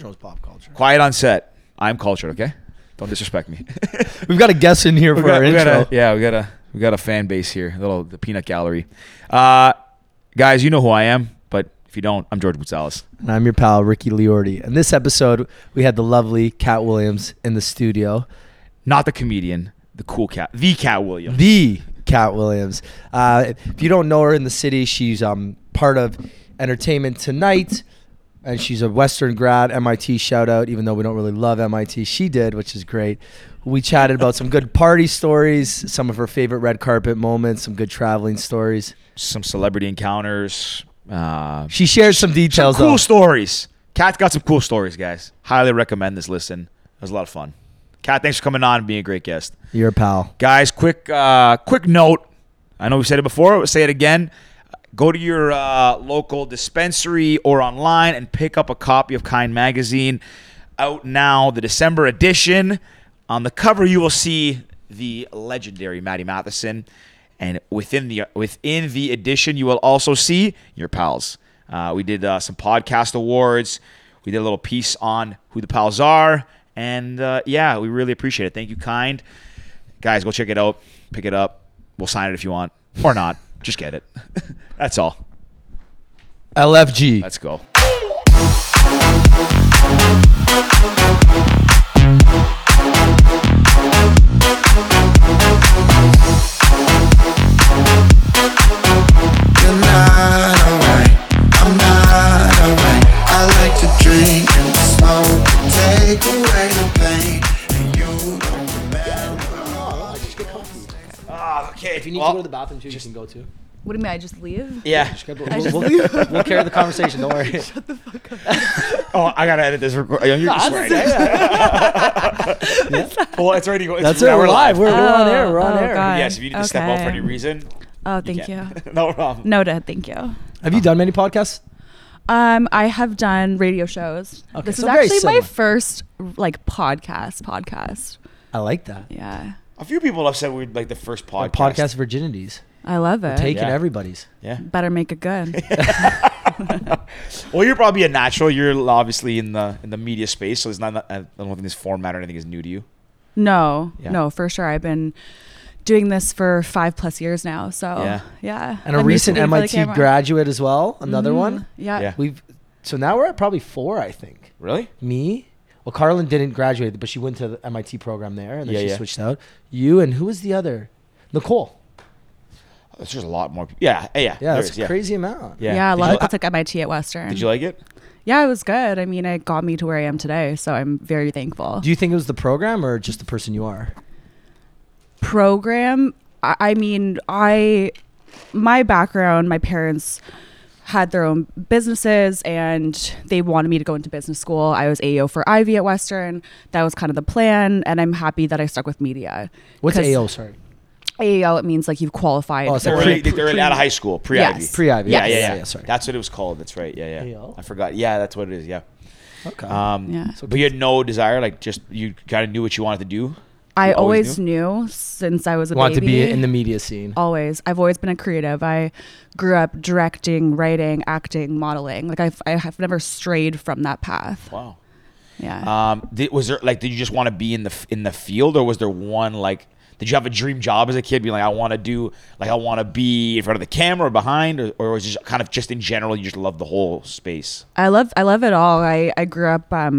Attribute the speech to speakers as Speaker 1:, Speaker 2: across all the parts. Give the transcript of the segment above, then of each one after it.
Speaker 1: Shows pop culture.
Speaker 2: Quiet on set. I'm cultured, okay? Don't disrespect me.
Speaker 1: We've got a guest in here
Speaker 2: We
Speaker 1: for
Speaker 2: got-
Speaker 1: our
Speaker 2: we
Speaker 1: intro.
Speaker 2: got a- yeah, we got a we got a fan base here. A little the peanut gallery. Uh, guys, you know who I am, but if you don't, I'm George Gonzalez.
Speaker 1: And I'm your pal Ricky Liordi. And this episode, we had the lovely Cat Williams in the studio.
Speaker 2: Not the comedian, the cool cat, the Cat Williams.
Speaker 1: The Cat Williams. Uh, if you don't know her in the city, she's um, part of Entertainment Tonight, and she's a Western grad. MIT shout out, even though we don't really love MIT, she did, which is great. We chatted about some good party stories, some of her favorite red carpet moments, some good traveling stories.
Speaker 2: some celebrity encounters. Uh,
Speaker 1: She shared some
Speaker 2: some
Speaker 1: details.
Speaker 2: cool
Speaker 1: though.
Speaker 2: stories. Cat's got some cool stories, guys. Highly recommend this listen. It was a lot of fun. Cat, thanks for coming on and being a great guest.
Speaker 1: Your pal.
Speaker 2: guys quick uh, quick note i know we said it before we'll say it again go to your uh, local dispensary or online and pick up a copy of kind magazine out now the december edition on the cover you will see the legendary maddie matheson and within the within the edition you will also see your pals uh, we did uh, some podcast awards we did a little piece on who the pals are and uh, yeah we really appreciate it thank you kind guys, go check it out. Pick it up. We'll sign it if you want or not. Just get it. That's all.
Speaker 1: LFG.
Speaker 2: Let's go.
Speaker 3: You're not alright. I'm not alright. I like to drink and smoke, take away the pain, and you don't remember.
Speaker 2: okay. If
Speaker 4: If you need to go to the bathroom too, you can go too.
Speaker 5: What do you mean? I just leave?
Speaker 2: yeah.
Speaker 5: I
Speaker 4: We'll,
Speaker 5: just-
Speaker 4: we'll- we'll carry the conversation. Don't worry.
Speaker 2: Oh, I gotta edit this. Record. You're just right. Well, it's already. It's
Speaker 1: That's it. We're live. We're, we're on
Speaker 5: Oh,
Speaker 1: air. We're on
Speaker 5: oh,
Speaker 1: air.
Speaker 5: God.
Speaker 2: Uh, Yes, if you need to step out for
Speaker 5: Okay.
Speaker 2: any reason.
Speaker 5: Oh, thank you.
Speaker 2: can. no problem.
Speaker 5: No, Dad, thank you.
Speaker 1: Have you done many podcasts?
Speaker 5: Um, I have done radio shows.
Speaker 1: Okay,
Speaker 5: this
Speaker 1: so
Speaker 5: is
Speaker 1: very
Speaker 5: actually
Speaker 1: similar.
Speaker 5: my first like podcast. Podcast.
Speaker 1: I like that.
Speaker 5: Yeah,
Speaker 2: A few people have said we're like the first
Speaker 1: Podcast,
Speaker 2: podcast.
Speaker 1: podcast virginities.
Speaker 5: I love it.
Speaker 1: Taking
Speaker 2: Uh, Yeah.
Speaker 1: everybody's.
Speaker 2: Yeah.
Speaker 5: Better make it good.
Speaker 2: Well, you're probably a natural. You're obviously in the in the media space, so it's not. I don't think this format or anything is new to you.
Speaker 5: no,
Speaker 2: Yeah.
Speaker 5: no, for sure. I've been doing this for five plus years now. So
Speaker 2: Yeah.
Speaker 5: yeah,
Speaker 1: And a
Speaker 5: I'm just
Speaker 1: recent
Speaker 5: waiting for the
Speaker 1: MIT
Speaker 5: camera.
Speaker 1: graduate as well. Another one.
Speaker 2: Mm-hmm.
Speaker 5: Yeah.
Speaker 2: Yeah.
Speaker 1: We've so now we're at probably four, I think.
Speaker 2: Really?
Speaker 1: Me. Well, Carlin didn't graduate, but she went to the MIT program there, and then
Speaker 2: Yeah,
Speaker 1: she
Speaker 2: yeah.
Speaker 1: switched out. You and who was the other? Nicole.
Speaker 2: There's just a lot more. people. Yeah. Yeah.
Speaker 1: Yeah,
Speaker 2: there
Speaker 1: that's
Speaker 2: is,
Speaker 1: a crazy amount.
Speaker 5: Yeah. a
Speaker 2: Did
Speaker 5: lot
Speaker 2: you-
Speaker 5: of people took MIT at Western.
Speaker 2: Did you like it?
Speaker 5: yeah, it was good. I mean, it got me to where I am today, so I'm very thankful.
Speaker 1: Do you think it was the program or just the person you are?
Speaker 5: program I, I mean i my background my parents had their own businesses and they wanted me to go into business school i was ao for ivy at western that was kind of the plan and i'm happy that i stuck with media
Speaker 1: What's
Speaker 5: 'Cause
Speaker 1: AO? Sorry.
Speaker 5: ao it means like you've qualified
Speaker 1: Oh, it's
Speaker 2: They're,
Speaker 1: like
Speaker 5: for-
Speaker 2: already,
Speaker 1: pre-
Speaker 2: they're already out of high school, pre Ivy.
Speaker 5: Yes.
Speaker 1: Pre-Ivy.
Speaker 2: Yeah,
Speaker 5: Yes.
Speaker 2: yeah, yeah,
Speaker 1: Sorry.
Speaker 2: That's what it was called. That's right. Yeah, yeah.
Speaker 1: AO?
Speaker 2: I forgot. Yeah, that's what it is. Yeah.
Speaker 1: okay.
Speaker 2: Um,
Speaker 5: Yeah.
Speaker 2: But you had no desire, like just you kind of knew what you wanted to do.
Speaker 5: i
Speaker 2: You always
Speaker 5: always knew since i was a
Speaker 1: Want to
Speaker 5: baby
Speaker 1: be in the media scene.
Speaker 5: always i've always been a creative i grew up directing writing acting modeling like i've, I have never strayed from that path
Speaker 2: Wow.
Speaker 5: yeah
Speaker 2: Um, did, was there like did you just want to be in the f- in the field, or was there one like did you have a dream job as a kid, being like I want to do like I want to be in front of the camera or behind, or, or was it just kind of just in general you just love the whole space?
Speaker 5: I love I love it all. I I grew up um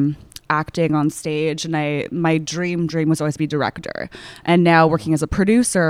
Speaker 5: acting on stage and I my dream dream was always to be director. And now working as a producer,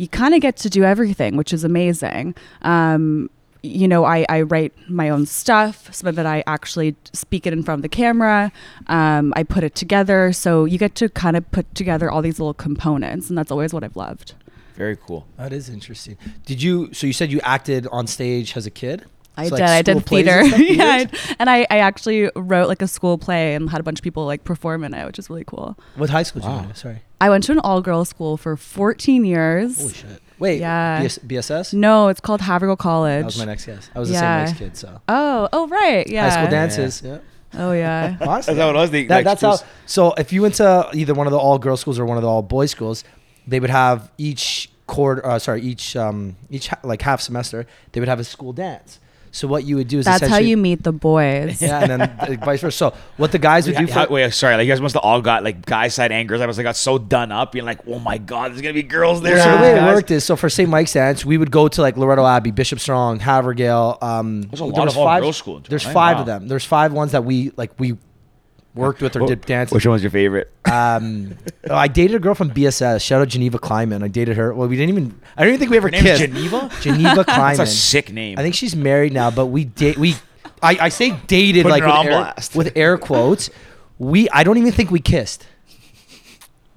Speaker 5: you kind of get to do everything, which is amazing. Um you know, I, I write my own stuff. Some of it I actually speak it in front of the camera. Um, I put it together. So you get to kind of put together all these little components. And that's always what I've loved.
Speaker 2: Very cool.
Speaker 1: That is interesting. Did you? So you said you acted on stage as a kid.
Speaker 5: I
Speaker 1: So,
Speaker 5: did.
Speaker 1: like,
Speaker 5: I
Speaker 1: school
Speaker 5: did
Speaker 1: plays
Speaker 5: theater.
Speaker 1: and stuff,
Speaker 5: yeah, I,
Speaker 1: theaters?
Speaker 5: and I, I actually wrote like a school play and had a bunch of people like perform in it, which is really cool.
Speaker 1: What high school did
Speaker 2: Wow.
Speaker 1: you go to? Sorry.
Speaker 5: I went to an all-girls school for 14 years.
Speaker 1: Holy shit. Wait.
Speaker 5: Yeah.
Speaker 1: BS, BSS.
Speaker 5: No, it's called Havergal College.
Speaker 1: That was my next guess. I was
Speaker 5: Yeah.
Speaker 1: the same race kid, so
Speaker 5: Oh, oh right, yeah.
Speaker 1: high school
Speaker 2: dance.
Speaker 1: dances. Yeah.
Speaker 5: Oh yeah.
Speaker 1: Honestly,
Speaker 2: Is that what it was? They,
Speaker 1: that-
Speaker 2: like,
Speaker 1: that's
Speaker 2: there
Speaker 1: how.
Speaker 2: was-
Speaker 1: So if you went to either one of the all girl schools or one of the all boys schools, they would have each quarter. Uh, sorry, each um, each ha- like half semester, they would have a school dance. So what you would do is
Speaker 5: That's how
Speaker 1: essentially-
Speaker 5: you meet the boys.
Speaker 1: yeah, and then uh, vice versa. So what the guys would do
Speaker 2: Wait,
Speaker 1: for
Speaker 2: wait, sorry. Like you guys must have all got like guy side angers. I must have got so done up, being like, "Oh my god, there's gonna be girls there."
Speaker 1: So the way it
Speaker 2: guys.
Speaker 1: worked is so for St. Mike's dance, we would go to like Loretto Abbey, Bishop Strong, Havergale. Um,
Speaker 2: There's a
Speaker 1: there
Speaker 2: lot
Speaker 1: was
Speaker 2: of all
Speaker 1: five-
Speaker 2: girls' school in Toronto,
Speaker 1: There's
Speaker 2: right?
Speaker 1: five
Speaker 2: Wow.
Speaker 1: of them. There's five ones that we like we worked with or
Speaker 2: Wh-
Speaker 1: did dance.
Speaker 2: Which one's your favorite?
Speaker 1: Um, oh, I dated a girl from BSS. Shout out Geneva Kleiman. I dated her. Well, we didn't even. I don't even think we ever
Speaker 2: Her name's
Speaker 1: kissed.
Speaker 2: Geneva?
Speaker 1: Geneva
Speaker 2: That's
Speaker 1: Kleiman.
Speaker 2: a sick name.
Speaker 1: I think she's married now, but we date. We, I, I say dated
Speaker 2: Putting
Speaker 1: like
Speaker 2: her on
Speaker 1: with air,
Speaker 2: blast.
Speaker 1: with air quotes. We. I don't even think we kissed.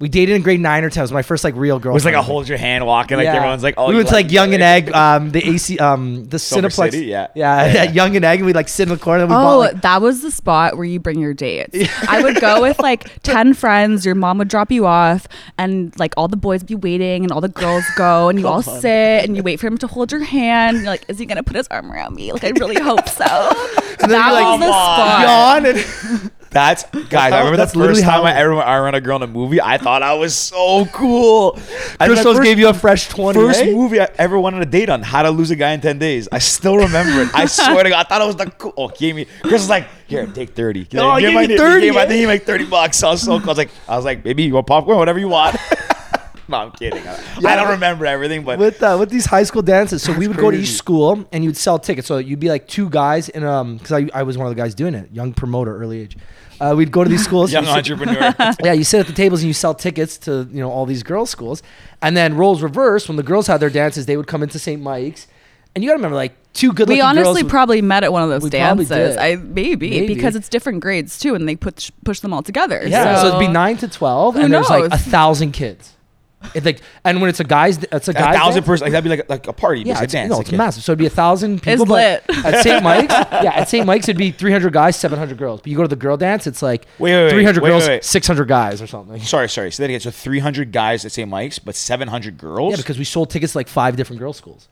Speaker 1: We dated in grade nine or ten. It was my first like real girl.
Speaker 2: it was like a hold your hand walking. Like everyone's like, "Oh,
Speaker 1: we
Speaker 2: you
Speaker 1: went to like
Speaker 2: each
Speaker 1: Young and
Speaker 2: other."
Speaker 1: Egg, um, the AC, um, the
Speaker 2: Silver
Speaker 1: Cineplex,
Speaker 2: City, yeah.
Speaker 1: yeah,
Speaker 2: Yeah,
Speaker 1: at
Speaker 2: yeah.
Speaker 1: Young and Egg, and we like sit in the corner. And we bought,
Speaker 5: Oh,
Speaker 1: like,
Speaker 5: that was the spot where you bring your dates. I would go with like 10 friends. Your mom would drop you off, and like all the boys would be waiting, and all the girls go, and you all sit, and you wait for him to hold your hand. And you're like, is he going to put his arm around me? Like, I really hope so. that was
Speaker 1: then you're like,
Speaker 2: "Come
Speaker 5: the
Speaker 2: on,
Speaker 5: spot.
Speaker 1: yawn and
Speaker 2: That's guys. I remember that's
Speaker 1: that's
Speaker 2: the first
Speaker 1: literally
Speaker 2: time
Speaker 1: how-
Speaker 2: I ever went around a girl in a movie. I thought I was so cool. I think
Speaker 1: Crystals
Speaker 2: my
Speaker 1: gave you a fresh twenty.
Speaker 2: First
Speaker 1: eh?
Speaker 2: movie I ever went on a date on, How to Lose a Guy in 10 Days. I still remember it. I swear to God, I thought it was the cool. Oh, he gave me. Chris was like, here, take 30. He's
Speaker 1: Oh,
Speaker 2: like,
Speaker 1: he
Speaker 2: "Give
Speaker 1: gave
Speaker 2: my-
Speaker 1: you
Speaker 2: he
Speaker 1: 30,
Speaker 2: gave- I
Speaker 1: eh?
Speaker 2: think he made 30 bucks. I was so cool. I was like, I was like, baby, you want popcorn? Whatever you want. no, I'm kidding. I, I don't remember everything, but
Speaker 1: with uh, with these high school dances. So we would go to each
Speaker 2: crazy.
Speaker 1: school and you'd sell tickets. So you'd be like two guys in um because I, I was one of the guys doing it, young promoter, early age. Uh, we'd go to these schools.
Speaker 2: young
Speaker 1: You sit-
Speaker 2: entrepreneur.
Speaker 1: yeah, you sit at the tables and you sell tickets to you know all these girls' schools, and then roles reverse. When the girls had their dances, they would come into St. Mike's, and you got to remember like two good.
Speaker 5: We honestly
Speaker 1: girls,
Speaker 5: probably met at one of those
Speaker 1: We probably
Speaker 5: dances.
Speaker 1: did.
Speaker 5: I maybe,
Speaker 1: Maybe.
Speaker 5: because it's different grades too, and they put push them all together.
Speaker 1: yeah. So,
Speaker 5: so,
Speaker 1: it'd be nine to twelve,
Speaker 5: Who
Speaker 1: and there's like
Speaker 5: knows?
Speaker 1: a thousand kids. It's like, and when it's a guy's, it's a
Speaker 2: a
Speaker 1: guy's
Speaker 2: thousand
Speaker 1: dance-
Speaker 2: person. Like, that'd be like, like a party.
Speaker 1: Yeah,
Speaker 2: just a
Speaker 1: it's,
Speaker 2: dance.
Speaker 1: no,
Speaker 2: like
Speaker 1: it's
Speaker 2: a-
Speaker 1: massive. So it'd be a thousand people.
Speaker 5: lit.
Speaker 1: But at St. Mike's, yeah, at St. Mike's it'd be 300 guys, 700 girls. But you go to the girl dance, it's like
Speaker 2: Wait, wait, wait,
Speaker 1: 300
Speaker 2: wait,
Speaker 1: girls,
Speaker 2: wait, wait.
Speaker 1: 600 guys or something.
Speaker 2: Sorry, sorry. So that again. So 300 guys at St. Mike's, but 700 girls.
Speaker 1: Yeah, because we sold tickets to like five different girls' schools.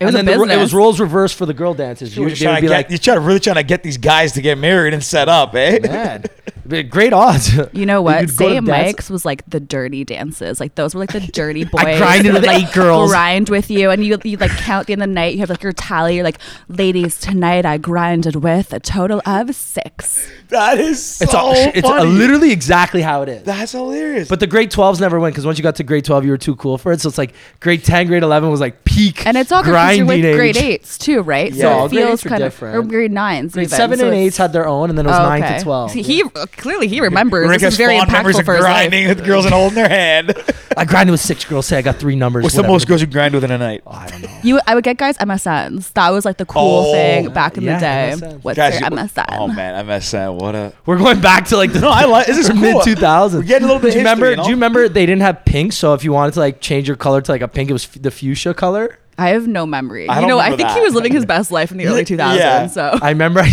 Speaker 5: it was a
Speaker 1: and then the ro-
Speaker 5: business.
Speaker 1: it was roles reversed for the girl dances. You,
Speaker 2: You're
Speaker 1: would-
Speaker 2: just
Speaker 1: they
Speaker 2: trying
Speaker 1: would
Speaker 2: to
Speaker 1: be
Speaker 2: get,
Speaker 1: like,
Speaker 2: you're trying, really trying to get these guys to get married and set up, eh?
Speaker 1: man, it'd be great odds.
Speaker 5: You know what?
Speaker 1: You'd go to
Speaker 5: St.
Speaker 1: dance-
Speaker 5: Mike's was like the dirty dances. Like those were like the dirty boys.
Speaker 1: grinded
Speaker 5: that
Speaker 1: with
Speaker 5: would,
Speaker 1: eight girls.
Speaker 5: Grind with you, and you you like count the end of the night. You have like your tally. You're like, ladies, tonight I grinded with a total of six.
Speaker 2: That is so
Speaker 1: It's, a, it's a,
Speaker 2: funny.
Speaker 1: literally exactly how it is.
Speaker 2: That's hilarious.
Speaker 1: but the grade 12s never went because once you got to grade 12, you were too cool for it. So it's like grade 10, grade 11 was like peak.
Speaker 5: And it's all because
Speaker 1: grinding
Speaker 5: you're with
Speaker 1: age.
Speaker 5: grade eights too, right?
Speaker 1: Yeah.
Speaker 5: So it
Speaker 1: Grade
Speaker 5: feels
Speaker 1: eights were
Speaker 5: kind of
Speaker 1: different.
Speaker 5: or grade nines.
Speaker 1: Grade
Speaker 5: even,
Speaker 1: seven
Speaker 5: so
Speaker 1: and
Speaker 5: it's-
Speaker 1: eights had their own, and then it was
Speaker 5: Oh,
Speaker 1: nine
Speaker 5: okay.
Speaker 1: to 12.
Speaker 5: See,
Speaker 1: Yeah.
Speaker 5: He uh, clearly he remembers.
Speaker 2: Rick has
Speaker 5: this is very
Speaker 2: fond memories
Speaker 5: impactful
Speaker 2: of
Speaker 5: for his life.
Speaker 2: grinding with girls and holding their hand.
Speaker 1: I grinded with six girls. Say I got three numbers.
Speaker 2: What's the
Speaker 1: whatever.
Speaker 2: most girls you grind with in a night?
Speaker 1: I don't know.
Speaker 5: You, I would get guys MSNs. That was like the cool
Speaker 2: Oh,
Speaker 5: thing back in
Speaker 1: yeah,
Speaker 5: the day.
Speaker 1: MSNs.
Speaker 5: What's
Speaker 2: Guys,
Speaker 5: your
Speaker 2: you-
Speaker 5: MSN?
Speaker 2: Oh man, MSN. What a
Speaker 1: We're going back to like the
Speaker 2: no! I like. This is cool.
Speaker 1: mid 2000s.
Speaker 2: We're getting a little bit.
Speaker 1: Do you
Speaker 2: of history,
Speaker 1: remember?
Speaker 2: you know?
Speaker 1: Do you remember they didn't have pink? So if you wanted to like change your color to like a pink, it was f- the fuchsia color.
Speaker 5: I have no memory.
Speaker 2: I
Speaker 5: you
Speaker 2: don't
Speaker 5: know, I
Speaker 2: remember
Speaker 5: think he
Speaker 2: that.
Speaker 5: was living his best life in the early 2000s.
Speaker 2: Yeah.
Speaker 5: So
Speaker 1: I remember.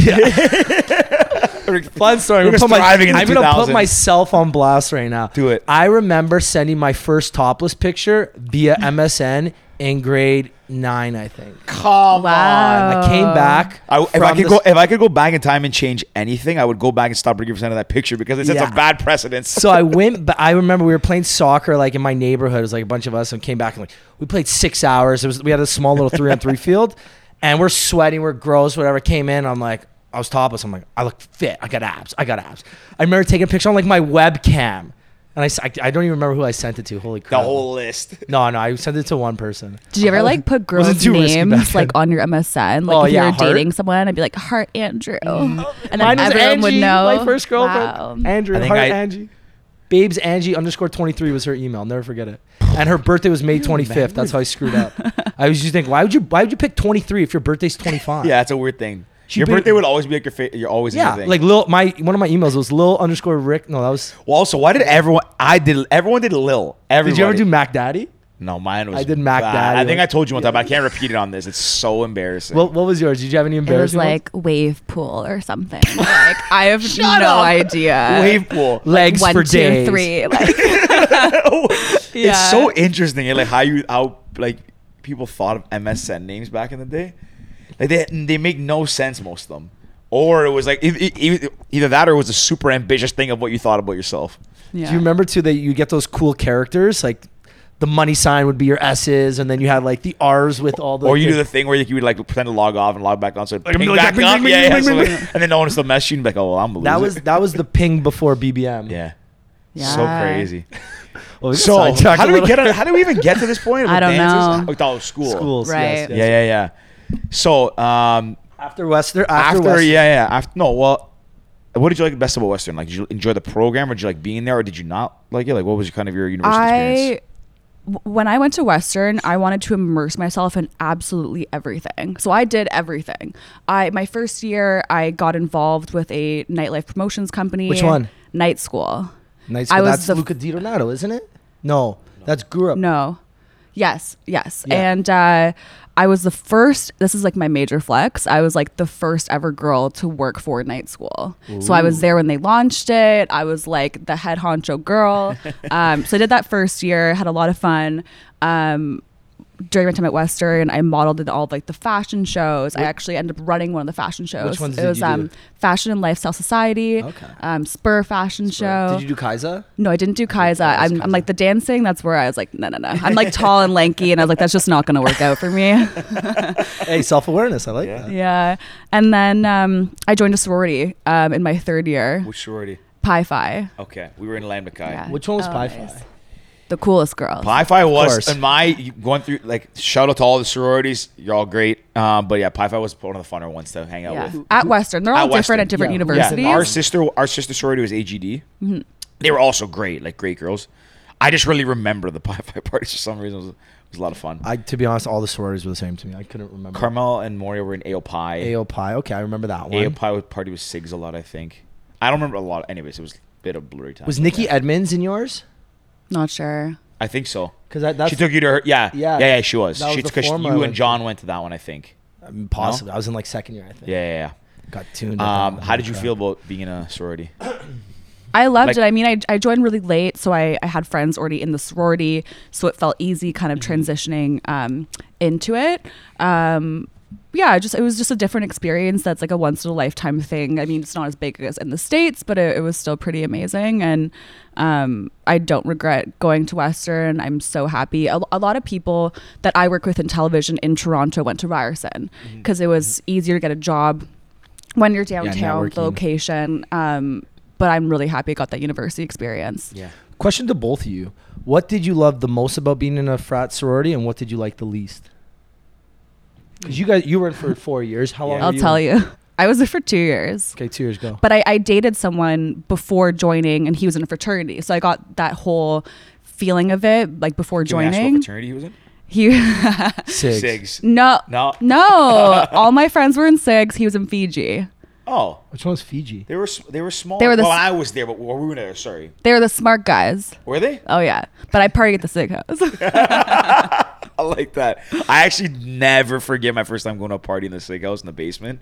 Speaker 1: Yeah. Fun story. I'm
Speaker 2: We're
Speaker 1: gonna, put, my,
Speaker 2: thriving in the
Speaker 1: I'm gonna put
Speaker 2: 2000s.
Speaker 1: myself on blast right now.
Speaker 2: Do it.
Speaker 1: I remember sending my first topless picture via MSN in grade nine, I think.
Speaker 2: Come on.
Speaker 5: Wow.
Speaker 1: I came
Speaker 5: Oh.
Speaker 1: back.
Speaker 2: I, if
Speaker 1: from
Speaker 2: I could
Speaker 1: the-
Speaker 2: go, if I could go back in time and change anything, I would go back and stop Ricky percent of that picture because it sets
Speaker 1: Yeah.
Speaker 2: a bad precedence.
Speaker 1: so I went, but I remember we were playing soccer like in my neighborhood. It was like a bunch of us and came back and like we played six hours. It was we had a small little three on three field, and we're sweating, we're gross, whatever. Came in, I'm like. I was topless. I'm like, I look fit. I got abs. I got abs. I remember taking a picture on like my webcam, and I, s- I, I don't even remember who I sent it to. Holy
Speaker 2: the
Speaker 1: crap!
Speaker 2: whole list.
Speaker 1: no, no, I sent it to one person.
Speaker 5: did you ever like put
Speaker 1: Wasn't
Speaker 5: girls'
Speaker 1: too risky back
Speaker 5: names like
Speaker 1: then.
Speaker 5: on your MSN? Like
Speaker 1: Oh,
Speaker 5: if
Speaker 1: yeah,
Speaker 5: you were
Speaker 1: Hart.
Speaker 5: dating someone, I'd be like Heart Andrew, and then
Speaker 1: Mine was
Speaker 5: everyone
Speaker 1: Angie,
Speaker 5: would know.
Speaker 1: my first girlfriend.
Speaker 5: Wow.
Speaker 1: Andrew,
Speaker 2: I think
Speaker 1: heart
Speaker 2: I-
Speaker 1: Angie. Babes Angie underscore twenty three was her email. I'll never forget it. And her birthday was May twenty fifth. That's how I screwed up. I was just thinking, why would you why would you pick twenty three if your birthday's twenty five?
Speaker 2: Yeah, that's a weird thing.
Speaker 1: She
Speaker 2: your
Speaker 1: been-
Speaker 2: birthday would always be like your favorite. You're always in
Speaker 1: yeah.
Speaker 2: your thing.
Speaker 1: Like Lil, my one of my emails was Lil underscore Rick. No, that was.
Speaker 2: Well, also, why did everyone? I did. Everyone did Lil. Everybody.
Speaker 1: Did you ever do Mac Daddy?
Speaker 2: No, mine was.
Speaker 1: I did Mac
Speaker 2: bad.
Speaker 1: Daddy,
Speaker 2: I think I
Speaker 1: like-
Speaker 2: told you one time, but I can't repeat it on this. It's so embarrassing.
Speaker 1: What What was yours? Did you have any
Speaker 5: It was
Speaker 1: embarrassing?
Speaker 5: like wave pool or something. Like I have no
Speaker 2: up.
Speaker 5: idea.
Speaker 2: wave pool.
Speaker 1: ones? legs
Speaker 5: One,
Speaker 1: for
Speaker 5: two,
Speaker 1: days.
Speaker 5: three, Like,
Speaker 2: It's
Speaker 5: Yeah.
Speaker 2: so interesting, like how you how like people thought of MSN names back in the day. Like they they make no sense most of them, or it was like e- e- e- either that or it was a super ambitious thing of what you thought about yourself.
Speaker 5: yeah.
Speaker 1: Do you remember too that you get those cool characters like the money sign would be your S's, and then you had like the R's with all the.
Speaker 2: Or you do the thing where like, you would like pretend to log off and log back on, so
Speaker 1: Like,
Speaker 2: ping
Speaker 1: like,
Speaker 2: back
Speaker 1: bing,
Speaker 2: up,
Speaker 1: bing, bing,
Speaker 2: yeah,
Speaker 1: bing,
Speaker 2: yeah.
Speaker 1: bing,
Speaker 2: so,
Speaker 1: bing,
Speaker 2: like- and then no one will still mess you and be like, oh, well, I'm a
Speaker 1: that
Speaker 2: loser.
Speaker 1: was that was the ping before BBM.
Speaker 2: yeah,
Speaker 5: Yeah.
Speaker 2: so crazy.
Speaker 1: Well, we
Speaker 2: So
Speaker 1: sidetracked
Speaker 2: how
Speaker 1: a
Speaker 2: do we
Speaker 1: little-
Speaker 2: get? On, how do we even get to this point?
Speaker 5: I
Speaker 2: with
Speaker 5: don't
Speaker 2: dances?
Speaker 5: know.
Speaker 2: Oh, I thought it was school.
Speaker 1: schools?
Speaker 5: Right.
Speaker 1: Yes, yes.
Speaker 2: Yeah, yeah, yeah. So um,
Speaker 1: After Western, after,
Speaker 2: after,
Speaker 1: Western,
Speaker 2: yeah, yeah. After no, well, what did you like best about Western? Like, did you enjoy the program, or did you like being there, or did you not like it? Like, what was your kind of your university
Speaker 5: I
Speaker 2: experience?
Speaker 5: w- when I went to Western, I wanted to immerse myself in absolutely everything. So I did everything. I my first year, I got involved with a nightlife promotions company.
Speaker 1: Which one?
Speaker 5: Night School.
Speaker 1: Night
Speaker 5: I
Speaker 1: school.
Speaker 5: was
Speaker 1: That's
Speaker 5: the-
Speaker 1: Luca Di Donato, isn't it? No, that's Guru.
Speaker 5: No. Yes, yes.
Speaker 1: Yeah.
Speaker 5: And uh, I was the first, this is like my major flex. I was like the first ever girl to work for night school. So I was there when they launched it. I was like the head honcho girl. um, so I did that first year, had a lot of fun. Um, during my time at Western, I modeled in all of, like the fashion shows. I actually ended up running one of the fashion shows.
Speaker 1: ones
Speaker 5: it
Speaker 1: did
Speaker 5: was
Speaker 1: you do?
Speaker 5: um Fashion and Lifestyle Society,
Speaker 1: Okay.
Speaker 5: um, Spur Fashion Show.
Speaker 1: Did you do Kaiser?
Speaker 5: No, I didn't do Kaiza. I'm, I'm like the dancing. That's where I was like, no, no, no. I'm like tall and lanky, and I was like, that's just not going to work out for me.
Speaker 1: hey, self awareness. I like
Speaker 2: Yeah.
Speaker 1: that.
Speaker 5: yeah. And then um, I joined a sorority um, in my third year,
Speaker 2: Which sorority?
Speaker 5: Pi Phi,
Speaker 2: Okay, we were in Lambakai.
Speaker 5: Yeah.
Speaker 1: Which one was
Speaker 5: Oh,
Speaker 1: Pi
Speaker 5: nice.
Speaker 1: Phi?
Speaker 5: the coolest girl.
Speaker 2: Pi Phi was
Speaker 1: course.
Speaker 2: in my going through like shout out to all the sororities, you're all great. Um, but yeah, Pi Phi was one of the funner ones to hang out
Speaker 5: yeah.
Speaker 2: with.
Speaker 5: At Western, they're
Speaker 2: At
Speaker 5: all different
Speaker 2: Western,
Speaker 5: at different
Speaker 1: yeah. Yeah.
Speaker 5: universities.
Speaker 2: Yeah, our sister, our sister sorority was AGD.
Speaker 5: Mm-hmm.
Speaker 2: They were also great, like great girls. I just really remember the Pi Phi parties for some reason. It was, it was a lot of fun.
Speaker 1: I, to be honest, all the sororities were the same to me. I couldn't remember.
Speaker 2: Carmel and Moria were in AO Pi.
Speaker 1: AO Pi. Okay, I remember that one.
Speaker 2: AO Pi was- party with Sigs a lot, I think. I don't remember a lot. Anyways, it was a bit of blurry time.
Speaker 1: Was Nikki Edmonds in yours?
Speaker 5: Not sure.
Speaker 2: I think so.
Speaker 1: Because that, that's
Speaker 2: she took you to her. Yeah, yeah,
Speaker 1: Yeah.
Speaker 2: yeah. yeah she was.
Speaker 1: That was
Speaker 2: She
Speaker 1: the
Speaker 2: because
Speaker 1: form I
Speaker 2: you
Speaker 1: went
Speaker 2: and
Speaker 1: to.
Speaker 2: John went to that one, I think.
Speaker 1: um, possibly. I was in like second year, I think.
Speaker 2: Yeah, yeah.
Speaker 1: Got tuned. at
Speaker 2: yeah. Um,
Speaker 1: that
Speaker 2: how
Speaker 1: one.
Speaker 2: did you
Speaker 1: Yeah.
Speaker 2: feel about being in a sorority?
Speaker 5: I loved
Speaker 2: Like-
Speaker 5: it. I mean, I, I joined really late, so I, I had friends already in the sorority, so it felt easy kind of transitioning um, into it. Um, yeah, just it was just a different experience. That's like a once in a lifetime thing. I mean, it's not as big as in the states, but it, it was still pretty amazing. And um, I don't regret going to Western. I'm so happy. A, a lot of people that I work with in television in Toronto went to Ryerson
Speaker 1: Mm-hmm.
Speaker 5: because it was easier to get a job when you're downtown,
Speaker 1: networking.
Speaker 5: the location. Um, but I'm really happy I got that university experience.
Speaker 2: Yeah.
Speaker 1: Question to both of you: What did you love the most about being in a frat sorority, and what did you like the least? Because you guys, you were in for four years. How long?
Speaker 2: Yeah.
Speaker 1: were
Speaker 5: I'll
Speaker 1: you
Speaker 5: tell
Speaker 1: in?
Speaker 5: you. I was there for two years.
Speaker 1: Okay, two years ago.
Speaker 5: But I, I dated someone before joining and he was in a fraternity. So I got that whole feeling of it like before
Speaker 2: Do you wanna ask what
Speaker 5: joining.
Speaker 2: fraternity he was in?
Speaker 5: He
Speaker 1: Six.
Speaker 2: Sigs.
Speaker 5: No.
Speaker 2: No.
Speaker 5: No. All my friends were in Sigs. He was in Fiji.
Speaker 2: Oh,
Speaker 1: Which one was Fiji?
Speaker 2: they were s- they were small.
Speaker 5: They were the
Speaker 2: well,
Speaker 5: s-
Speaker 2: I was there, but we were there. Sorry,
Speaker 5: They were the smart guys.
Speaker 2: were they?
Speaker 5: Oh yeah. But I party at the Sig house.
Speaker 2: I like that. I actually never forget my first time going to a party in the sick house in the basement.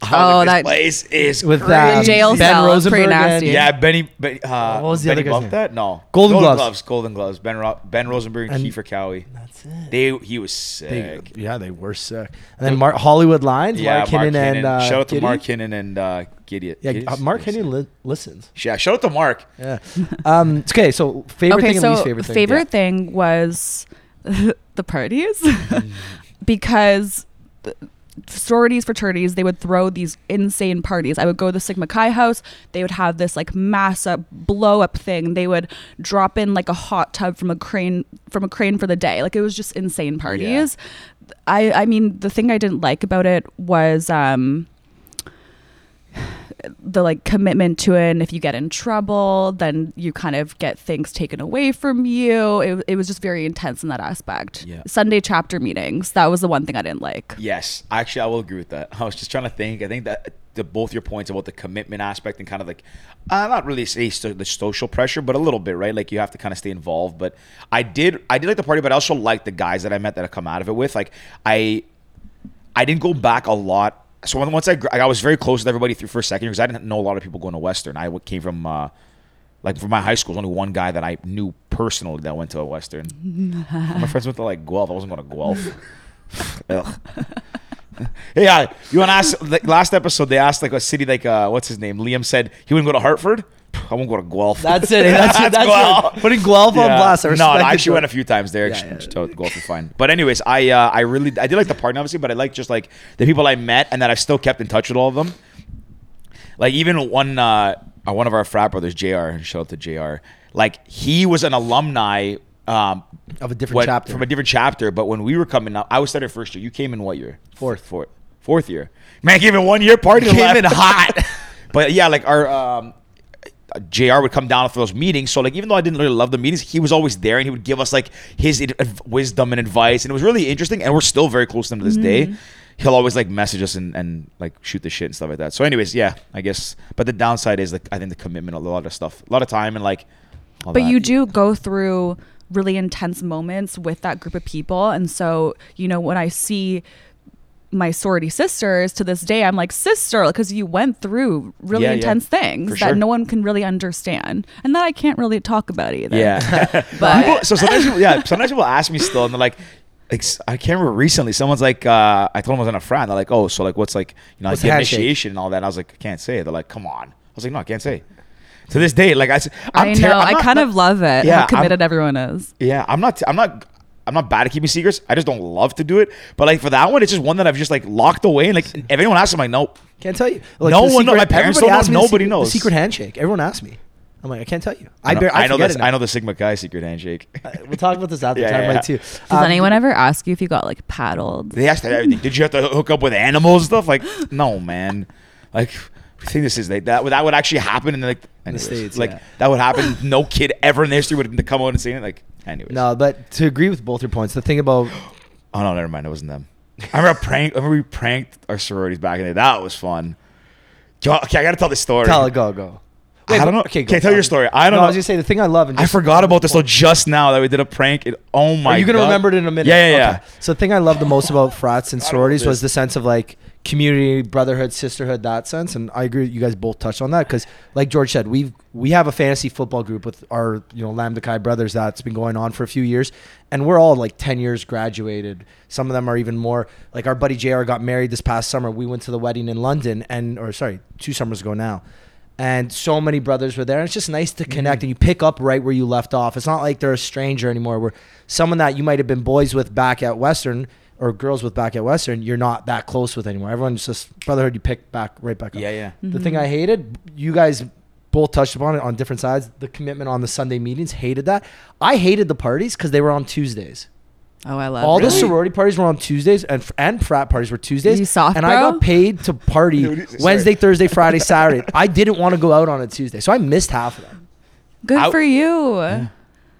Speaker 5: Oh,
Speaker 2: Oh, that
Speaker 5: that-
Speaker 2: place is
Speaker 1: With
Speaker 2: crazy.
Speaker 1: um,
Speaker 5: Jail
Speaker 1: Ben
Speaker 5: cell, it's pretty
Speaker 1: Rosenberg
Speaker 5: nasty.
Speaker 1: and-
Speaker 2: Yeah, Benny. Ben, uh,
Speaker 1: What was the
Speaker 2: Benny
Speaker 1: other guy's
Speaker 2: Buff
Speaker 1: name?
Speaker 2: That no.
Speaker 1: Golden Gloves.
Speaker 2: Golden gloves. Ben Ro- Ben Rosenberg and,
Speaker 1: And-
Speaker 2: Kiefer Cowie.
Speaker 1: That's it.
Speaker 2: They he was
Speaker 1: They,
Speaker 2: sick.
Speaker 1: yeah, they were sick. And then Mark, Hollywood Lines,
Speaker 2: yeah,
Speaker 1: Mark Hinnon and uh,
Speaker 2: shout out to
Speaker 1: Giddy.
Speaker 2: Mark Hinnon and uh, Gideon.
Speaker 1: Yeah,
Speaker 2: Gideon-
Speaker 1: uh, Mark
Speaker 2: Gideon-
Speaker 1: Hinnon li- listens.
Speaker 2: Yeah, shout out to Mark.
Speaker 1: Yeah. Um, it's okay, so favorite
Speaker 5: okay,
Speaker 1: thing
Speaker 5: so
Speaker 1: and least favorite thing.
Speaker 5: favorite thing was the parties
Speaker 1: Mm.
Speaker 5: because th- sororities, fraternities, they would throw these insane parties. I would go to the Sigma Chi house. They would have this like mass up blow up thing. They would drop in like a hot tub from a crane from a crane for the day. Like it was just insane parties. I I mean the thing I didn't like about it was um the like commitment to it and if you get in trouble then you kind of get things taken away from you it, it was just very intense in that aspect
Speaker 2: Yeah.
Speaker 5: sunday chapter meetings that was the one thing i didn't like
Speaker 2: Yes, actually, I will agree with that. I was just trying to think. I think that the, both your points about the commitment aspect and kind of like, uh, not really say so, the social pressure, but a little bit, right? Like you have to kind of stay involved. But I did, I did like the party, but I also liked the guys that I met that I come out of it with. Like I, I didn't go back a lot. So when- once I, gr- I was very close with everybody through first second year because I didn't know a lot of people going to Western. I came from. Uh, like from my high school, there's only one guy that I knew personally that went to a Western. my friends went to like Guelph. I wasn't going to Guelph. Ugh. uh, yeah, you want to ask? Like, last episode, they asked like a city, like uh, what's his name? Liam said he wouldn't go to Hartford. I won't go to Guelph.
Speaker 1: That's it. That's, that's, that's
Speaker 2: Guelph.
Speaker 1: it. Putting Guelph on
Speaker 2: Yeah.
Speaker 1: blast. I
Speaker 2: No,
Speaker 1: respect
Speaker 2: I
Speaker 1: it,
Speaker 2: actually
Speaker 1: bro.
Speaker 2: went a few times there.
Speaker 1: Yeah,
Speaker 2: Sh- to Guelph is fine. But anyways, I uh, I really I did like the party obviously, but I like just like the people I met and that I've still kept in touch with all of them. Like even one uh, uh, one of our frat brothers, Jr. Shout out to Jr. Like he was an alumni um,
Speaker 1: Of a different
Speaker 2: what-
Speaker 1: chapter.
Speaker 2: from a different chapter. But when we were coming up, I was started first year. You came in what year?
Speaker 1: Fourth.
Speaker 2: fourth, fourth year. Man, came in one year party
Speaker 1: Came
Speaker 2: left.
Speaker 1: in hot.
Speaker 2: but yeah, like our um, uh, Jr. would come down for those meetings. So like, even though I didn't really love the meetings, he was always there and he would give us like his ad- adv- wisdom and advice, and it was really interesting. And we're still very close to him to this
Speaker 1: Mm-hmm.
Speaker 2: day. He'll always like message us and, and like shoot the shit and stuff like that. So, anyways, yeah, I guess. But the downside is like I think the commitment, a lot of stuff, a lot of time, and like. all
Speaker 5: But
Speaker 2: that.
Speaker 5: you do go through really intense moments with that group of people. And so, you know, when I see my sorority sisters to this day, I'm like, sister, because you went through really
Speaker 2: Yeah, yeah.
Speaker 5: intense things
Speaker 2: For
Speaker 5: that
Speaker 2: sure.
Speaker 5: no one can really understand and that I can't really talk about either.
Speaker 2: Yeah.
Speaker 5: But-
Speaker 2: People- so sometimes people, yeah, sometimes people ask me still, and they're like, like s- I can't remember recently. Someone's like, uh, I told them I was on a frat. And they're like, oh, so like, what's like, you know,
Speaker 1: What's
Speaker 2: like the
Speaker 1: handshake?
Speaker 2: initiation and all that. And I was like, I can't say. They're like, come on. I was like, no, I can't say. To this day, like I, s- I'm
Speaker 5: i know.
Speaker 2: ter- I'm
Speaker 5: I
Speaker 2: not-
Speaker 5: kind of love it.
Speaker 2: Yeah,
Speaker 5: how
Speaker 2: I'm-
Speaker 5: committed everyone is.
Speaker 2: Yeah, I'm not. I'm not. I'm not bad at keeping secrets. I just don't love to do it. But like for that one, it's just one that I've just like locked away. And like, if anyone asks, I'm like, nope.
Speaker 1: Can't tell you.
Speaker 2: No
Speaker 1: the
Speaker 2: one know- my parents don't
Speaker 1: everybody
Speaker 2: know,
Speaker 1: asks me the
Speaker 2: nobody
Speaker 1: secret-
Speaker 2: knows.
Speaker 1: The secret handshake. Everyone asks me. I'm like, I can't tell you. I,
Speaker 2: know,
Speaker 1: bar- I,
Speaker 2: know
Speaker 1: forget
Speaker 2: this.
Speaker 1: it now.
Speaker 2: I know the Sigma Chi secret handshake.
Speaker 1: We'll talk about this after
Speaker 2: Yeah,
Speaker 1: time,
Speaker 2: yeah,
Speaker 1: like,
Speaker 2: yeah.
Speaker 1: too.
Speaker 5: Does
Speaker 1: Um,
Speaker 5: anyone ever ask you if you got like paddled?
Speaker 2: They asked everything. Did you have to hook up with animals and stuff? Like, no, man. Like, I think this is like that. That would actually happen in like anyways,
Speaker 1: States,
Speaker 2: Like
Speaker 1: yeah.
Speaker 2: that would happen. No kid ever in their history would come out and say it. Like, anyways.
Speaker 1: No, but to agree with both your points, the thing about
Speaker 2: Oh no, never mind. It wasn't them. I remember a prank. I remember we pranked our sororities back in the day. That was fun. Yo, okay, I gotta tell this story.
Speaker 1: tell it, go go.
Speaker 2: I don't
Speaker 1: but-
Speaker 2: know. Okay, tell your story. I don't
Speaker 1: No,
Speaker 2: know.
Speaker 1: I was gonna say the thing I love. And
Speaker 2: I
Speaker 1: just-
Speaker 2: forgot about this though just now that we did a prank. It, oh my!
Speaker 1: Are you gonna
Speaker 2: God.
Speaker 1: remember it in a minute?
Speaker 2: Yeah, yeah, yeah.
Speaker 1: Okay. So the thing I love the most about frats and
Speaker 2: I don't know
Speaker 1: sororities was
Speaker 2: this.
Speaker 1: the sense of like community, brotherhood, sisterhood, that sense. And I agree, you guys both touched on that because, like George said, we've we have a fantasy football group with our you know Lambda Chi brothers that's been going on for a few years, and we're all like ten years graduated. Some of them are even more. Like our buddy Jr. got married this past summer. We went to the wedding in London, and or sorry, two summers ago now. And so many brothers were there. And it's just nice to connect
Speaker 2: Mm-hmm.
Speaker 1: and you pick up right where you left off. It's not like they're a stranger anymore. Where someone that you might have been boys with back at Western or girls with back at Western, you're not that close with anymore. Everyone's just brotherhood. You pick back right back up.
Speaker 2: Yeah, yeah.
Speaker 1: The thing I hated, you guys both touched upon it on different sides. The commitment on the Sunday meetings, hated that. I hated the parties because they were on Tuesdays.
Speaker 5: Oh, I love
Speaker 1: All
Speaker 5: it.
Speaker 1: the sorority parties were on Tuesdays, and and frat parties were Tuesdays.
Speaker 5: You soft,
Speaker 1: and I
Speaker 5: bro?
Speaker 1: got paid to party
Speaker 2: Dude, sorry.
Speaker 1: Wednesday, Thursday, Friday, Saturday. I didn't want to go out on a Tuesday, so I missed half of them.
Speaker 5: Good
Speaker 2: I-
Speaker 5: for you.
Speaker 1: So I was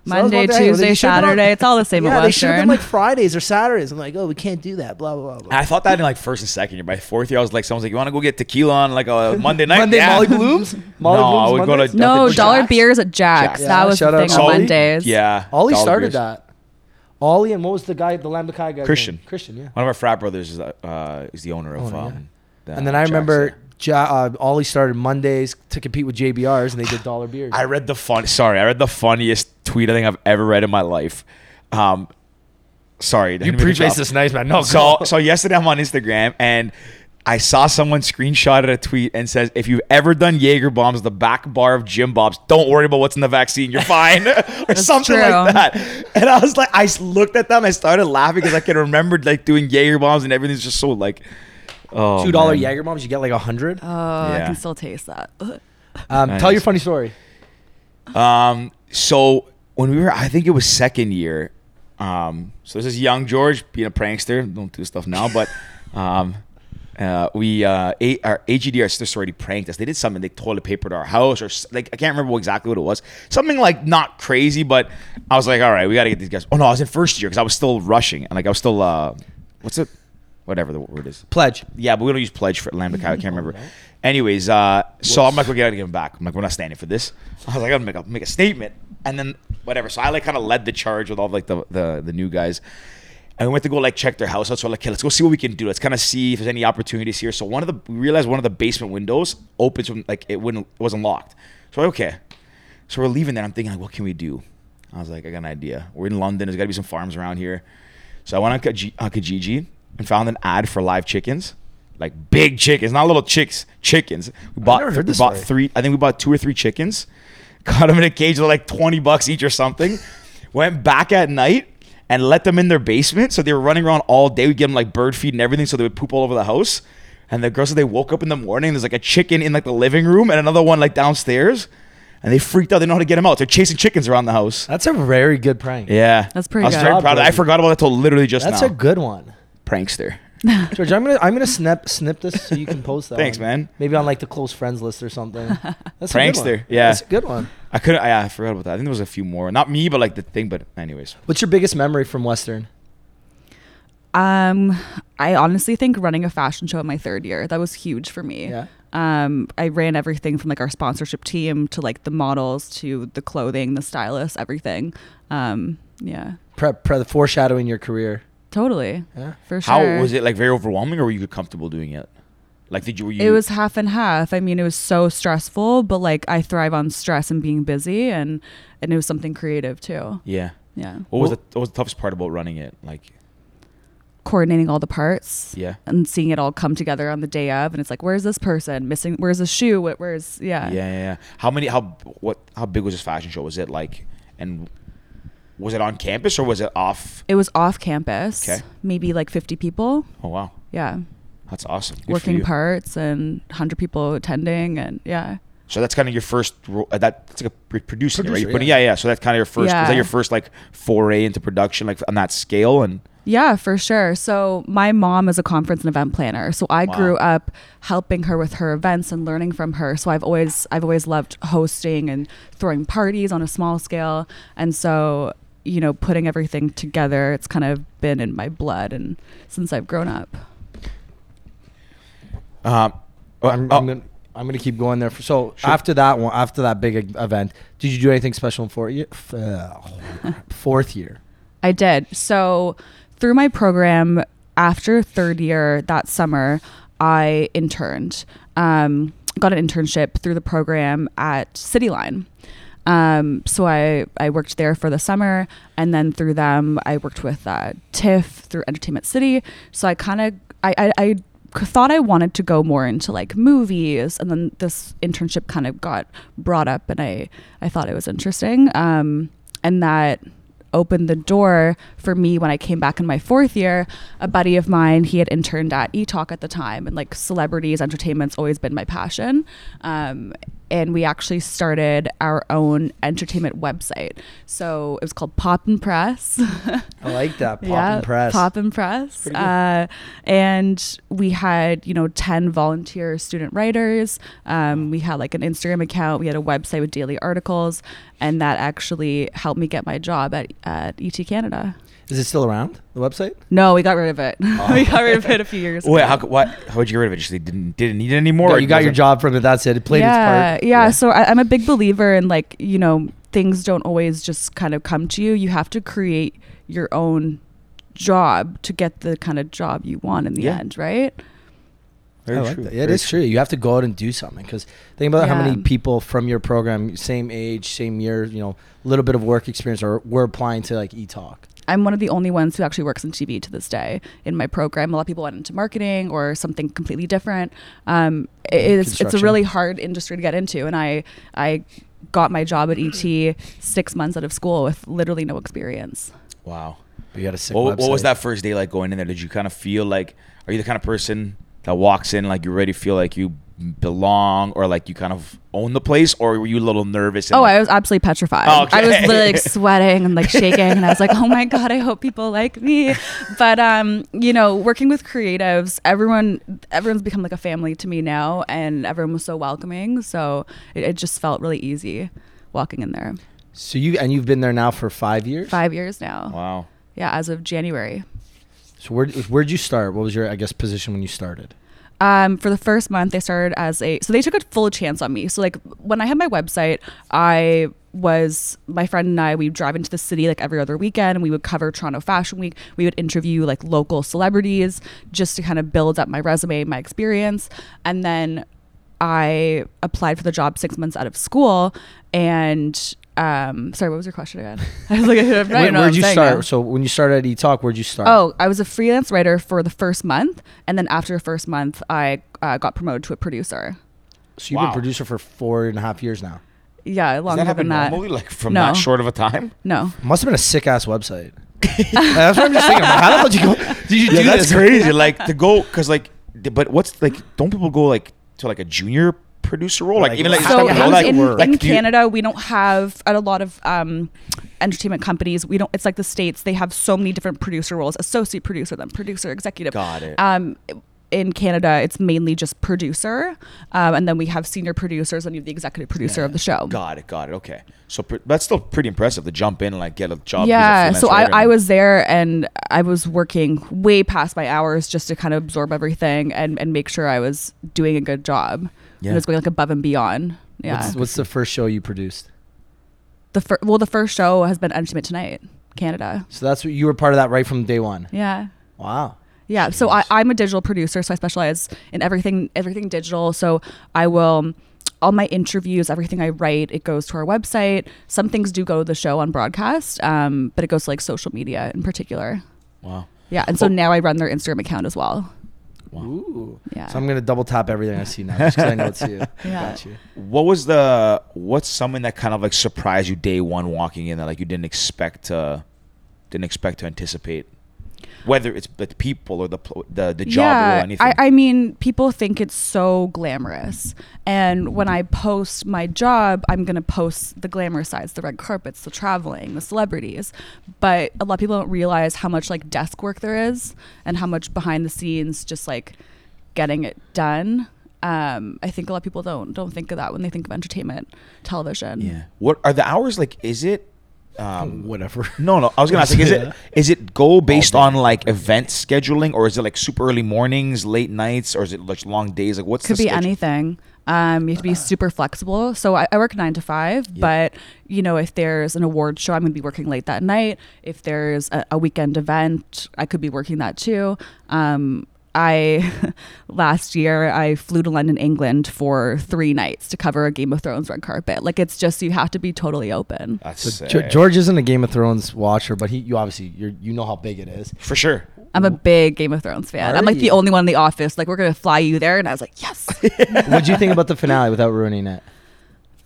Speaker 5: Monday,
Speaker 1: about to- hey, well, they
Speaker 5: Tuesday,
Speaker 1: should've been on-
Speaker 5: Saturday. it's all the same
Speaker 1: yeah,
Speaker 5: at
Speaker 1: they should have
Speaker 5: Western.
Speaker 1: been like Fridays or Saturdays. I'm like, oh, we can't do that. Blah blah blah. blah.
Speaker 2: I thought that in like first and second year. By fourth year, I was like, someone's like, you want to go get tequila on like a Monday night?
Speaker 1: Monday
Speaker 2: Yeah.
Speaker 1: Molly Blooms. Molly
Speaker 2: No, I
Speaker 1: Blooms
Speaker 2: would go
Speaker 1: Mondays?
Speaker 2: to-
Speaker 5: no,
Speaker 2: Jack's.
Speaker 5: dollar beers at Jack's.
Speaker 1: Jack's.
Speaker 5: That
Speaker 1: Yeah,
Speaker 5: was
Speaker 1: shout
Speaker 5: the
Speaker 1: out
Speaker 5: thing
Speaker 1: to
Speaker 5: on
Speaker 1: Ollie.
Speaker 5: Mondays.
Speaker 2: Yeah.
Speaker 1: Ollie
Speaker 2: Dollar
Speaker 1: started
Speaker 2: beers.
Speaker 1: that. Ollie and what was the guy, the Lambda Chi guy?
Speaker 2: Christian.
Speaker 1: Christian, yeah.
Speaker 2: One of our frat brothers is, uh, uh, is the owner of.
Speaker 1: Owner, Oh, yeah.
Speaker 2: um, the
Speaker 1: And then I
Speaker 2: Jack's,
Speaker 1: remember
Speaker 2: yeah.
Speaker 1: ja, uh, Ollie started Mondays to compete with JBRs, and they did dollar beers.
Speaker 2: I read the fun. Sorry, I read the funniest tweet I think I've ever read in my life. Um, sorry,
Speaker 1: you preface this nice man. No,
Speaker 2: So so yesterday I'm on Instagram and I saw someone screenshotted a tweet and says, "If you've ever done Jaeger bombs, the back bar of Jim Bob's, don't worry about what's in the vaccine. You're fine," or something
Speaker 5: true.
Speaker 2: like that. And I was like, I s- looked at them, I started laughing because I can remember like doing Jaeger bombs and everything's just so like, oh,
Speaker 1: two dollar
Speaker 2: man.
Speaker 1: Jager bombs, you get like a hundred.
Speaker 5: Oh, I
Speaker 2: Yeah.
Speaker 5: can still taste that.
Speaker 1: Um,
Speaker 2: Nice.
Speaker 1: Tell your funny story.
Speaker 2: Um, so when we were, I think it was second year. Um, so this is young George being a prankster. Don't do stuff now, but um, uh, we uh, a- our AGD our sister sorority pranked us. They did something. They toilet papered our house, or s- like I can't remember exactly what it was. Something like not crazy, but I was like, all right, we got to get these guys. Oh no, I was in first year because I was still rushing and like I was still uh, what's it, whatever the word is.
Speaker 1: Pledge.
Speaker 2: Yeah, but we don't use pledge for Lambda Chi. I can't remember. Anyways, uh, so I'm like, we're gonna give him back. I'm like, we're not standing for this. I was like, I'm gonna make a, make a statement, and then whatever. So I like kind of led the charge with all like the, the the new guys, and we went to go like check their house out. So we're like, okay, let's go see what we can do. Let's kind of see if there's any opportunities here. So one of the we realized one of the basement windows opens from like it wouldn't it wasn't locked. So we're like, okay, so we're leaving there. I'm thinking like, what can we do? I was like, I got an idea. We're in London. There's got to uh, be some farms around here. So I went on Kijiji, on Kijiji and found an ad for live chickens. like big chickens, not little chicks, chickens. We bought,
Speaker 1: never heard this
Speaker 2: we bought
Speaker 1: story.
Speaker 2: three. I think we bought two or three chickens, got them in a cage. They're like twenty bucks each or something. Went back at night and let them in their basement, so they were running around all day. We give them like bird feed and everything, so they would poop all over the house. And the girls said they woke up in the morning. There's like a chicken in like the living room and another one like downstairs, and they freaked out. They know how to get them out. They're chasing chickens around the house.
Speaker 1: That's a very good prank.
Speaker 2: Yeah,
Speaker 5: That's pretty
Speaker 2: I was
Speaker 5: good.
Speaker 2: very
Speaker 5: Job,
Speaker 2: proud. Of, I
Speaker 1: Brady.
Speaker 2: forgot about that till literally just
Speaker 1: That's
Speaker 2: now.
Speaker 1: a good one.
Speaker 2: prankster.
Speaker 1: George, I'm gonna I'm gonna snip snip this so you can post that.
Speaker 2: Thanks,
Speaker 1: one.
Speaker 2: man.
Speaker 1: Maybe on like the close friends list or something. That's A good
Speaker 2: Prankster,
Speaker 1: one.
Speaker 2: yeah.
Speaker 1: that's a good one.
Speaker 2: I couldn't. I, I forgot about that. I think there was a few more. Not me, but like the thing. But anyways,
Speaker 1: What's your biggest memory from Western?
Speaker 5: Um, I honestly think running a fashion show in my third year that was huge for me.
Speaker 1: Yeah.
Speaker 5: Um, I ran everything from like our sponsorship team to like the models to the clothing, the stylists, everything. Um, yeah,
Speaker 1: Pre, pre, the foreshadowing your career.
Speaker 5: totally
Speaker 1: Yeah.
Speaker 5: for sure.
Speaker 2: how was it? Like very overwhelming, or were you comfortable doing it? Like did you? Were you
Speaker 5: It was half and half. I mean, it was so stressful, but like I thrive on stress and being busy, and and it was something creative too.
Speaker 2: Yeah.
Speaker 5: Yeah,
Speaker 2: What was the What was the toughest part about running it? Like
Speaker 5: coordinating all the parts.
Speaker 2: yeah.
Speaker 5: and seeing it all come together on the day of and it's like where's this person missing where's the shoe Wh- where's yeah
Speaker 2: Yeah, yeah, yeah. How many? How what? How big was this fashion show? Was it like, and was it on campus or was it off?
Speaker 5: it was off campus
Speaker 2: Okay.
Speaker 5: maybe like 50 people
Speaker 2: Oh wow,
Speaker 5: yeah
Speaker 2: that's awesome. Good for
Speaker 5: working
Speaker 2: you.
Speaker 5: parts and 100 people attending and yeah
Speaker 2: So that's kind of your first. ro- Uh, that that's like a pr- producing, it, right?
Speaker 1: Producer,
Speaker 2: You're putting,
Speaker 1: yeah.
Speaker 2: yeah. yeah, So that's kind of your first. Was
Speaker 5: Yeah.
Speaker 2: that your first like foray into production, like on that scale? And
Speaker 5: yeah for sure so my mom is a conference and event planner so i
Speaker 2: Wow.
Speaker 5: grew up helping her with her events and learning from her so i've always i've always loved hosting and throwing parties on a small scale and so you know putting everything together it's kind of been in my blood and since i've grown up
Speaker 2: um, uh,
Speaker 1: I'm,
Speaker 2: oh,
Speaker 1: I'm gonna I'm gonna keep going there. For, so after that one, after that big e- event, did you do anything special in fourth year? f- uh, fourth year.
Speaker 5: I did. So through my program, after third year that summer, I interned. Um, got an internship through the program at Cityline. Um, so I, I worked there for the summer, and then through them, I worked with uh, TIFF through Entertainment City. So I kind of I, I, I thought I wanted to go more into like movies, and then this internship kind of got brought up, and I I thought it was interesting. Um, and that opened the door for me when I came back in my fourth year. A buddy of mine, he had interned at eTalk at the time, and like celebrities, entertainment's always been my passion. Um, and we actually started our own entertainment website. So it was called Pop and Press.
Speaker 1: I like that. Pop
Speaker 5: Yeah,
Speaker 1: and press.
Speaker 5: Pop and press.
Speaker 1: Pretty good.
Speaker 5: Uh, and we had, you know, 10 volunteer student writers. Um, we had like an Instagram account. We had a website with daily articles. And that actually helped me get my job at, at ET Canada.
Speaker 1: Is it still around the website?
Speaker 5: No, we got rid of it. we got rid of it a few years ago.
Speaker 2: Wait, how, c- what? How would you get rid of it? Just they didn't didn't need it anymore.
Speaker 1: Or
Speaker 2: or
Speaker 1: you got your
Speaker 2: wasn't-
Speaker 1: job from it. That's it. It played
Speaker 5: yeah,
Speaker 1: its part.
Speaker 5: Yeah, So I, I'm a big believer in like, you know, things don't always just kind of come to you. You have to create your own job to get the kind of job you want in the
Speaker 2: Yeah.
Speaker 5: end, right?
Speaker 2: Very
Speaker 1: I like
Speaker 2: true,
Speaker 1: that. Yeah, it
Speaker 2: very
Speaker 1: is true. You have to go out and do something because think about how
Speaker 5: Yeah.
Speaker 1: many people from your program, same age, same year, you know, a little bit of work experience, or were applying to like eTalk.
Speaker 5: I'm one of the only ones who actually works in TV to this day in my program. A lot of people went into marketing or something completely different. Um, it- it's, it's a
Speaker 1: Construction.
Speaker 5: really hard industry to get into, and I I got my job at ET six months out of school with literally no experience.
Speaker 2: Wow.
Speaker 1: But you got a sick
Speaker 2: What, what was
Speaker 1: website.
Speaker 2: that first day like going in there? Did you kind of feel like are you the kind of person that walks in like you already feel like you belong or like you kind of own the place, or were you a little nervous? and,
Speaker 5: Oh,
Speaker 2: like-
Speaker 5: I was absolutely petrified.
Speaker 2: Oh, okay.
Speaker 5: I was literally like sweating and like shaking, and I was like, "Oh my god, I hope people like me." But um, you know, working with creatives, everyone everyone's become like a family to me now, and everyone was so welcoming. So it, it just felt really easy walking in there.
Speaker 1: So you and you've been there now for five years.
Speaker 5: Five years now,
Speaker 2: Wow.
Speaker 5: yeah, as of January.
Speaker 1: So where where'd you start? What was your I guess position when you started?
Speaker 5: um, for the first month they started as a so they took a full chance on me so like when i had my website i was my friend and i we would drive into the city like every other weekend and we would cover toronto fashion week we would interview like local celebrities just to kind of build up my resume my experience and then I applied for the job six months out of school and um, sorry, what was your question again? I was like, I don't
Speaker 1: Where,
Speaker 5: know what
Speaker 1: where'd
Speaker 5: I'm
Speaker 1: you
Speaker 5: saying
Speaker 1: start?
Speaker 5: now.
Speaker 1: So when you started at E Talk, where'd you start?
Speaker 5: Oh, I was a freelance writer for the first month, and then after the first month, I uh, got promoted to a producer.
Speaker 1: so you've
Speaker 2: wow.
Speaker 1: been producer for four and a half years now.
Speaker 5: Yeah,
Speaker 2: Does
Speaker 5: longer
Speaker 2: that happen
Speaker 5: than that.
Speaker 2: normally, like from
Speaker 5: No.
Speaker 2: that short of a time?
Speaker 5: No,
Speaker 1: Must have been a sick ass website. That's what I'm just thinking. How the hell did you go? Did you do
Speaker 2: that's
Speaker 1: this?
Speaker 2: crazy. Like to go because like, d- but what's like? Don't people go like to like a junior producer role? Like,
Speaker 1: Like,
Speaker 2: even like
Speaker 1: how
Speaker 5: so
Speaker 1: do you
Speaker 5: in,
Speaker 1: know that
Speaker 5: in,
Speaker 1: word?
Speaker 5: in
Speaker 2: do you-
Speaker 5: Canada, we don't have at a lot of um, entertainment companies. We don't. It's like the states; they have so many different producer roles: associate producer, then producer, executive.
Speaker 2: Got it.
Speaker 5: Um, in Canada, it's mainly just producer, um, and then we have senior producers, and you have the executive producer of the show.
Speaker 2: Got it. Got it. Okay. So pr- that's still pretty impressive to jump in and like get a job. as a
Speaker 5: yeah
Speaker 2: freelance
Speaker 5: so I,
Speaker 2: writer.
Speaker 5: I was there and i was working way past my hours just to kind of absorb everything and, and make sure i was doing a good job
Speaker 2: Yeah.
Speaker 5: and i was going like above and beyond yeah
Speaker 1: What's, what's the first show you produced?
Speaker 5: the fir- well the first show has been entertainment tonight canada
Speaker 1: So that's what you were part of that right from day one.
Speaker 5: yeah
Speaker 1: Wow.
Speaker 5: yeah so I, i'm a digital producer so i specialize in everything everything digital so i will all my interviews everything i write it goes to our website some things do go to the show on broadcast um, but it goes to like social media in particular
Speaker 2: Wow.
Speaker 5: yeah and so
Speaker 2: Oh.
Speaker 5: now i run their instagram account as well
Speaker 1: Ooh.
Speaker 5: Yeah.
Speaker 1: So I'm gonna double tap everything I see now, just 'cause I know it's you.
Speaker 5: Yeah.
Speaker 1: Got you.
Speaker 2: What was the what's something that kind of like surprised you day one walking in that like you didn't expect to didn't expect to anticipate? Whether it's the people or the pl- the, the job or anything.
Speaker 5: I, I mean, people think it's so glamorous. And when I post my job, I'm going to post the glamorous sides, the red carpets, the traveling, the celebrities. But a lot of people don't realize how much like desk work there is and how much behind the scenes just like getting it done. Um, I think a lot of people don't don't think of that when they think of entertainment television.
Speaker 2: yeah. What are the hours like? Is it? Um,
Speaker 1: Whatever.
Speaker 2: No, no. I was gonna ask. Like, is
Speaker 1: Yeah.
Speaker 2: it is it go based
Speaker 1: Hmm. day.
Speaker 2: on like event scheduling, or is it like super early mornings, late nights, or is it like long days? Like, what's
Speaker 5: could
Speaker 2: the
Speaker 5: be
Speaker 2: schedule?
Speaker 5: anything um, you have to be super flexible so i, I work nine to five but you know if there's an award show i'm going to be working late that night if there's a, a weekend event i could be working that too um, i last year i flew to london england for three nights to cover a game of thrones red carpet like it's just you have to be totally open
Speaker 2: That's
Speaker 1: So
Speaker 2: sick.
Speaker 1: Ge- George isn't a Game of Thrones watcher, but he you obviously you're, you know how big it is.
Speaker 2: for sure.
Speaker 5: i'm a big game of thrones fan i'm like the
Speaker 1: Alright.
Speaker 5: only one in the office like we're going to fly you there and i was like yes
Speaker 1: What'd you think about the finale without ruining it?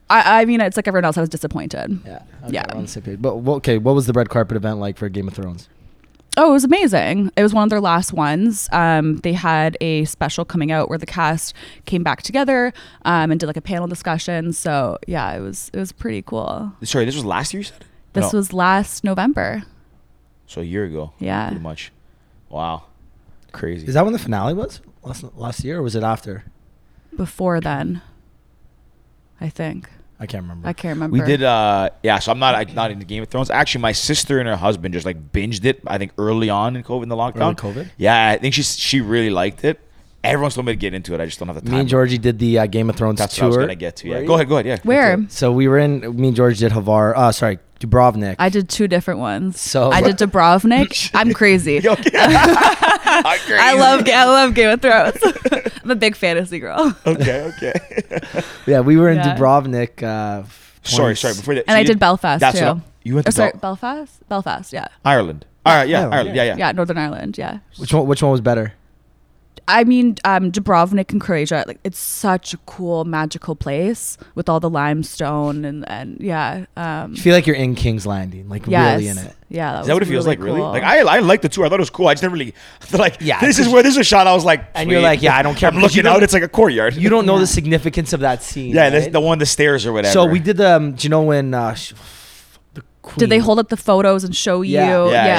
Speaker 5: I, I mean it's like everyone else i was disappointed
Speaker 1: Yeah.
Speaker 5: Yeah.
Speaker 1: We're on the same page. But well, okay, what was the red carpet event like for Game of Thrones?
Speaker 5: Oh, it was amazing. It was one of their last ones. Um, they had a special coming out where the cast came back together um, and did like a panel discussion. So yeah, it was it was pretty cool.
Speaker 2: Sorry, this was last year. You said
Speaker 5: This
Speaker 2: No.
Speaker 5: was last November.
Speaker 2: so a year ago.
Speaker 5: Yeah.
Speaker 2: pretty much. Wow, crazy.
Speaker 1: Is that when the finale was last last year, or was it after?
Speaker 5: Before then, I think
Speaker 1: I can't remember.
Speaker 5: I can't remember.
Speaker 2: we did uh yeah so i'm not like, not into game of thrones actually my sister and her husband just like binged it i think early on in covid in the lockdown
Speaker 1: COVID?
Speaker 2: yeah i think she she really liked it everyone's told me to get into it i just don't have the time
Speaker 1: Me and Georgie did the uh, Game of Thrones
Speaker 2: that's
Speaker 1: tour.
Speaker 2: what i was gonna get to yeah
Speaker 1: Right?
Speaker 2: go ahead go ahead yeah
Speaker 5: Where
Speaker 1: So we were in. Me and George did Havar. Uh, sorry, Dubrovnik.
Speaker 5: I did two different ones.
Speaker 1: So-
Speaker 5: I did Dubrovnik. I'm crazy.
Speaker 2: Yo, okay. I agree.
Speaker 5: I love I love Game of Thrones. I'm a big fantasy girl.
Speaker 2: okay okay
Speaker 1: yeah, we were in
Speaker 5: Yeah.
Speaker 1: Dubrovnik. Uh, f-
Speaker 2: sorry
Speaker 1: 20s.
Speaker 2: sorry before that
Speaker 5: And
Speaker 2: so
Speaker 5: I
Speaker 2: you
Speaker 5: did Belfast,
Speaker 2: that's what
Speaker 5: too.
Speaker 2: I- you went
Speaker 5: Oh,
Speaker 2: to
Speaker 5: sorry,
Speaker 2: Bel-
Speaker 5: Belfast. Belfast. Yeah.
Speaker 2: ireland all right yeah
Speaker 1: Ireland,
Speaker 2: ireland yeah yeah,
Speaker 5: Yeah. Northern Ireland. Yeah.
Speaker 1: Which one? Which one was better?
Speaker 5: I mean, um, Dubrovnik in Croatia, like it's such a cool, magical place with all the limestone and, and yeah, um,
Speaker 1: You feel like you're in King's Landing, like
Speaker 5: yes,
Speaker 1: really in it.
Speaker 5: yeah. That
Speaker 2: Is that what
Speaker 5: was
Speaker 2: it feels like? Really?
Speaker 5: cool.
Speaker 2: Like I, I like the tour. I thought it was cool. I just never really like. Yeah,
Speaker 1: Yeah,
Speaker 2: this is
Speaker 1: 'cause-
Speaker 2: where this is shot. I was like,
Speaker 1: And you're
Speaker 2: sweet.
Speaker 1: like, yeah, I don't care
Speaker 2: I'm
Speaker 1: because you
Speaker 2: looking
Speaker 1: don't-
Speaker 2: out. It's like a courtyard.
Speaker 1: You don't know
Speaker 5: Yeah.
Speaker 1: the significance of that scene.
Speaker 2: Yeah, that's
Speaker 1: right?
Speaker 2: the one the stairs or whatever.
Speaker 1: So we did the. Um, do you know when? Uh, sh- the Queen.
Speaker 5: Did they hold up the photos and show you?
Speaker 2: Yeah,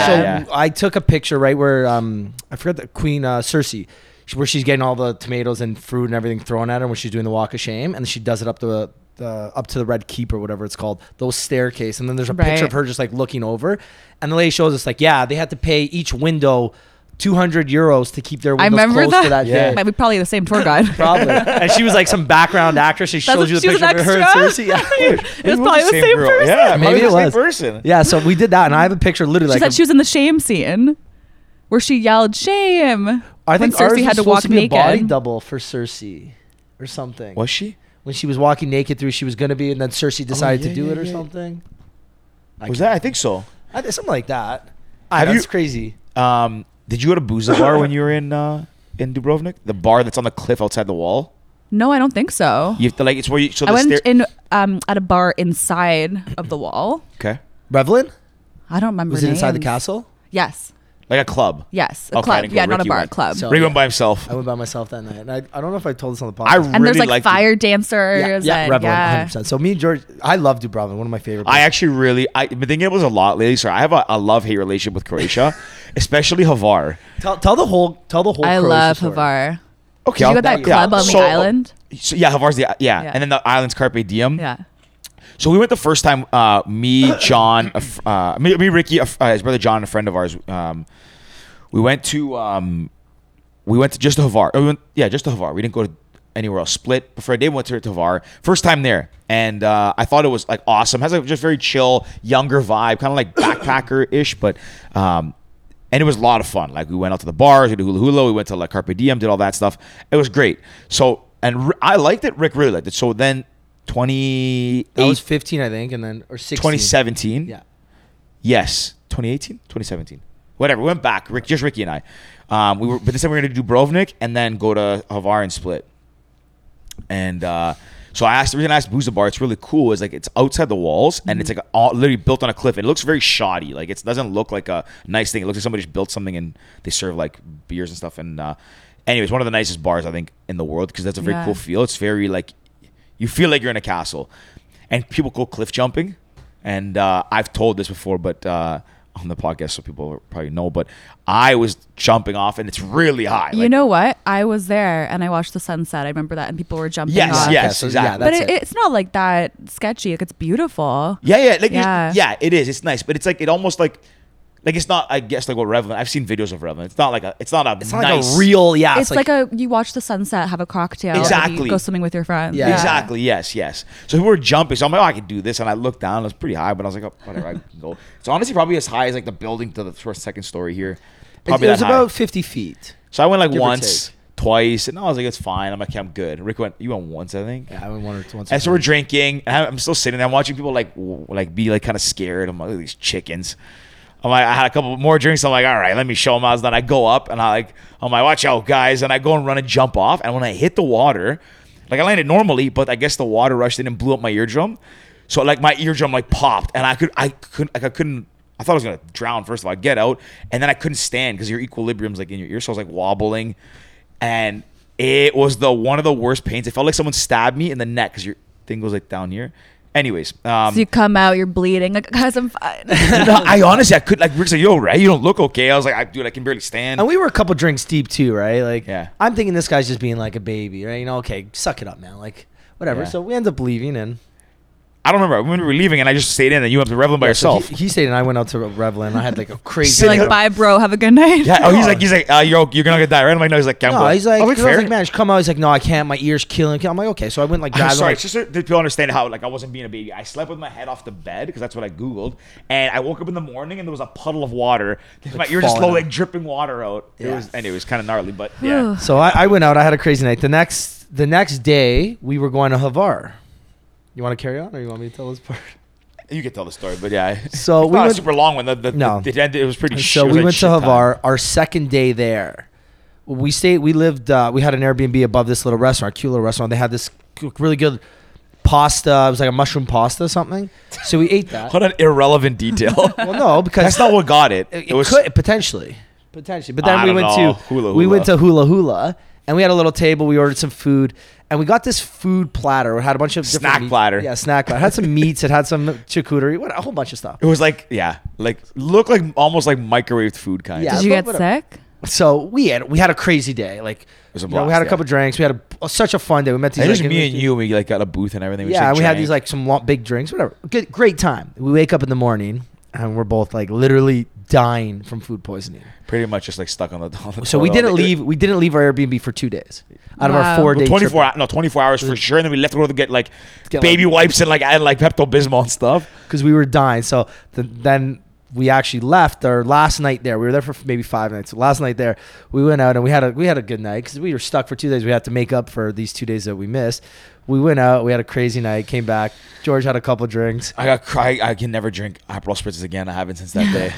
Speaker 1: So
Speaker 2: yeah.
Speaker 1: I took a picture right where um I forgot the Queen uh, Cersei, she- where she's getting all the tomatoes and fruit and everything thrown at her when she's doing the Walk of Shame, and she does it up the. The, up to the red keep or whatever it's called those staircase and then there's a picture
Speaker 5: Right.
Speaker 1: of her just like looking over and the lady shows us like yeah they had to pay each window 200 euros to keep their
Speaker 5: I
Speaker 1: windows
Speaker 5: remember
Speaker 1: closed
Speaker 5: that.
Speaker 1: for that
Speaker 2: Yeah.
Speaker 1: day
Speaker 5: Might be probably the same tour guide.
Speaker 1: probably and she was like some background actress she
Speaker 5: That's
Speaker 1: shows
Speaker 5: what-
Speaker 1: you the
Speaker 5: she was
Speaker 1: picture
Speaker 5: an
Speaker 1: of her and
Speaker 5: extra?
Speaker 1: Cersei yeah.
Speaker 5: it was probably the same, person.
Speaker 2: Yeah,
Speaker 1: maybe it was
Speaker 2: person.
Speaker 1: yeah so we did that and I have a picture literally
Speaker 5: She
Speaker 1: like
Speaker 5: said
Speaker 1: a-
Speaker 5: she was in the shame scene where she yelled shame.
Speaker 1: I think
Speaker 5: when
Speaker 1: ours
Speaker 5: Cersei
Speaker 1: was
Speaker 5: had to
Speaker 1: supposed
Speaker 5: walk
Speaker 1: to be a body
Speaker 5: naked.
Speaker 1: double for Cersei or something.
Speaker 2: Was she?
Speaker 1: when she was walking naked through she was going to be, and then Cersei decided
Speaker 2: Oh, yeah,
Speaker 1: to do
Speaker 2: yeah,
Speaker 1: it or
Speaker 2: yeah.
Speaker 1: something? I
Speaker 2: was
Speaker 1: can't-
Speaker 2: that? I think so.
Speaker 1: I did something like that.
Speaker 2: Have
Speaker 1: That's
Speaker 2: you-
Speaker 1: crazy.
Speaker 2: Um, did you go to Booza Bar when you were in uh, in Dubrovnik? The bar that's on the cliff outside the wall.
Speaker 5: No, I don't think so.
Speaker 2: You have to like it's where you. So
Speaker 5: I
Speaker 2: the
Speaker 5: went
Speaker 2: stair-
Speaker 5: in um, at a bar inside of the wall.
Speaker 2: Okay,
Speaker 1: Revlin?
Speaker 5: I don't remember.
Speaker 1: Was it inside the
Speaker 5: names.
Speaker 1: castle?
Speaker 5: Yes.
Speaker 2: like a club.
Speaker 5: Yes. A
Speaker 2: Okay, I
Speaker 5: club.
Speaker 2: didn't go.
Speaker 5: Oh, Yeah, not a
Speaker 2: Ricky
Speaker 5: bar.
Speaker 2: went.
Speaker 5: club.
Speaker 1: So-
Speaker 2: Ray
Speaker 1: yeah.
Speaker 2: went by himself.
Speaker 1: I went by myself that night. And I, I don't know if I told this on the podcast.
Speaker 2: I
Speaker 5: and there's
Speaker 2: really
Speaker 5: like
Speaker 2: liked it.
Speaker 5: fire dancers.
Speaker 1: yeah,
Speaker 5: and,
Speaker 1: Revlin,
Speaker 5: yeah.
Speaker 1: 100%. So me and George, I love Dubrovnik, one of my favorite.
Speaker 2: I
Speaker 1: places.
Speaker 2: actually really I, I've been thinking it was a lot lately. So I have a, a love hate relationship with Croatia, especially Havar.
Speaker 1: tell, tell the whole tell the whole.
Speaker 5: I
Speaker 1: Croatia
Speaker 5: love
Speaker 1: story.
Speaker 5: Havar.
Speaker 2: Okay,
Speaker 5: Did you
Speaker 2: I'll-
Speaker 5: go to that
Speaker 1: yeah.
Speaker 5: club on
Speaker 2: So-
Speaker 5: the island?
Speaker 2: So, yeah, Havar's the yeah.
Speaker 5: Yeah.
Speaker 2: and then the island's Carpe Diem.
Speaker 5: Yeah.
Speaker 2: So we went the first time. Uh, me, John, a fr- uh, me, me, Ricky, a fr- uh, his brother John, and a friend of ours. Um, we went to um, we went to just to Havar. Oh, we went, yeah, just to Havar. We didn't go to anywhere else. Split, but for a day we went to, to Havar. First time there, and uh, I thought it was like awesome. Has like just very chill, younger vibe, kind of like backpacker ish, but. Um, and it was a lot of fun. Like we went out to the bars, we did hula hula, we went to like Carpe Diem, did all that stuff. It was great. So and R- I liked it. Rick really liked it. So then, twenty
Speaker 1: That was 15, I think, and then or 16.
Speaker 2: 2017.
Speaker 1: Yeah.
Speaker 2: Yes. 2018? 2017. Whatever. We went back. Rick, just Ricky and I. Um, we were, but this time we were going to do Brovnik and then go to Havar and split. And uh, so I asked the reason I asked Booza Bar. It's really cool. Is like it's outside the walls and it's like all, literally built on a cliff. It looks very shoddy. Like it doesn't look like a nice thing. It looks like somebody just built something and they serve like beers and stuff. And uh, anyways, one of the nicest bars I think in the world because that's a very
Speaker 5: Yeah.
Speaker 2: cool feel. It's very like you feel like you're in a castle, and people go cliff jumping. And uh, I've told this before, but uh, on the podcast, so people probably know. But I was jumping off, and it's really high.
Speaker 5: You
Speaker 2: like-
Speaker 5: know what? I was there and I watched the sunset. I remember that, and people were jumping
Speaker 2: Yes,
Speaker 5: off.
Speaker 1: Okay,
Speaker 2: yes,
Speaker 1: so
Speaker 2: exactly.
Speaker 5: But
Speaker 1: that's
Speaker 5: it, it's not like that sketchy. Like it's beautiful.
Speaker 2: Yeah, yeah, like yeah.
Speaker 5: Yeah.
Speaker 2: yeah, it is. It's nice, but it's like it almost like like it's not. I guess like what Revlon. I've seen videos of Revlon. It's not like a. It's not a.
Speaker 1: It's not
Speaker 2: nice,
Speaker 1: like a real. Yeah.
Speaker 5: it's like, a you watch the sunset, have a cocktail, maybe
Speaker 2: Exactly.
Speaker 5: go swimming with your friends.
Speaker 1: Yeah.
Speaker 2: Exactly. Yes. Yes. So we were jumping. So I'm like, oh, I could do this, and I looked down. It was pretty high, but I was like, oh, whatever, I can go. It's honestly probably as high as like the building to the first second story here.
Speaker 1: It,
Speaker 2: Probably
Speaker 1: it was
Speaker 2: that high.
Speaker 1: about 50 feet.
Speaker 2: So I went like
Speaker 1: give or
Speaker 2: once,
Speaker 1: take.
Speaker 2: twice, and I was like, it's fine. I'm like, okay, I'm good. Rick went. You went once, I think.
Speaker 1: Yeah, I went one or two. once
Speaker 2: And so
Speaker 1: or
Speaker 2: we're
Speaker 1: twice.
Speaker 2: drinking, and I'm- I'm still sitting there. I'm watching people like w- like be like kind of scared. I'm like, "Look at these chickens. I'm like, I had a couple more drinks. I'm like, all right, let me show them. I was then I go up and I like, I'm like, watch out, guys. And I go and run and jump off. And when I hit the water, like I landed normally, but I guess the water rushed in and blew up my eardrum. So like my eardrum like popped, and I could I couldn't like I couldn't. I thought I was gonna drown. First of all, I get out, and then I couldn't stand because your equilibrium's like in your ear, so I was like wobbling, and it was the one of the worst pains. It felt like someone stabbed me in the neck because your thing goes like down here. Anyways, um,
Speaker 5: So you come out, you're bleeding. Like guys, I'm fine.
Speaker 2: no, I honestly I could like Rick's like yo right, you don't look okay. I was like, I, dude, I can barely stand.
Speaker 1: And we were a couple drinks deep too, right? Like,
Speaker 2: Yeah.
Speaker 1: I'm thinking this guy's just being like a baby, right? You know, okay, suck it up, man. Like, whatever.
Speaker 2: Yeah.
Speaker 1: So we end up leaving, and
Speaker 2: I don't remember when we were leaving, and I just stayed in, and you went to Revlon by
Speaker 1: Yeah, so
Speaker 2: yourself.
Speaker 1: he, he stayed, and I went out to Revlin. I had like a crazy.
Speaker 5: you're like, bye, bro. Have a good night.
Speaker 2: yeah. Oh, he's like, he's like, uh, you're you're gonna die, right? I'm like, no, he's like, I'm
Speaker 1: No,
Speaker 2: good.
Speaker 1: he's like,
Speaker 2: I'm
Speaker 1: 'cause I was
Speaker 2: fair.
Speaker 1: like, man, just come out. He's like, no, I can't. My ears killing. I'm like, okay. So I went like,
Speaker 2: I'm
Speaker 1: grabbed him,
Speaker 2: sorry,
Speaker 1: like-
Speaker 2: it's just so that people understand how like I wasn't being a baby. I slept with my head off the bed because that's what I googled, and I woke up in the morning and there was a puddle of water. my ear just
Speaker 1: falling
Speaker 2: slowly
Speaker 1: out.
Speaker 2: like dripping water out. It
Speaker 1: Yeah.
Speaker 2: was anyway, it was kind of gnarly, but yeah.
Speaker 1: So I, I went out. I had a crazy night. The next the next day, we were going to Havar. You want to carry on, or you want me to tell this part?
Speaker 2: you could tell the story, but yeah.
Speaker 1: So
Speaker 2: it's
Speaker 1: we
Speaker 2: not a
Speaker 1: went-
Speaker 2: super long one. The, the,
Speaker 1: No.
Speaker 2: the- it, ended- it was pretty. sh-
Speaker 1: So
Speaker 2: it was
Speaker 1: we
Speaker 2: a
Speaker 1: went to
Speaker 2: shit time.
Speaker 1: Havar. Our second day there, we stayed. We lived. Uh, we had an Airbnb above this little restaurant, cute little restaurant. They had this c- really good pasta. It was like a mushroom pasta or something. So we ate that.
Speaker 2: What an irrelevant detail.
Speaker 1: well, no, because
Speaker 2: that's not what got it.
Speaker 1: It,
Speaker 2: It was
Speaker 1: could potentially, potentially. But then
Speaker 2: I
Speaker 1: we
Speaker 2: don't
Speaker 1: went
Speaker 2: know.
Speaker 1: to
Speaker 2: Hula
Speaker 1: we
Speaker 2: hula.
Speaker 1: went to hula hula, and we had a little table. We ordered some food, and we got this food platter. It had a bunch of different
Speaker 2: Snack
Speaker 1: meat-
Speaker 2: platter.
Speaker 1: Yeah, snack platter. It had some meats. It had some charcuterie. What a whole bunch of stuff.
Speaker 2: It was like yeah, like looked like almost like microwaved food kind.
Speaker 1: Yeah.
Speaker 5: Did you
Speaker 1: but
Speaker 5: get
Speaker 1: whatever.
Speaker 5: sick?
Speaker 1: So we had we had a crazy day. Like
Speaker 2: was a
Speaker 1: you know, we
Speaker 2: blast,
Speaker 1: had a
Speaker 2: yeah.
Speaker 1: couple drinks. We had a, such a fun day. We met these
Speaker 2: It was
Speaker 1: like,
Speaker 2: me and you. We like got a booth and everything. just,
Speaker 1: Yeah, and we had
Speaker 2: drank.
Speaker 1: these like some lo- big drinks, whatever. Good, great time. We wake up in the morning and we're both like literally dying from food poisoning.
Speaker 2: pretty much just like stuck on the. On the
Speaker 1: So we
Speaker 2: toilet.
Speaker 1: didn't
Speaker 2: Like, it-
Speaker 1: leave. We didn't leave our Airbnb for two days out of
Speaker 5: Wow.
Speaker 1: our four
Speaker 2: Well,
Speaker 1: day.
Speaker 2: 24 hours, no 24 hours for sure and then we left to go to get like
Speaker 1: Get,
Speaker 2: baby
Speaker 1: like-
Speaker 2: wipes and like and like Pepto Bismol and stuff
Speaker 1: because we were dying. So the, then we actually left our last night there. We were there for maybe five nights. Last night there, we went out and we had a we had a good night because we were stuck for two days. We had to make up for these two days that we missed. We went out. We had a crazy night. Came back. George had a couple drinks.
Speaker 2: I got cry. I can never drink Aperol spritzes again. I haven't since that day.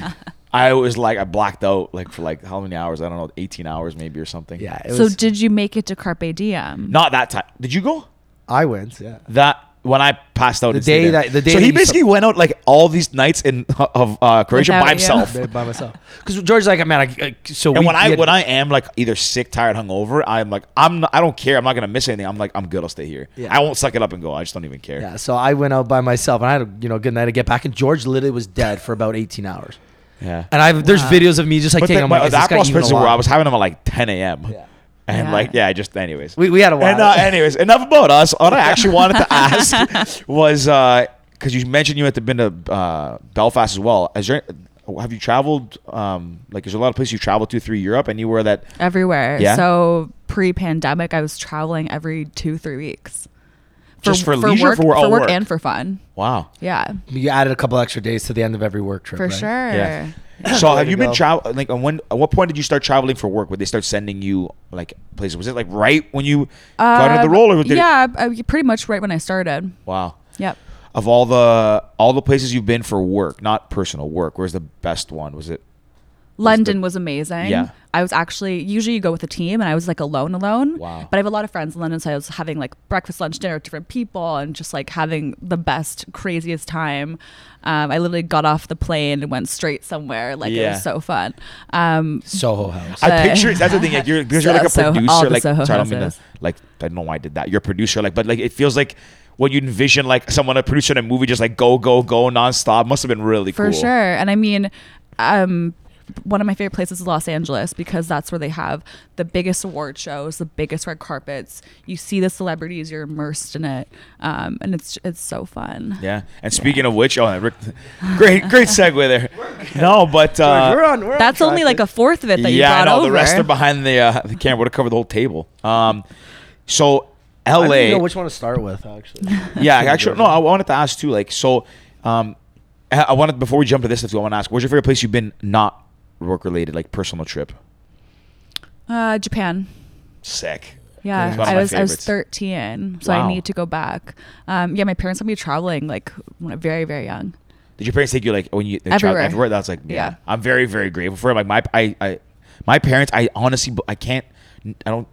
Speaker 2: I was like, I blacked out like for like how many hours? I don't know, eighteen hours maybe or something.
Speaker 1: Yeah. It
Speaker 5: So
Speaker 1: was,
Speaker 5: did you make it to Carpe Diem?
Speaker 2: Not that time. Did you go?
Speaker 1: I went. Yeah.
Speaker 2: That when I passed out
Speaker 1: The
Speaker 2: and stayed
Speaker 1: day
Speaker 2: there.
Speaker 1: that- the day
Speaker 2: so
Speaker 1: that
Speaker 2: he
Speaker 1: you
Speaker 2: basically went out like all these nights in of uh, Croatia
Speaker 5: Without
Speaker 2: by
Speaker 5: you.
Speaker 2: himself.
Speaker 1: by- by myself. Because George's like, man, I, I so
Speaker 2: And
Speaker 1: we,
Speaker 2: when I
Speaker 1: we had-
Speaker 2: when I am like either sick, tired, hungover, I'm like I'm not, I don't care. I'm not gonna miss anything. I'm like I'm good. I'll stay here.
Speaker 1: Yeah.
Speaker 2: I won't suck it up and go. I just don't even care.
Speaker 1: yeah, so I went out by myself and I had a you know good night to get back and George literally was dead for about 18 hours.
Speaker 2: Yeah.
Speaker 1: And I've there's videos of me just like
Speaker 2: But
Speaker 1: taking.
Speaker 2: the,
Speaker 1: I'm like,
Speaker 2: but
Speaker 1: is
Speaker 2: the
Speaker 1: this guy
Speaker 2: Aperol
Speaker 1: even
Speaker 2: spritzes were I
Speaker 1: alive?
Speaker 2: was having them at like 10 a.m.
Speaker 1: Yeah.
Speaker 2: And
Speaker 5: Yeah.
Speaker 2: like yeah, just anyways.
Speaker 1: We, we had a while.
Speaker 2: And uh, anyways, enough about us. What I actually wanted to ask was because you mentioned you had to been to uh, Belfast as well. Is there, have you traveled? Um, like, is there a lot of places you traveled to through Europe, and you were that?
Speaker 5: Everywhere.
Speaker 2: Yeah.
Speaker 5: So pre-pandemic, I was traveling every two three weeks.
Speaker 2: Just for leisure,
Speaker 5: work,
Speaker 2: for wor- oh,
Speaker 5: work,
Speaker 2: work.
Speaker 5: and for fun.
Speaker 2: Wow.
Speaker 5: Yeah,
Speaker 1: you added a couple extra days to the end of every work trip.
Speaker 5: for
Speaker 1: right?
Speaker 5: sure.
Speaker 2: Yeah. So
Speaker 1: Way
Speaker 2: have
Speaker 1: to
Speaker 2: you been
Speaker 1: go.
Speaker 2: travel? Like, on when? At what point did you start traveling for work? Would they start sending you like places? Was it like right when you got into the
Speaker 5: Um,
Speaker 2: role, or did it-
Speaker 5: yeah, I, I- pretty much right when I started.
Speaker 2: Wow.
Speaker 5: Yep.
Speaker 2: Of all the all the places you've been for work, not personal work, where's the best one? Was it?
Speaker 5: London was amazing.
Speaker 2: Yeah.
Speaker 5: I was actually usually you go with a team and I was like alone alone.
Speaker 2: Wow.
Speaker 5: But I have a lot of friends in London, so I was having like breakfast, lunch, dinner with different people and just like having the best, craziest time. Um, I literally got off the plane and went straight somewhere. Like it
Speaker 2: Yeah.
Speaker 5: was so fun. Um,
Speaker 1: Soho House.
Speaker 2: I
Speaker 5: Uh,
Speaker 2: picture that's the thing. Like you're because you're like a
Speaker 5: So- all
Speaker 2: producer.
Speaker 5: the
Speaker 2: like
Speaker 5: Soho
Speaker 2: sorry, I don't mean to,
Speaker 5: houses.
Speaker 2: like I don't know why I did that. You're a producer. Like, but like it feels like when you envision like someone a producer in a movie just like go go go nonstop. Must have been really
Speaker 5: for
Speaker 2: cool.
Speaker 5: sure. And I mean, um, one of my favorite places is Los Angeles because that's where they have the biggest award shows, the biggest red carpets. You see the celebrities, you're immersed in it, um, and it's it's so fun.
Speaker 2: Yeah. And speaking of which, oh, Rick, great great segue there. No, but uh,
Speaker 1: we're on, we're on
Speaker 5: That's
Speaker 1: track
Speaker 5: only
Speaker 1: here.
Speaker 5: like a fourth of it that you
Speaker 2: yeah,
Speaker 5: brought
Speaker 2: and all
Speaker 5: over.
Speaker 2: the rest are behind the uh, the camera. Would have covered the whole table. Um, so
Speaker 1: I don't even
Speaker 2: L.A.
Speaker 1: know which one to start with actually.
Speaker 2: yeah, actually, no. I wanted to ask too. Like, so, um, I I wanted before we jump to this, if you want to ask, where's your favorite place you've been not work related, like personal trip?
Speaker 5: uh, Japan.
Speaker 2: Sick.
Speaker 5: Yeah,
Speaker 2: It's one of
Speaker 5: I
Speaker 2: my
Speaker 5: was I was
Speaker 2: favorites.
Speaker 5: 13, so
Speaker 2: Wow.
Speaker 5: I need to go back. Um, yeah, my parents had me traveling like when- very very young.
Speaker 2: Did your parents take you like when you they traveled
Speaker 5: Everywhere.
Speaker 2: everywhere? That's like yeah.
Speaker 5: Yeah.
Speaker 2: I'm very very grateful for it. like my I, I my parents. I honestly I can't I don't.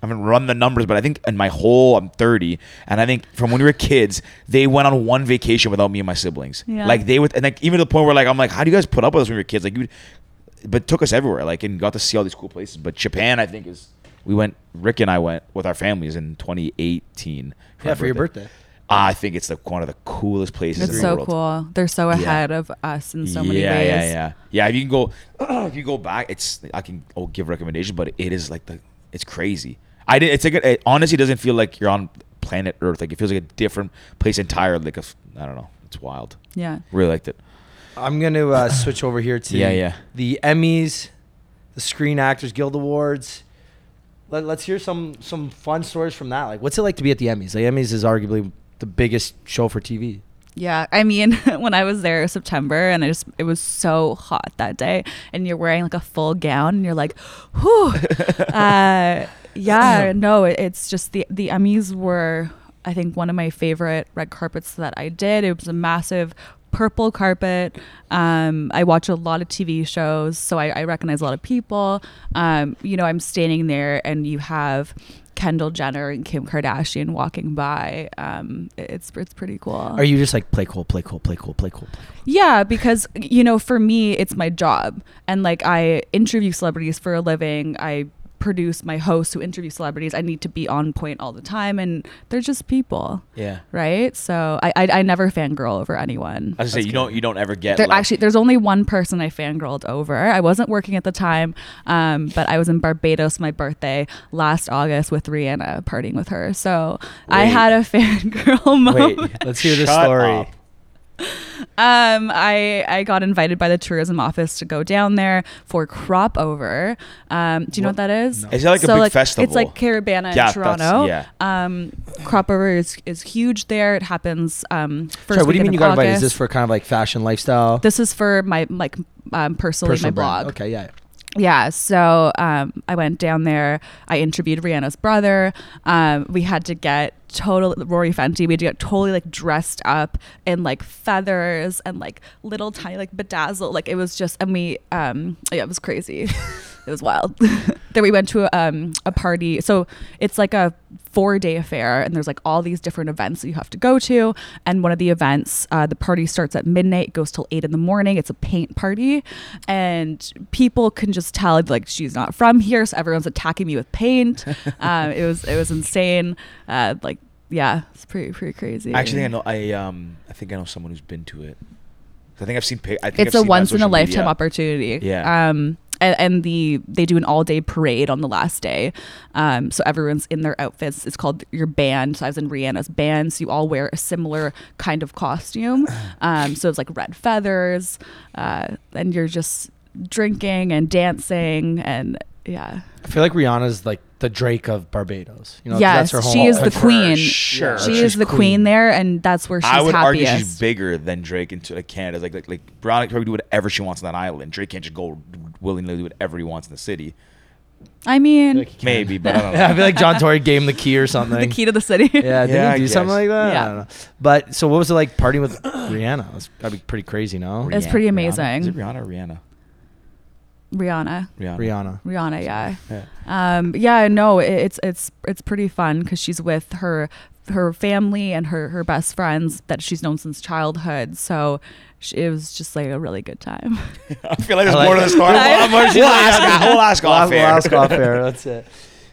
Speaker 2: I haven't run the numbers, but I think in my whole, I'm 30, and I think from when we were kids, they went on one vacation without me and my siblings.
Speaker 5: Yeah.
Speaker 2: Like they would, and like even to the point where like I'm like, how do you guys put up with us when we were kids? Like you, but took us everywhere, like and got to see all these cool places. But Japan, I think is we went. Rick and I went with our families in 2018.
Speaker 1: yeah,
Speaker 2: my
Speaker 1: for your birthday.
Speaker 2: I think it's like one of the coolest places.
Speaker 5: It's
Speaker 2: in the
Speaker 5: so
Speaker 2: world.
Speaker 5: cool. They're so ahead of us in so many
Speaker 2: yeah,
Speaker 5: ways.
Speaker 2: Yeah, yeah, yeah. If you can go, if you go back, it's I can oh, give recommendations, but it is like the it's crazy. I did. It's like a, it honestly doesn't feel like you're on planet Earth. Like it feels like a different place entirely. Like a f- I don't know. It's wild.
Speaker 5: Yeah.
Speaker 2: Really liked it.
Speaker 1: I'm going to uh, switch over here to
Speaker 2: Yeah, yeah.
Speaker 1: the Emmys, the Screen Actors Guild Awards. Let, let's hear some some fun stories from that. Like, what's it like to be at the Emmys? The Emmys is arguably the biggest show for TV.
Speaker 5: Yeah, I mean, when I was there September and I just it was so hot that day, and you're wearing like a full gown, and you're like, whew. uh, yeah, no, it- it's just the the Emmys were, I think, one of my favorite red carpets that I did. It was a massive purple carpet. Um, I watch a lot of TV shows, so I, I recognize a lot of people. Um, you know, I'm standing there, and you have. Kendall Jenner and Kim Kardashian walking by. Um, it's it's pretty cool.
Speaker 1: Are you just like play cool, play cool, play cool, play cool? Play cool?
Speaker 5: Yeah, because you know, for me, it's my job, and like I interview celebrities for a living. I produce my hosts who interview celebrities. I need to be on point all the time, and they're just people,
Speaker 2: Yeah.
Speaker 5: right? So I I, I never fangirl over anyone.
Speaker 2: I was gonna say you don't you don't ever get
Speaker 5: There,
Speaker 2: like-
Speaker 5: actually, there's only one person I fangirled over. I wasn't working at the time, um, but I was in Barbados my birthday last August with Rihanna, partying with her. So I
Speaker 2: Wait.
Speaker 5: had a fangirl moment.
Speaker 1: Wait, let's hear this
Speaker 2: Shut
Speaker 1: story.
Speaker 2: up.
Speaker 5: Um, I I got invited by the tourism office to go down there for crop over. Um, do you know what that is?
Speaker 2: Is that like a big
Speaker 5: It's like
Speaker 2: festival?
Speaker 5: Carabana
Speaker 2: Yeah,
Speaker 5: in
Speaker 2: that's-
Speaker 5: Toronto.
Speaker 2: yeah.
Speaker 5: Um, crop over is is huge there. It happens um
Speaker 1: Sorry,
Speaker 5: first
Speaker 1: what do you
Speaker 5: weekend
Speaker 1: mean you
Speaker 5: of
Speaker 1: got invited? Is
Speaker 5: August.
Speaker 1: this for kind of like fashion lifestyle?
Speaker 5: This is for my like um, personally my blog.
Speaker 1: brand? Okay, yeah.
Speaker 5: Yeah, so um, I went down there. I interviewed Rihanna's brother. Um, we had to get total Rory Fenty. We had to get totally like dressed up in like feathers and like little tiny like bedazzled. Like it was just, and we, um, yeah, it was crazy. it was wild. then we went to a, um, a party. So it's like a four day affair, and there's like all these different events that you have to go to. And one of the events, uh, the party starts at midnight, goes till eight in the morning. It's a paint party, and people can just tell like she's not from here, so everyone's attacking me with paint. um, it was it was insane. Uh, like yeah, it's pretty pretty crazy.
Speaker 2: I actually think I know. I um, I think I know someone who's been to it. I think I've seen. pic- I think
Speaker 5: it's
Speaker 2: I've seen it
Speaker 5: a
Speaker 2: on
Speaker 5: once in a
Speaker 2: social
Speaker 5: lifetime
Speaker 2: media.
Speaker 5: opportunity.
Speaker 2: Yeah.
Speaker 5: Um, and, and the they do an all day parade on the last day, um, so everyone's in their outfits. It's called your band. So I was in Rihanna's band, so you all wear a similar kind of costume. Um, so it's like red feathers, uh, and you're just drinking and dancing and yeah.
Speaker 1: I feel like Rihanna's like the Drake of Barbados. You know, 'cause
Speaker 5: yes,
Speaker 1: that's her
Speaker 5: she
Speaker 1: home
Speaker 5: is the
Speaker 1: country.
Speaker 5: queen.
Speaker 2: sure.
Speaker 5: She
Speaker 1: She's
Speaker 5: is the queen.
Speaker 1: queen.
Speaker 5: there, and that's where she's
Speaker 2: I would argue
Speaker 5: happiest.
Speaker 2: she's bigger than Drake into like Canada. Like like like Brianna can probably do whatever she wants on that island. Drake can't just go willingly do whatever he wants in the city.
Speaker 5: I mean,
Speaker 2: Maybe, but I don't know.
Speaker 1: Yeah, I feel like John Tory gave him the key or something.
Speaker 5: the key to the city.
Speaker 1: Yeah, did
Speaker 2: Yeah,
Speaker 1: he
Speaker 2: I
Speaker 1: do something
Speaker 2: guess.
Speaker 1: like that?
Speaker 5: Yeah.
Speaker 1: I don't know. But so what was it like partying with Rihanna? That's gotta be pretty crazy, no?
Speaker 5: It's
Speaker 2: Rihanna-
Speaker 5: pretty
Speaker 2: Rihanna?
Speaker 5: amazing.
Speaker 2: Is it Rihanna or Rihanna?
Speaker 5: Rihanna.
Speaker 2: Rihanna.
Speaker 1: Rihanna.
Speaker 5: Rihanna, yeah. Um, yeah, no, it, it's it's it's pretty fun because she's with her her family and her her best friends that she's known since childhood. So she, it was just like a really good time.
Speaker 2: I feel like there's
Speaker 1: I like
Speaker 2: more to the
Speaker 1: it.
Speaker 2: story. we'll, ask, we'll ask, we'll ask
Speaker 1: We'll
Speaker 2: off
Speaker 1: ask- we'll
Speaker 2: air.
Speaker 1: ask off air. That's it.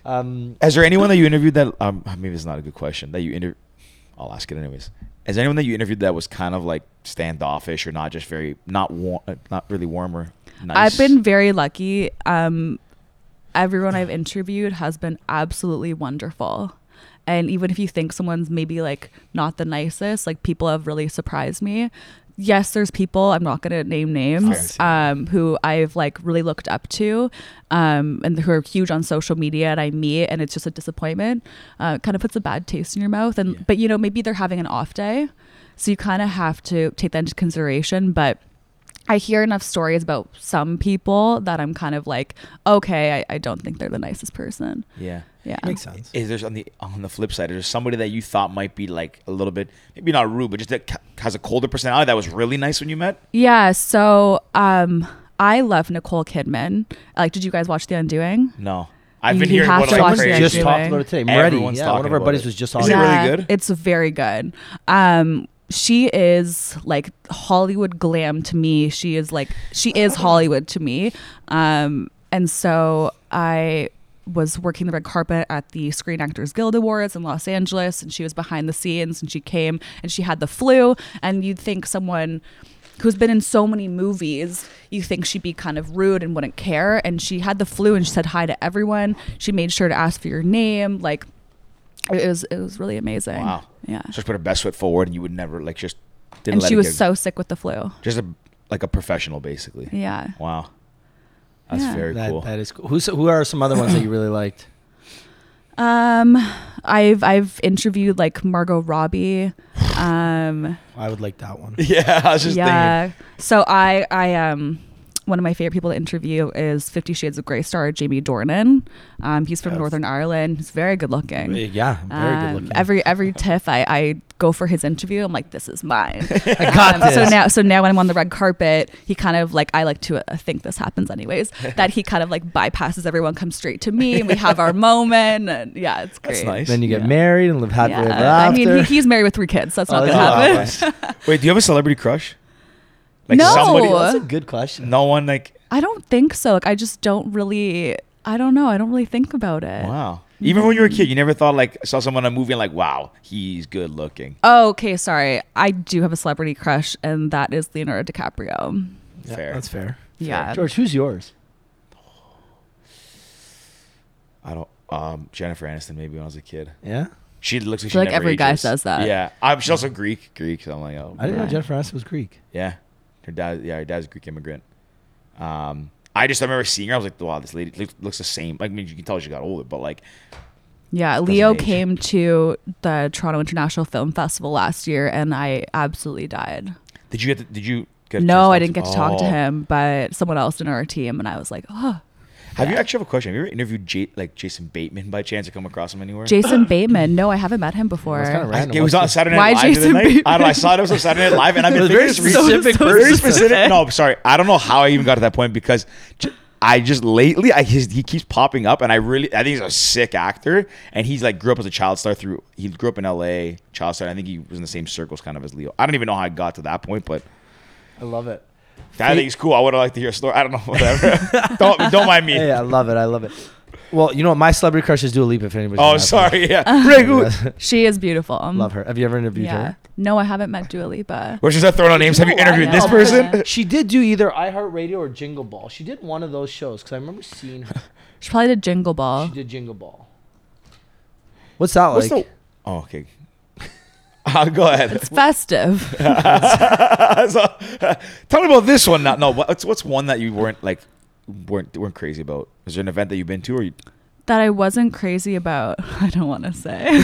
Speaker 1: Um,
Speaker 2: Is there anyone that you interviewed that um maybe it's not a good question that you inter I'll ask it anyways. Is there anyone that you interviewed that was kind of like standoffish or not just very not warm not really warm or nice?
Speaker 5: I've been very lucky. Um, everyone I've interviewed has been absolutely wonderful. And even if you think someone's maybe like not the nicest, like people have really surprised me. Yes, there's people, I'm not going to name names, um, who I've like really looked up to um, and who are huge on social media and I meet and it's just a disappointment. Uh, kind of puts a bad taste in your mouth. And, but you know, maybe they're having an off day. So you kind of have to take that into consideration. But I hear enough stories about some people that I'm kind of like, okay, I, I don't think they're the nicest person.
Speaker 2: Yeah.
Speaker 5: Yeah.
Speaker 1: makes sense.
Speaker 2: Is there on the on the flip side, is there somebody that you thought might be like a little bit maybe not rude, but just that ca- has a colder personality that was really nice when you met?
Speaker 5: Yeah. So um, I love Nicole Kidman. Like, did you guys watch The Undoing?
Speaker 2: No. I've
Speaker 5: You-
Speaker 2: been
Speaker 5: you
Speaker 2: hearing
Speaker 5: have
Speaker 2: what
Speaker 5: to
Speaker 2: like
Speaker 5: watch
Speaker 2: crazy.
Speaker 5: the
Speaker 1: Just
Speaker 5: Anyway.
Speaker 1: talked about it today. Moretti,
Speaker 2: Everyone's
Speaker 1: yeah, one
Speaker 2: talking
Speaker 1: of our
Speaker 2: about
Speaker 1: buddies
Speaker 2: it.
Speaker 1: was just
Speaker 2: Is
Speaker 1: on.
Speaker 2: it
Speaker 1: it.
Speaker 2: really good?
Speaker 5: It's very good. Um, she is like Hollywood glam to me. She is like she is
Speaker 2: Oh.
Speaker 5: Hollywood to me. Um, and so I was working the red carpet at the Screen Actors Guild Awards in Los Angeles, and she was behind the scenes, and she came and she had the flu, and you'd think someone who's been in so many movies, you think she'd be kind of rude and wouldn't care. And she had the flu and she said hi to everyone. She made sure to ask for your name. Like it was it was really amazing.
Speaker 2: Wow.
Speaker 5: Yeah.
Speaker 2: So she put her best foot forward and you would never like just didn't
Speaker 5: and
Speaker 2: let
Speaker 5: she
Speaker 2: it
Speaker 5: was
Speaker 2: get-
Speaker 5: so sick with the flu.
Speaker 2: just a like a professional basically.
Speaker 5: Yeah.
Speaker 2: Wow. That's
Speaker 5: Yeah.
Speaker 2: very
Speaker 1: That,
Speaker 2: cool.
Speaker 1: that is cool. Who's, who are some other ones that you really liked?
Speaker 5: Um I've I've interviewed like Margot Robbie. Um
Speaker 1: I would like that one.
Speaker 2: yeah, I was just thinking.
Speaker 5: yeah. So I I um one of my favorite people to interview is Fifty Shades of Grey star Jamie Dornan. Um, he's from
Speaker 2: Yes.
Speaker 5: Northern Ireland. He's very good looking.
Speaker 1: Yeah, very good
Speaker 5: Um,
Speaker 1: looking.
Speaker 5: Every every tiff I, I go for his interview. I'm like, this is mine. Um,
Speaker 1: I got this.
Speaker 5: So now, so now when I'm on the red carpet, he kind of like I like to uh, think this happens anyways. That he kind of like bypasses everyone, comes straight to me, and we have our moment. And yeah, it's great.
Speaker 2: That's nice.
Speaker 1: then you get
Speaker 5: Yeah.
Speaker 1: married and live happily ever
Speaker 5: Yeah. I
Speaker 1: after.
Speaker 5: mean, he, he's married with three kids. So that's
Speaker 1: Oh,
Speaker 5: not gonna
Speaker 1: that's
Speaker 5: happen.
Speaker 2: Oh, nice. Wait, do you have a celebrity crush?
Speaker 5: No.
Speaker 1: That's a good question.
Speaker 2: no one like
Speaker 5: I don't think so. Like, I just don't really. I don't know. I don't really think about it.
Speaker 2: wow. Even when you were a kid, you never thought like saw someone in a movie and like wow, he's good looking.
Speaker 5: Oh, okay. Sorry. I do have a celebrity crush, and that is Leonardo DiCaprio.
Speaker 1: Yeah,
Speaker 2: Fair.
Speaker 1: That's fair.
Speaker 5: Yeah.
Speaker 1: George, who's yours?
Speaker 2: I don't um Jennifer Aniston maybe when I was a kid.
Speaker 1: Yeah.
Speaker 2: She looks like,
Speaker 5: feel
Speaker 2: she
Speaker 5: like
Speaker 2: never
Speaker 5: every guy
Speaker 2: ages.
Speaker 5: says that.
Speaker 2: Yeah, I'm, she's also Greek. Greek. So I'm like, oh,
Speaker 1: I didn't know
Speaker 5: Yeah.
Speaker 1: Jennifer Aniston was Greek.
Speaker 2: yeah, her dad. Yeah, her dad's a Greek immigrant. Um, I just I remember seeing her. I was like, wow, this lady looks, looks the same. Like, I mean, you can tell she got older, but like,
Speaker 5: Yeah, Leo
Speaker 2: age.
Speaker 5: came to the Toronto International Film Festival last year, and I absolutely died.
Speaker 2: did you get? To, did you? Get a chance
Speaker 5: No,
Speaker 2: to
Speaker 5: I
Speaker 2: talk
Speaker 5: didn't get to talk to
Speaker 2: Oh.
Speaker 5: him, but someone else in our team, and I was like, oh.
Speaker 2: Have you actually have a question? Have you ever interviewed J- like Jason Bateman by chance or come across him anywhere?
Speaker 5: Jason Bateman. No, I haven't met him before.
Speaker 1: That's kinda
Speaker 2: I-
Speaker 1: random.
Speaker 2: it was on
Speaker 1: What's
Speaker 2: Saturday
Speaker 5: Why
Speaker 2: Night Live. the other
Speaker 5: Jason
Speaker 2: night. I, don't know, I
Speaker 5: Bateman?
Speaker 2: saw it, it was on Saturday Night Live, and I've been
Speaker 1: It was
Speaker 2: thinking
Speaker 1: very
Speaker 2: this recently.
Speaker 1: specific
Speaker 5: so
Speaker 2: very
Speaker 1: person.
Speaker 2: specific. No, I'm sorry. I don't know how I even got to that point because j- I just lately I his, he keeps popping up, and I really I think he's a sick actor, and he's like grew up as a child star through he grew up in L.A. child star. And I think he was in the same circles kind of as Leo. I don't even know how I got to that point, but
Speaker 1: I love it.
Speaker 2: I think he's cool. I would have liked to hear a story. I don't know, whatever. don't don't mind me.
Speaker 1: Hey, I love it. I love it. Well, you know what? My celebrity crush is Dua Lipa. If anybody.
Speaker 2: oh, sorry.
Speaker 1: Uh,
Speaker 2: Yeah, Rick, who-
Speaker 5: She is beautiful. Um,
Speaker 1: love her. Have you ever interviewed
Speaker 5: Yeah.
Speaker 1: her?
Speaker 5: No, I haven't met Dua Lipa.
Speaker 2: Which is that throwing out names? Have you
Speaker 1: know what?
Speaker 2: interviewed this
Speaker 5: No.
Speaker 2: person?
Speaker 1: She did do either iHeartRadio or Jingle Ball. She did one of those shows because I remember seeing her.
Speaker 5: She probably did Jingle Ball.
Speaker 1: She did Jingle Ball. What's that like?
Speaker 2: What's the- Oh, okay. I'll go ahead.
Speaker 5: It's festive.
Speaker 2: so, tell me about this one. Not no. What's what's one that you weren't like weren't weren't crazy about? Is there an event that you've been to or you,
Speaker 5: that I wasn't crazy about. I don't want to say.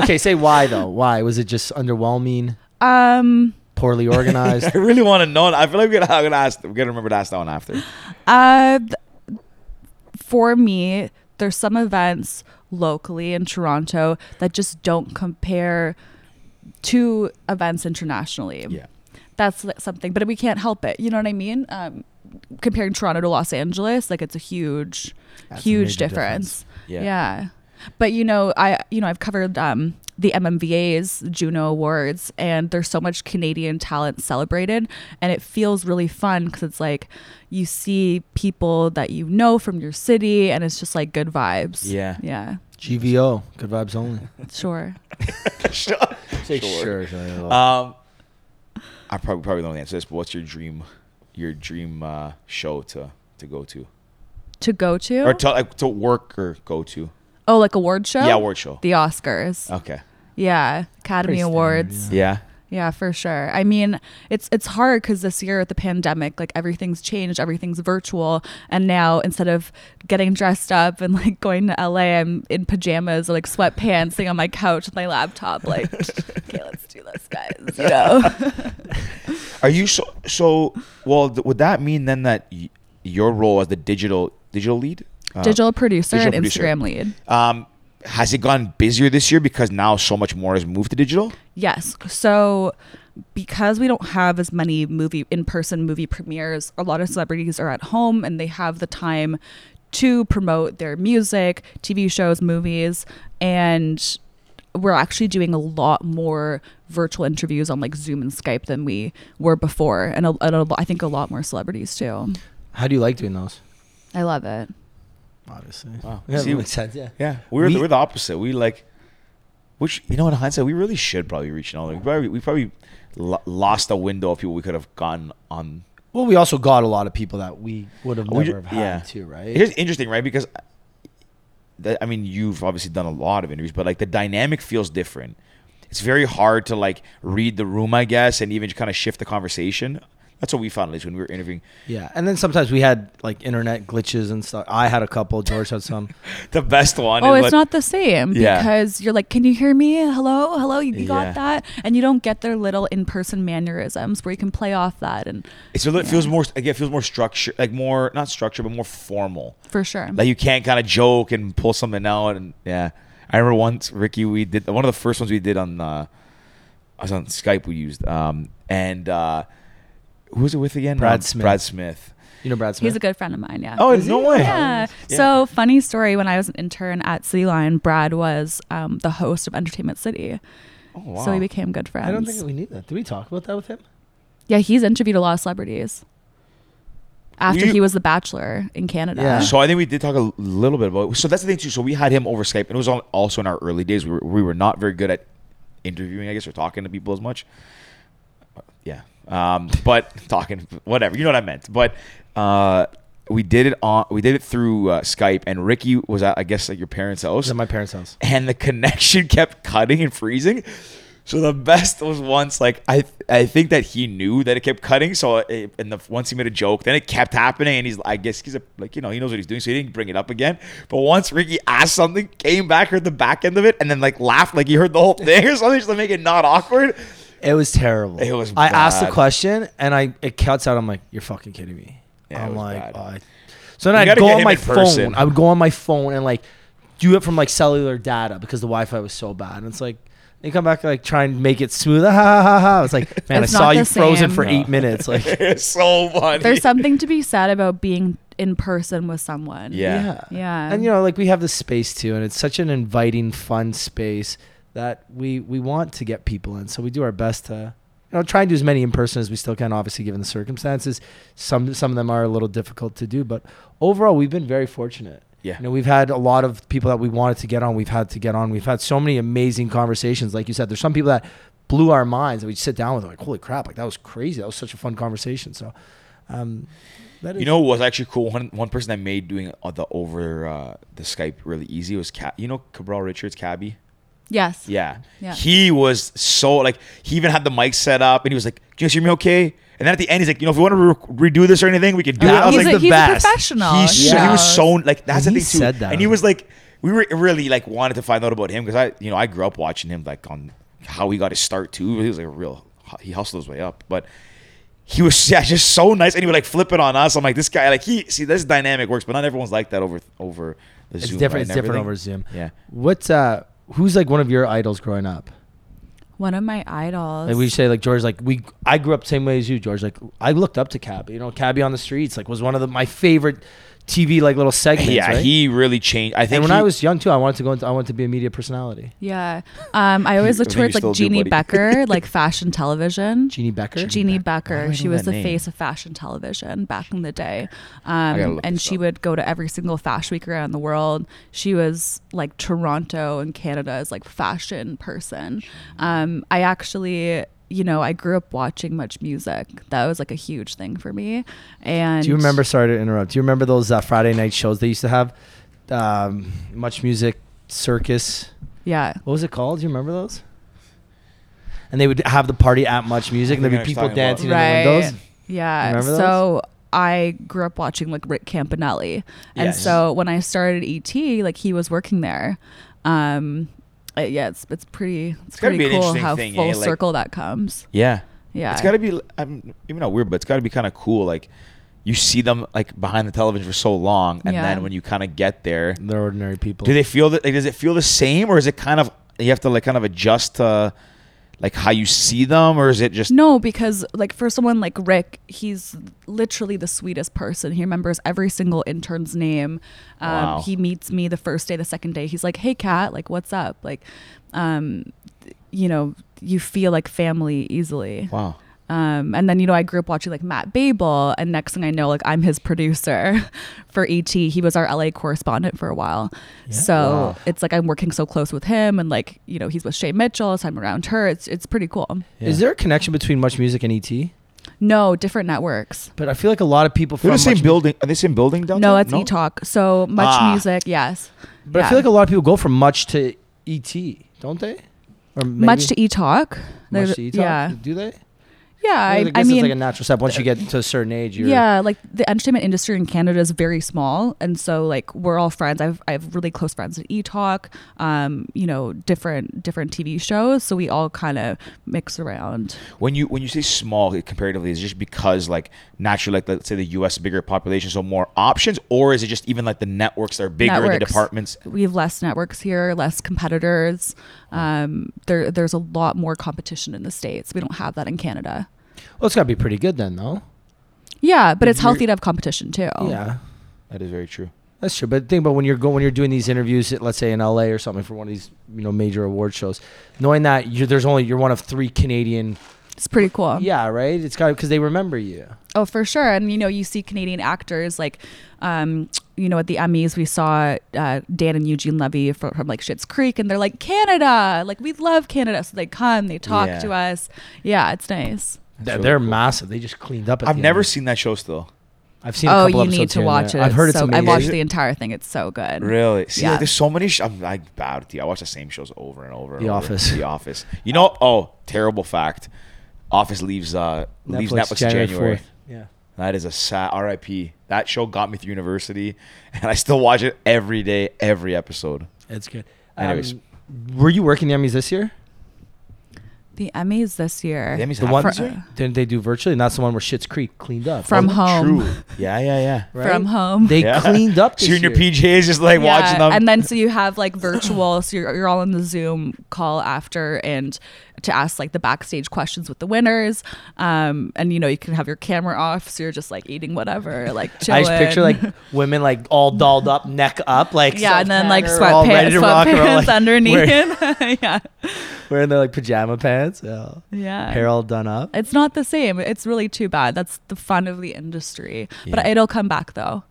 Speaker 1: okay, say why though. Why was it just underwhelming,
Speaker 5: um,
Speaker 1: poorly organized?
Speaker 2: I really want to know? I feel like we're gonna, I'm gonna ask. We're gonna remember to ask that one after.
Speaker 5: uh, th- for me, there's some events locally in Toronto that just don't compare to events internationally.
Speaker 2: Yeah.
Speaker 5: that's li- something but we can't help it you know what i mean um, comparing toronto to los angeles like it's a huge
Speaker 1: That's a
Speaker 5: huge
Speaker 1: major
Speaker 5: difference,
Speaker 2: Yeah.
Speaker 5: yeah but you know i you know i've covered um the mmvas juno awards and there's so much canadian talent celebrated and it feels really fun because it's like you see people that you know from your city and it's just like good vibes
Speaker 2: Yeah.
Speaker 5: yeah
Speaker 1: GVO, good vibes only.
Speaker 5: sure
Speaker 2: Sure.
Speaker 1: Say
Speaker 2: Sure.
Speaker 1: sure.
Speaker 2: Um, I probably probably don't answer this, but what's your dream, your dream uh, show to to go to
Speaker 5: to go to
Speaker 2: or to like, to work or go to?
Speaker 5: oh like award show
Speaker 2: Yeah, award show. Oh.
Speaker 5: the oscars
Speaker 2: Okay.
Speaker 5: yeah academy
Speaker 1: Pretty standard,
Speaker 5: awards
Speaker 2: Yeah.
Speaker 5: Yeah, for sure. I mean, it's it's hard because this year with the pandemic, like everything's changed, everything's virtual, and now instead of getting dressed up and like going to LA, I'm in pajamas or like sweatpants, sitting on my couch with my laptop, like, okay, let's do this, guys. You know?
Speaker 2: Are you so so? Well, th- would that mean then that y- your role as the digital digital lead, Uh,
Speaker 5: digital producer
Speaker 2: digital
Speaker 5: and
Speaker 2: producer.
Speaker 5: Instagram lead.
Speaker 2: um, has it gone busier this year because now so much more has moved to digital?
Speaker 5: Yes. So because we don't have as many movie in-person movie premieres, a lot of celebrities are at home and they have the time to promote their music, TV shows, movies, and we're actually doing a lot more virtual interviews on like Zoom and Skype than we were before, and, a, and a, lo- I think a lot more celebrities too.
Speaker 1: How do you like doing those?
Speaker 5: I love it.
Speaker 1: Obviously.
Speaker 2: Wow.
Speaker 1: Yeah,
Speaker 2: See,
Speaker 1: that makes sense. Yeah.
Speaker 2: Yeah, we're
Speaker 1: We-
Speaker 2: the, we're the opposite. We like, which you know, in hindsight, we really should probably reach out. We probably we probably lo- lost a window of people we could have gotten on.
Speaker 1: Well, we also got a lot of people that we would have
Speaker 2: We
Speaker 1: never
Speaker 2: ju-
Speaker 1: have had
Speaker 2: yeah.
Speaker 1: too, right?
Speaker 2: Here's interesting, right? Because that, I mean, you've obviously done a lot of interviews, but like the dynamic feels different. It's very hard to like read the room, I guess, and even kind of shift the conversation. That's what we found at least when we were interviewing.
Speaker 1: yeah. And then sometimes we had like internet glitches and stuff. I had a couple. George had some.
Speaker 2: The best one.
Speaker 5: Oh,
Speaker 2: is
Speaker 5: it's
Speaker 2: like-
Speaker 5: not the same
Speaker 2: Yeah.
Speaker 5: because you're like, can you hear me? Hello, hello, you, you got
Speaker 2: Yeah.
Speaker 5: that? And you don't get their little in-person mannerisms where you can play off that, and
Speaker 2: It's a little, it feels more again it feels more structure like more not structure but more formal.
Speaker 5: for sure.
Speaker 2: Like you can't kind of joke and pull something out and yeah. I remember once Ricky we did one of the first ones we did on uh I was on Skype we used um and uh who was it with again?
Speaker 1: Brad
Speaker 2: Um,
Speaker 1: Smith.
Speaker 2: Brad Smith.
Speaker 1: You know Brad Smith.
Speaker 5: He's a good friend of mine. Yeah.
Speaker 2: Oh, no way.
Speaker 5: Yeah. So funny story. When I was an intern at City Line, Brad was um, the host of Entertainment City,
Speaker 2: Oh, wow.
Speaker 5: so we became good friends.
Speaker 1: I don't think we need that. Did we talk about that with him?
Speaker 5: yeah, he's interviewed a lot of celebrities. After
Speaker 2: You-
Speaker 5: he was The Bachelor in Canada.
Speaker 1: Yeah.
Speaker 2: So I think we did talk a little bit about. So that's the thing too. So we had him over Skype, and it was on, also in our early days. We were, we were not very good at interviewing, I guess, or talking to people as much. Yeah, um, but talking, whatever. You know what I meant. But uh, we did it on we did it through uh, Skype, and Ricky was at I guess like your parents' house.
Speaker 1: was at my parents' house.
Speaker 2: and the connection kept cutting and freezing. So the best was once like I I think that he knew that it kept cutting. So it, and the once he made a joke, then it kept happening, and he's I guess he's a, like you know he knows what he's doing, so he didn't bring it up again. But once Ricky asked something, came back heard the back end of it, and then like laughed like he heard the whole thing or something just to make it not awkward.
Speaker 1: It was terrible.
Speaker 2: It was
Speaker 1: I asked the
Speaker 2: bad.
Speaker 1: question and I it cuts out. I'm like, you're fucking kidding me.
Speaker 2: Yeah, it
Speaker 1: I'm
Speaker 2: was
Speaker 1: like,
Speaker 2: bad.
Speaker 1: "Oh, I-" so
Speaker 2: You
Speaker 1: then I'd
Speaker 2: gotta
Speaker 1: go
Speaker 2: get
Speaker 1: on
Speaker 2: him
Speaker 1: my
Speaker 2: in person.
Speaker 1: phone. I would go on my phone and like do it from like cellular data because the Wi-Fi was so bad. And it's like they come back like try and make it smooth. Ha ha ha ha. It's like, man,
Speaker 5: It's
Speaker 1: I saw
Speaker 5: not
Speaker 1: you
Speaker 5: the
Speaker 1: frozen
Speaker 5: same.
Speaker 1: for eight minutes. Like, yeah.
Speaker 2: It's so funny.
Speaker 5: There's something to be said about being in person with someone.
Speaker 2: Yeah.
Speaker 5: Yeah.
Speaker 1: And you know, like we have this space too, and it's such an inviting, fun space that we we want to get people in. So we do our best to you know try and do as many in person as we still can, obviously given the circumstances. Some some of them are a little difficult to do, but overall we've been very fortunate.
Speaker 2: Yeah.
Speaker 1: You know, we've had a lot of people that we wanted to get on, we've had to get on. We've had so many amazing conversations. Like you said, there's some people that blew our minds that we sit down with like, holy crap, like that was crazy. That was such a fun conversation. So um that is
Speaker 2: You know what was actually cool? One one person that made doing uh, the over uh, the Skype really easy was Ca- you know Cabral Richards Cabby.
Speaker 5: yes.
Speaker 2: Yeah.
Speaker 5: Yeah.
Speaker 2: He was so like he even had the mic set up and he was like, "Can you guys hear me okay?" And then at the end, he's like, "You know, if we want to re- redo this or anything, we can do
Speaker 1: That
Speaker 2: it." I was
Speaker 5: he's
Speaker 2: like,
Speaker 5: a,
Speaker 1: the
Speaker 5: he's
Speaker 1: best.
Speaker 5: a professional.
Speaker 2: he's so- he was so like that's
Speaker 1: When
Speaker 2: the
Speaker 1: he
Speaker 2: thing too.
Speaker 1: said that,
Speaker 2: and he
Speaker 1: I'm
Speaker 2: was like, we were really like wanted to find out about him because I, you know, I grew up watching him like on how he got his start too. He was like a real he hustled his way up, but. He was yeah, just so nice, and he would like flip it on us. I'm like, this guy, like he see this dynamic works, but not everyone's like that over over the
Speaker 1: it's
Speaker 2: Zoom. right,
Speaker 1: different
Speaker 2: and
Speaker 1: it's different
Speaker 2: everything.
Speaker 1: over Zoom.
Speaker 2: Yeah,
Speaker 1: What's uh who's like one of your idols growing up?
Speaker 5: one of my idols.
Speaker 1: Like we say like George like we I grew up same way as you George like I looked up to Cab, you know, Cabby on the streets like was one of the, my favorite TV like little segments,
Speaker 2: yeah,
Speaker 1: right?
Speaker 2: he really changed. I think
Speaker 1: and when
Speaker 2: he-
Speaker 1: I was young too, I wanted to go into I wanted to be a media personality.
Speaker 5: yeah. Um, I always look
Speaker 2: I think you
Speaker 5: towards
Speaker 2: still
Speaker 5: like
Speaker 2: do,
Speaker 5: Jeannie
Speaker 2: buddy.
Speaker 5: Becker, like fashion television.
Speaker 1: Jeannie Becker?
Speaker 5: Jeannie
Speaker 2: Why
Speaker 5: Becker.
Speaker 2: do I
Speaker 5: She
Speaker 2: know
Speaker 5: was
Speaker 2: that
Speaker 5: the
Speaker 2: name?
Speaker 5: face of fashion television back in the day.
Speaker 2: gotta
Speaker 5: Um,
Speaker 2: look
Speaker 5: and
Speaker 2: this
Speaker 5: she
Speaker 2: up.
Speaker 5: would go to every single fashion week around the world. She was like Toronto and Canada's like fashion person. Um, I actually, you know, I grew up watching much music. That was like a huge thing for me. And
Speaker 1: Do you remember sorry to interrupt. Do you remember those uh, Friday night shows they used to have um, much music circus
Speaker 5: Yeah.
Speaker 1: what was it called? Do you remember those? And they would have the party at Much Music, and
Speaker 2: I
Speaker 1: there'd
Speaker 2: think
Speaker 1: be
Speaker 2: I know what
Speaker 1: people
Speaker 2: you're
Speaker 1: dancing
Speaker 2: talking
Speaker 1: in the windows.
Speaker 5: Yeah.
Speaker 1: Remember those?
Speaker 5: So I grew up watching like Rick Campanelli. And
Speaker 2: Yes.
Speaker 5: so when I started ET, like he was working there. Um uh, yeah, it's it's pretty it's,
Speaker 2: gotta be
Speaker 5: pretty
Speaker 2: an
Speaker 5: cool
Speaker 2: interesting
Speaker 5: how
Speaker 2: thing,
Speaker 5: full
Speaker 2: eh? Like-
Speaker 5: circle that comes.
Speaker 2: Yeah.
Speaker 5: Yeah.
Speaker 2: It's got to be, I'm, even not weird, but it's got to be kind of cool. Like, you see them like behind the television for so long, and
Speaker 5: Yeah.
Speaker 2: then when you kind of get there,
Speaker 1: They're ordinary people.
Speaker 2: do they feel that? Like, does it feel the same, or is it kind of you have to like kind of adjust to like how you see them, or is it just
Speaker 5: No, because like for someone like Rick, he's literally the sweetest person. He remembers every single intern's name. Um,
Speaker 2: Wow.
Speaker 5: He meets me the first day, the second day. He's like, "Hey, Kat, like, what's up?" Like, um, th- you know, you feel like family easily.
Speaker 2: wow?
Speaker 5: Um, and then you know I grew up watching like Matt Babel, and next thing I know, like I'm his producer for ET. He was our LA correspondent for a while, so
Speaker 1: Wow.
Speaker 5: it's like I'm working so close with him, and like you know he's with Shay Mitchell, so I'm around her. It's it's pretty cool.
Speaker 1: Is there a connection between Much Music and E ET?
Speaker 5: No, different networks.
Speaker 1: But I feel like a lot of people from
Speaker 2: They're the same
Speaker 1: Much-
Speaker 2: building. Are they same building down
Speaker 5: No,
Speaker 2: there?
Speaker 5: it's E Talk. So much
Speaker 2: Ah.
Speaker 5: music, yes.
Speaker 1: But I
Speaker 5: Yeah.
Speaker 1: feel like a lot of people go from Much to ET, don't they? Or
Speaker 5: much
Speaker 1: maybe
Speaker 5: to E Talk.
Speaker 1: Much to ET.
Speaker 5: Yeah,
Speaker 1: Do they?
Speaker 5: yeah. I,
Speaker 1: I, guess
Speaker 5: I mean,
Speaker 1: it's like a natural step once you get to a certain age. You're,
Speaker 5: yeah, like the entertainment industry in Canada is very small, and so like we're all friends. I've I have really close friends at E Talk. Um, you know, different different TV shows, so we all kind of mix around.
Speaker 2: when you when you say small comparatively, is it just because like naturally, like let's say the U.S. bigger population, so more options, or is it just even like the networks that are bigger, and the
Speaker 5: Networks.
Speaker 2: departments?
Speaker 5: We have less networks here, less competitors. Um, there there's a lot more competition in the states. We don't have that in Canada.
Speaker 1: Well, it's got to be pretty good then, though.
Speaker 5: Yeah, but it's healthy to have competition too.
Speaker 1: Yeah.
Speaker 2: That is very true.
Speaker 1: That's true, but think about when you're go, when you're doing these interviews, at, let's say in LA or something for one of these you know major award shows, knowing that you're there's only you're one of three Canadian,
Speaker 5: It's pretty cool.
Speaker 1: yeah, right? It's got because they remember you.
Speaker 5: Oh, for sure. And you know, you see Canadian actors like, um, you know, at the Emmys, we saw uh, Dan and Eugene Levy from, from like Schitt's Creek, and they're like Canada, like we love Canada. So they come, they talk
Speaker 2: Yeah.
Speaker 5: to us. Yeah, it's nice.
Speaker 1: They're,
Speaker 2: really
Speaker 1: they're
Speaker 2: cool.
Speaker 1: massive. They just cleaned up. At
Speaker 2: I've
Speaker 1: the
Speaker 2: never
Speaker 1: end.
Speaker 2: seen that show still.
Speaker 6: I've seen. a
Speaker 5: oh,
Speaker 6: couple
Speaker 5: you
Speaker 6: episodes
Speaker 5: need to
Speaker 6: here and
Speaker 5: watch it.
Speaker 6: there. I've heard
Speaker 5: so,
Speaker 6: it's amazing.
Speaker 5: I've watched the entire thing. It's so good.
Speaker 2: Really? See, like,
Speaker 5: Yeah.
Speaker 2: there's so many. Sh- I'm like bad with you. I watch the same shows over and over. And
Speaker 1: The
Speaker 2: over.
Speaker 1: Office.
Speaker 2: The Office. You know? Oh, terrible fact. Office leaves. Uh, leaves Netflix January. January.
Speaker 6: 4th. Yeah.
Speaker 2: That is a sad RIP. That show got me through university, and I still watch it every day, every episode.
Speaker 6: It's good.
Speaker 2: Anyways.
Speaker 6: Um,
Speaker 1: Were you working the Emmys this year?
Speaker 5: The Emmys this year.
Speaker 2: The Emmys
Speaker 1: The
Speaker 2: have
Speaker 1: one
Speaker 5: For-
Speaker 2: this year?
Speaker 1: didn't they do virtually? And that's the one where Shit's Creek cleaned up.
Speaker 5: From
Speaker 1: Oh,
Speaker 5: home.
Speaker 2: True. Yeah, yeah, yeah.
Speaker 1: right?
Speaker 5: From home.
Speaker 1: They
Speaker 2: Yeah.
Speaker 1: cleaned up. This
Speaker 2: Senior
Speaker 1: year.
Speaker 2: PJ is just like
Speaker 5: Yeah,
Speaker 2: watching them.
Speaker 5: And then so you have like virtual, so you're, you're all in the Zoom call after and to ask like the backstage questions with the winners. Um, and you know, you can have your camera off, so you're just like eating whatever, like chilling.
Speaker 1: I just picture like women like all dolled up, neck up, like
Speaker 5: yeah, and then like
Speaker 1: self-tanner, all ready
Speaker 5: sweatpants,
Speaker 1: to rock and roll,
Speaker 5: sweatpants
Speaker 1: like,
Speaker 5: underneath.
Speaker 1: wearing,
Speaker 5: yeah,
Speaker 1: wearing their like pajama pants, yeah.
Speaker 5: yeah.
Speaker 1: hair all done up.
Speaker 5: It's not the same. It's really too bad. That's the fun of the industry. But it'll come back though.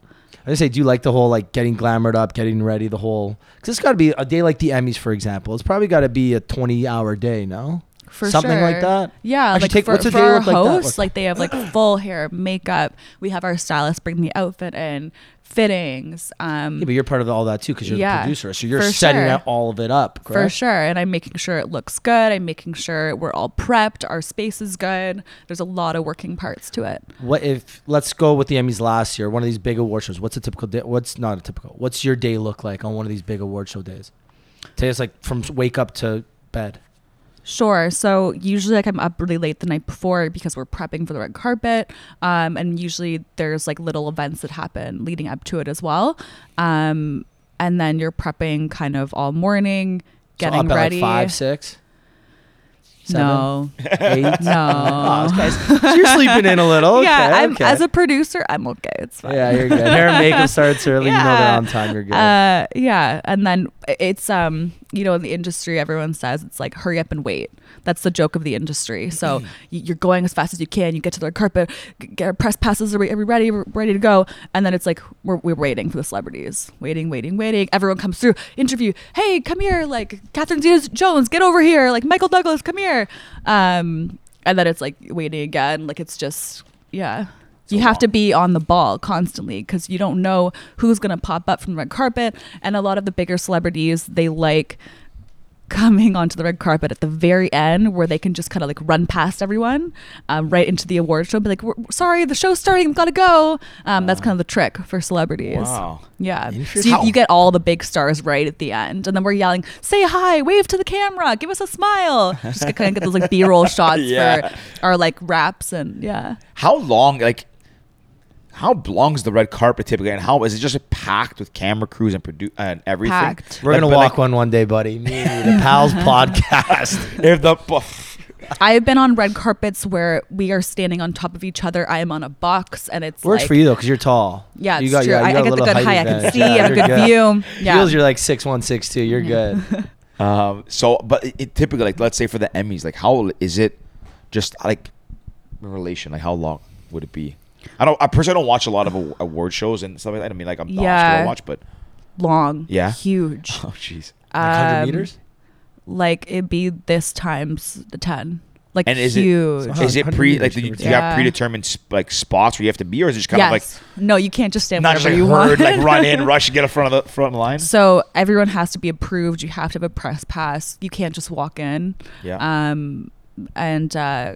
Speaker 1: I just say, do you like the whole like getting glamored up, getting ready, the whole? Because it's got to be a day like the Emmys, for example. It's probably got to be a twenty-hour day, no?
Speaker 5: For
Speaker 1: Something like
Speaker 5: sure.
Speaker 1: that?
Speaker 5: Yeah,
Speaker 1: Actually,
Speaker 5: like
Speaker 1: take-
Speaker 5: for,
Speaker 1: what's a
Speaker 5: for
Speaker 1: day
Speaker 5: our
Speaker 1: look like that?
Speaker 5: hosts,
Speaker 1: Look.
Speaker 5: like they have like full hair, makeup. We have our stylist bring the outfit in, fittings. Um,
Speaker 1: Yeah, but you're part of all that too, because you're
Speaker 5: Yeah,
Speaker 1: the producer, so you're
Speaker 5: for
Speaker 1: setting
Speaker 5: sure.
Speaker 1: out all of it up.
Speaker 5: for
Speaker 1: correct?
Speaker 5: sure. And I'm making sure it looks good. I'm making sure we're all prepped. Our space is good. There's a lot of working parts to it.
Speaker 1: What if? Let's go with the Emmys last year. One of these big award shows. What's a typical day? What's not a typical? What's your day look like on one of these big award show days? Today it's like from wake up to bed.
Speaker 5: Sure. So usually, like, I'm up really late the night before because we're prepping for the red carpet. Um, and usually, there's like little events that happen leading up to it as well. Um, and then you're prepping kind of all morning, getting
Speaker 1: so up
Speaker 5: ready.
Speaker 1: at like five, six, seven,
Speaker 5: no,
Speaker 1: eight.
Speaker 5: no.
Speaker 1: Oh, okay. So you're sleeping in a little.
Speaker 5: yeah,
Speaker 1: Okay,
Speaker 5: I'm
Speaker 1: okay.
Speaker 5: as a producer, I'm okay. It's fine.
Speaker 1: yeah, you're good. Hair and makeup starts early. You know they're
Speaker 5: Yeah.
Speaker 1: on time. You're good.
Speaker 5: Uh, yeah, and then it's um, you know, in the industry, everyone says it's like hurry up and wait. That's the joke of the industry. So y- you're going as fast as you can. You get to the red carpet, g- get our press passes. Are we, are we ready? We're ready to go. And then it's like we're, we're waiting for the celebrities, waiting, waiting, waiting. Everyone comes through, interview. Hey, come here. Like Catherine Zeta Jones, get over here. Like Michael Douglas, come here. Um, and then it's like waiting again. Like it's just yeah you have to be on the ball constantly because you don't know who's going to pop up from the red carpet and a lot of the bigger celebrities they like coming onto the red carpet at the very end where they can just kind of like run past everyone um, right into the award show be like "We're- sorry the show's starting i've got to go um, that's kind of the trick for celebrities
Speaker 2: Wow.
Speaker 5: yeah so
Speaker 2: Interesting.
Speaker 5: you, you get all the big stars right at the end and then we're yelling say hi wave to the camera give us a smile just to kind of get those like b-roll shots
Speaker 2: Yeah.
Speaker 5: for our like raps and yeah
Speaker 2: How long, like, how long is the red carpet typically, and how is it just packed with camera crews and produ- and everything?
Speaker 5: Packed.
Speaker 1: We're
Speaker 2: Like,
Speaker 1: gonna
Speaker 2: but,
Speaker 1: walk
Speaker 2: like,
Speaker 1: one one day, buddy. Me and you, the Pals podcast.
Speaker 2: If the pff,
Speaker 5: I've been on red carpets where we are standing on top of each other. I am on a box, and it's
Speaker 1: Works
Speaker 5: like,
Speaker 1: for you though, because you're tall.
Speaker 5: Yeah,
Speaker 1: you
Speaker 5: it's true. I, I
Speaker 1: a
Speaker 5: get the
Speaker 1: little
Speaker 5: good
Speaker 1: height
Speaker 5: height. I can
Speaker 1: advantage.
Speaker 5: see.
Speaker 1: Yeah,
Speaker 5: I have a
Speaker 1: you're
Speaker 5: good view. Yeah,
Speaker 1: Feels you're like six one, six two. You're good.
Speaker 2: um, so, but it, it typically, like, let's say for the Emmys, like, how l- is it? Just like in relation, like, how long would it be? I don't. I personally don't watch a lot of aw- award shows and stuff like that. I mean, like, I'm not yeah.
Speaker 5: Yeah.
Speaker 2: I watch, but
Speaker 5: long.
Speaker 2: Yeah.
Speaker 5: huge.
Speaker 2: oh, jeez.
Speaker 1: Like hundred
Speaker 5: Um,
Speaker 1: meters.
Speaker 5: Like it'd be this times the ten. Like
Speaker 2: And is it-
Speaker 5: huge.
Speaker 1: Wow.
Speaker 2: Is it
Speaker 1: 100
Speaker 2: pre
Speaker 1: meters,
Speaker 2: like do you,
Speaker 1: give
Speaker 2: do
Speaker 1: or
Speaker 2: you have
Speaker 5: take.
Speaker 2: predetermined sp- like spots where you have to be, or is it just kind
Speaker 5: yes.
Speaker 2: of like
Speaker 5: no, you can't just stand
Speaker 2: not just
Speaker 5: wherever
Speaker 2: like
Speaker 5: you
Speaker 2: herd,
Speaker 5: want.
Speaker 2: like run in, rush, get in front of the front line?
Speaker 5: So everyone has to be approved. You have to have a press pass. You can't just walk in.
Speaker 2: Yeah.
Speaker 5: um, and uh,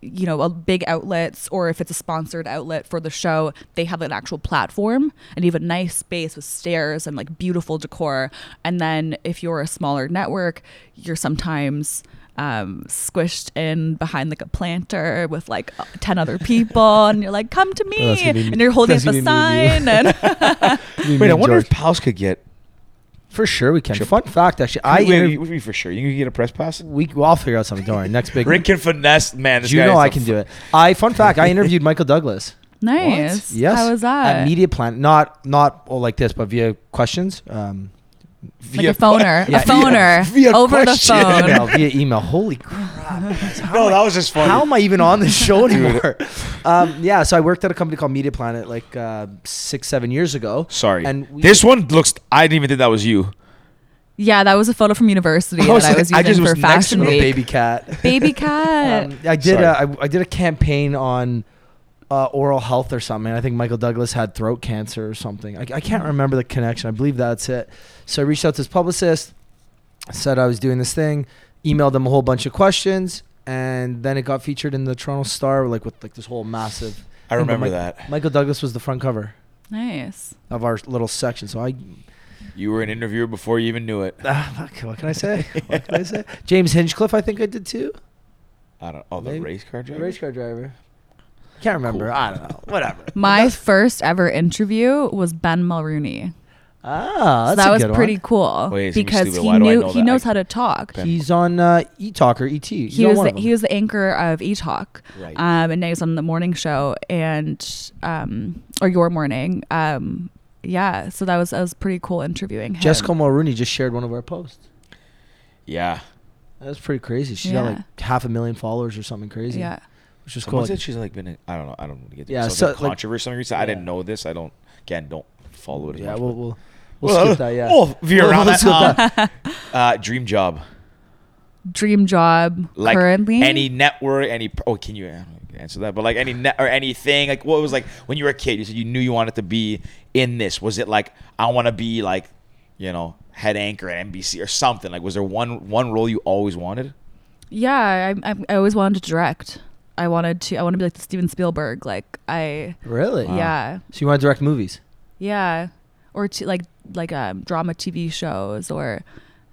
Speaker 5: you know, a big outlets or if it's a sponsored outlet for the show, they have an actual platform and you have a nice space with stairs and like beautiful decor. And then if you're a smaller network, you're sometimes um, squished in behind like a planter with like uh, ten other people, and you're like, "Come to me,"
Speaker 1: that's gonna be-
Speaker 5: and you're holding up
Speaker 1: that's
Speaker 5: a
Speaker 1: gonna be me
Speaker 5: sign. And
Speaker 2: Wait, I wonder if Pals could get.
Speaker 1: For sure, we can. Fun fact, actually, I
Speaker 2: I
Speaker 1: interv-
Speaker 2: would be for sure. You can get a press pass.
Speaker 1: we well, I'll figure out something. Don't worry. Next big.
Speaker 2: Rick can finesse, man. This
Speaker 1: you
Speaker 2: guy
Speaker 1: know
Speaker 2: is
Speaker 1: I
Speaker 2: a
Speaker 1: can
Speaker 2: f-
Speaker 1: do it. I fun fact, I interviewed Michael Douglas.
Speaker 5: nice.
Speaker 1: Yes.
Speaker 5: How was that?
Speaker 1: At Media Planet, not not all like this, but via questions. Um,
Speaker 5: like
Speaker 2: via-
Speaker 5: a phoner,
Speaker 1: Yeah,
Speaker 5: a
Speaker 2: via-
Speaker 5: phoner
Speaker 2: via
Speaker 5: over
Speaker 2: question.
Speaker 5: the phone.
Speaker 1: email, via email. Holy crap! guys, how
Speaker 2: No,
Speaker 1: am I-
Speaker 2: that was just funny.
Speaker 1: How am I even on this show anymore? um, yeah, so I worked at a company called Media Planet like uh, six, seven years ago.
Speaker 2: Sorry.
Speaker 1: And we-
Speaker 2: this one looks. I didn't even think that was you.
Speaker 5: Yeah, that was a photo from university
Speaker 2: I
Speaker 5: that
Speaker 2: was
Speaker 5: I was
Speaker 2: like- I
Speaker 5: using
Speaker 2: just was
Speaker 5: for
Speaker 2: next to
Speaker 5: fashion
Speaker 1: little
Speaker 5: week.
Speaker 2: Um,
Speaker 1: baby cat.
Speaker 5: Baby cat.
Speaker 1: Um, I did. A, I, I did a campaign on uh, oral health or something. I think Michael Douglas had throat cancer or something. I, I can't remember the connection. I believe that's it. So I reached out to his publicist, said I was doing this thing, emailed them a whole bunch of questions, and then it got featured in the Toronto Star, like with like this whole massive.
Speaker 2: I remember
Speaker 1: Mike-
Speaker 2: that.
Speaker 1: Michael Douglas was the front cover
Speaker 5: Nice.
Speaker 1: of our little section. So I,
Speaker 2: You were an interviewer before you even knew it.
Speaker 1: ah, fuck, what can I say? What can I say? James Hinchcliffe, I think I did too.
Speaker 2: I don't. Oh, the
Speaker 1: Maybe.
Speaker 2: race car driver.
Speaker 1: Race car driver. Can't remember.
Speaker 2: Cool.
Speaker 1: I don't know. Whatever.
Speaker 5: My first ever interview was Ben Mulrooney.
Speaker 2: Oh,
Speaker 1: Ah, that's
Speaker 5: So that
Speaker 1: a
Speaker 5: was
Speaker 1: good one.
Speaker 5: pretty cool
Speaker 2: Wait, is he
Speaker 5: because
Speaker 2: stupid?
Speaker 5: he
Speaker 2: Why do I
Speaker 5: knew
Speaker 2: know
Speaker 5: he
Speaker 2: that?
Speaker 5: knows
Speaker 2: I-
Speaker 5: how to talk.
Speaker 2: Ben.
Speaker 1: He's on uh, E Talk or ET. He's
Speaker 5: He
Speaker 1: on
Speaker 5: was
Speaker 1: one
Speaker 5: the,
Speaker 1: of them.
Speaker 5: he was the anchor of E Talk,
Speaker 2: Right.
Speaker 5: um, and now he's on the morning show and um, or your morning. Um, yeah, so that was that was pretty cool interviewing him.
Speaker 1: Jessica Mulrooney just shared one of our posts.
Speaker 2: yeah.
Speaker 1: That's pretty crazy. She's got
Speaker 5: Yeah.
Speaker 1: like half a million followers or something crazy.
Speaker 5: yeah,
Speaker 1: which is
Speaker 2: Cool.
Speaker 1: cool.
Speaker 2: Was it? She's like been. In, I don't know. I don't want to get
Speaker 1: Yeah,
Speaker 2: yeah, so,
Speaker 1: so, like-
Speaker 2: controversy. or something. I didn't
Speaker 1: Yeah.
Speaker 2: know this. I don't. Again, don't follow it. As
Speaker 1: yeah,
Speaker 2: much,
Speaker 1: we'll
Speaker 2: but-
Speaker 1: we'll, we'll skip that. Yeah,
Speaker 2: We'll veer
Speaker 1: We'll-
Speaker 2: around
Speaker 1: we'll
Speaker 2: that.
Speaker 1: skip
Speaker 2: Um,
Speaker 1: that.
Speaker 2: uh, dream job.
Speaker 5: dream job
Speaker 2: Like
Speaker 5: currently.
Speaker 2: any network, any. Oh, can you I don't answer that? But like any net or anything. Like what was like when you were a kid? You said you knew you wanted to be in this. Was it like I want to be like, you know, head anchor at NBC or something? Like was there one one role you always wanted?
Speaker 5: yeah, I, I I always wanted to direct. I wanted to I want to be like the Steven Spielberg. Like I
Speaker 1: really.
Speaker 2: Wow.
Speaker 5: yeah
Speaker 1: So you want to direct movies?
Speaker 5: yeah or t- like like um, drama TV shows or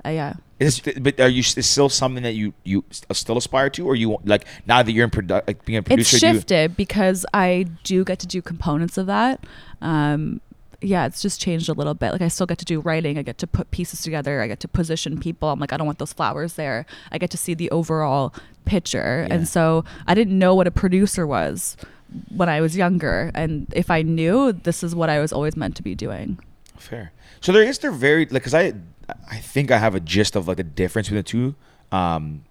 Speaker 5: uh, yeah.
Speaker 2: Is this, but are you is this still something that you you s- uh, still aspire to, or you like now that you're in produ- like being a
Speaker 5: it's
Speaker 2: producer? you-
Speaker 5: shifted because I do get to do components of that. Um, yeah, it's just changed a little bit. Like I still get to do writing. I get to put pieces together. I get to position people. I'm like, I don't want those flowers there. I get to see the overall picture.
Speaker 2: Yeah.
Speaker 5: And so I didn't know what a producer was when I was younger. And if I knew, this is what I was always meant to be doing.
Speaker 2: Fair. So there is there very like because I I think I have a gist of like the difference between the two, um,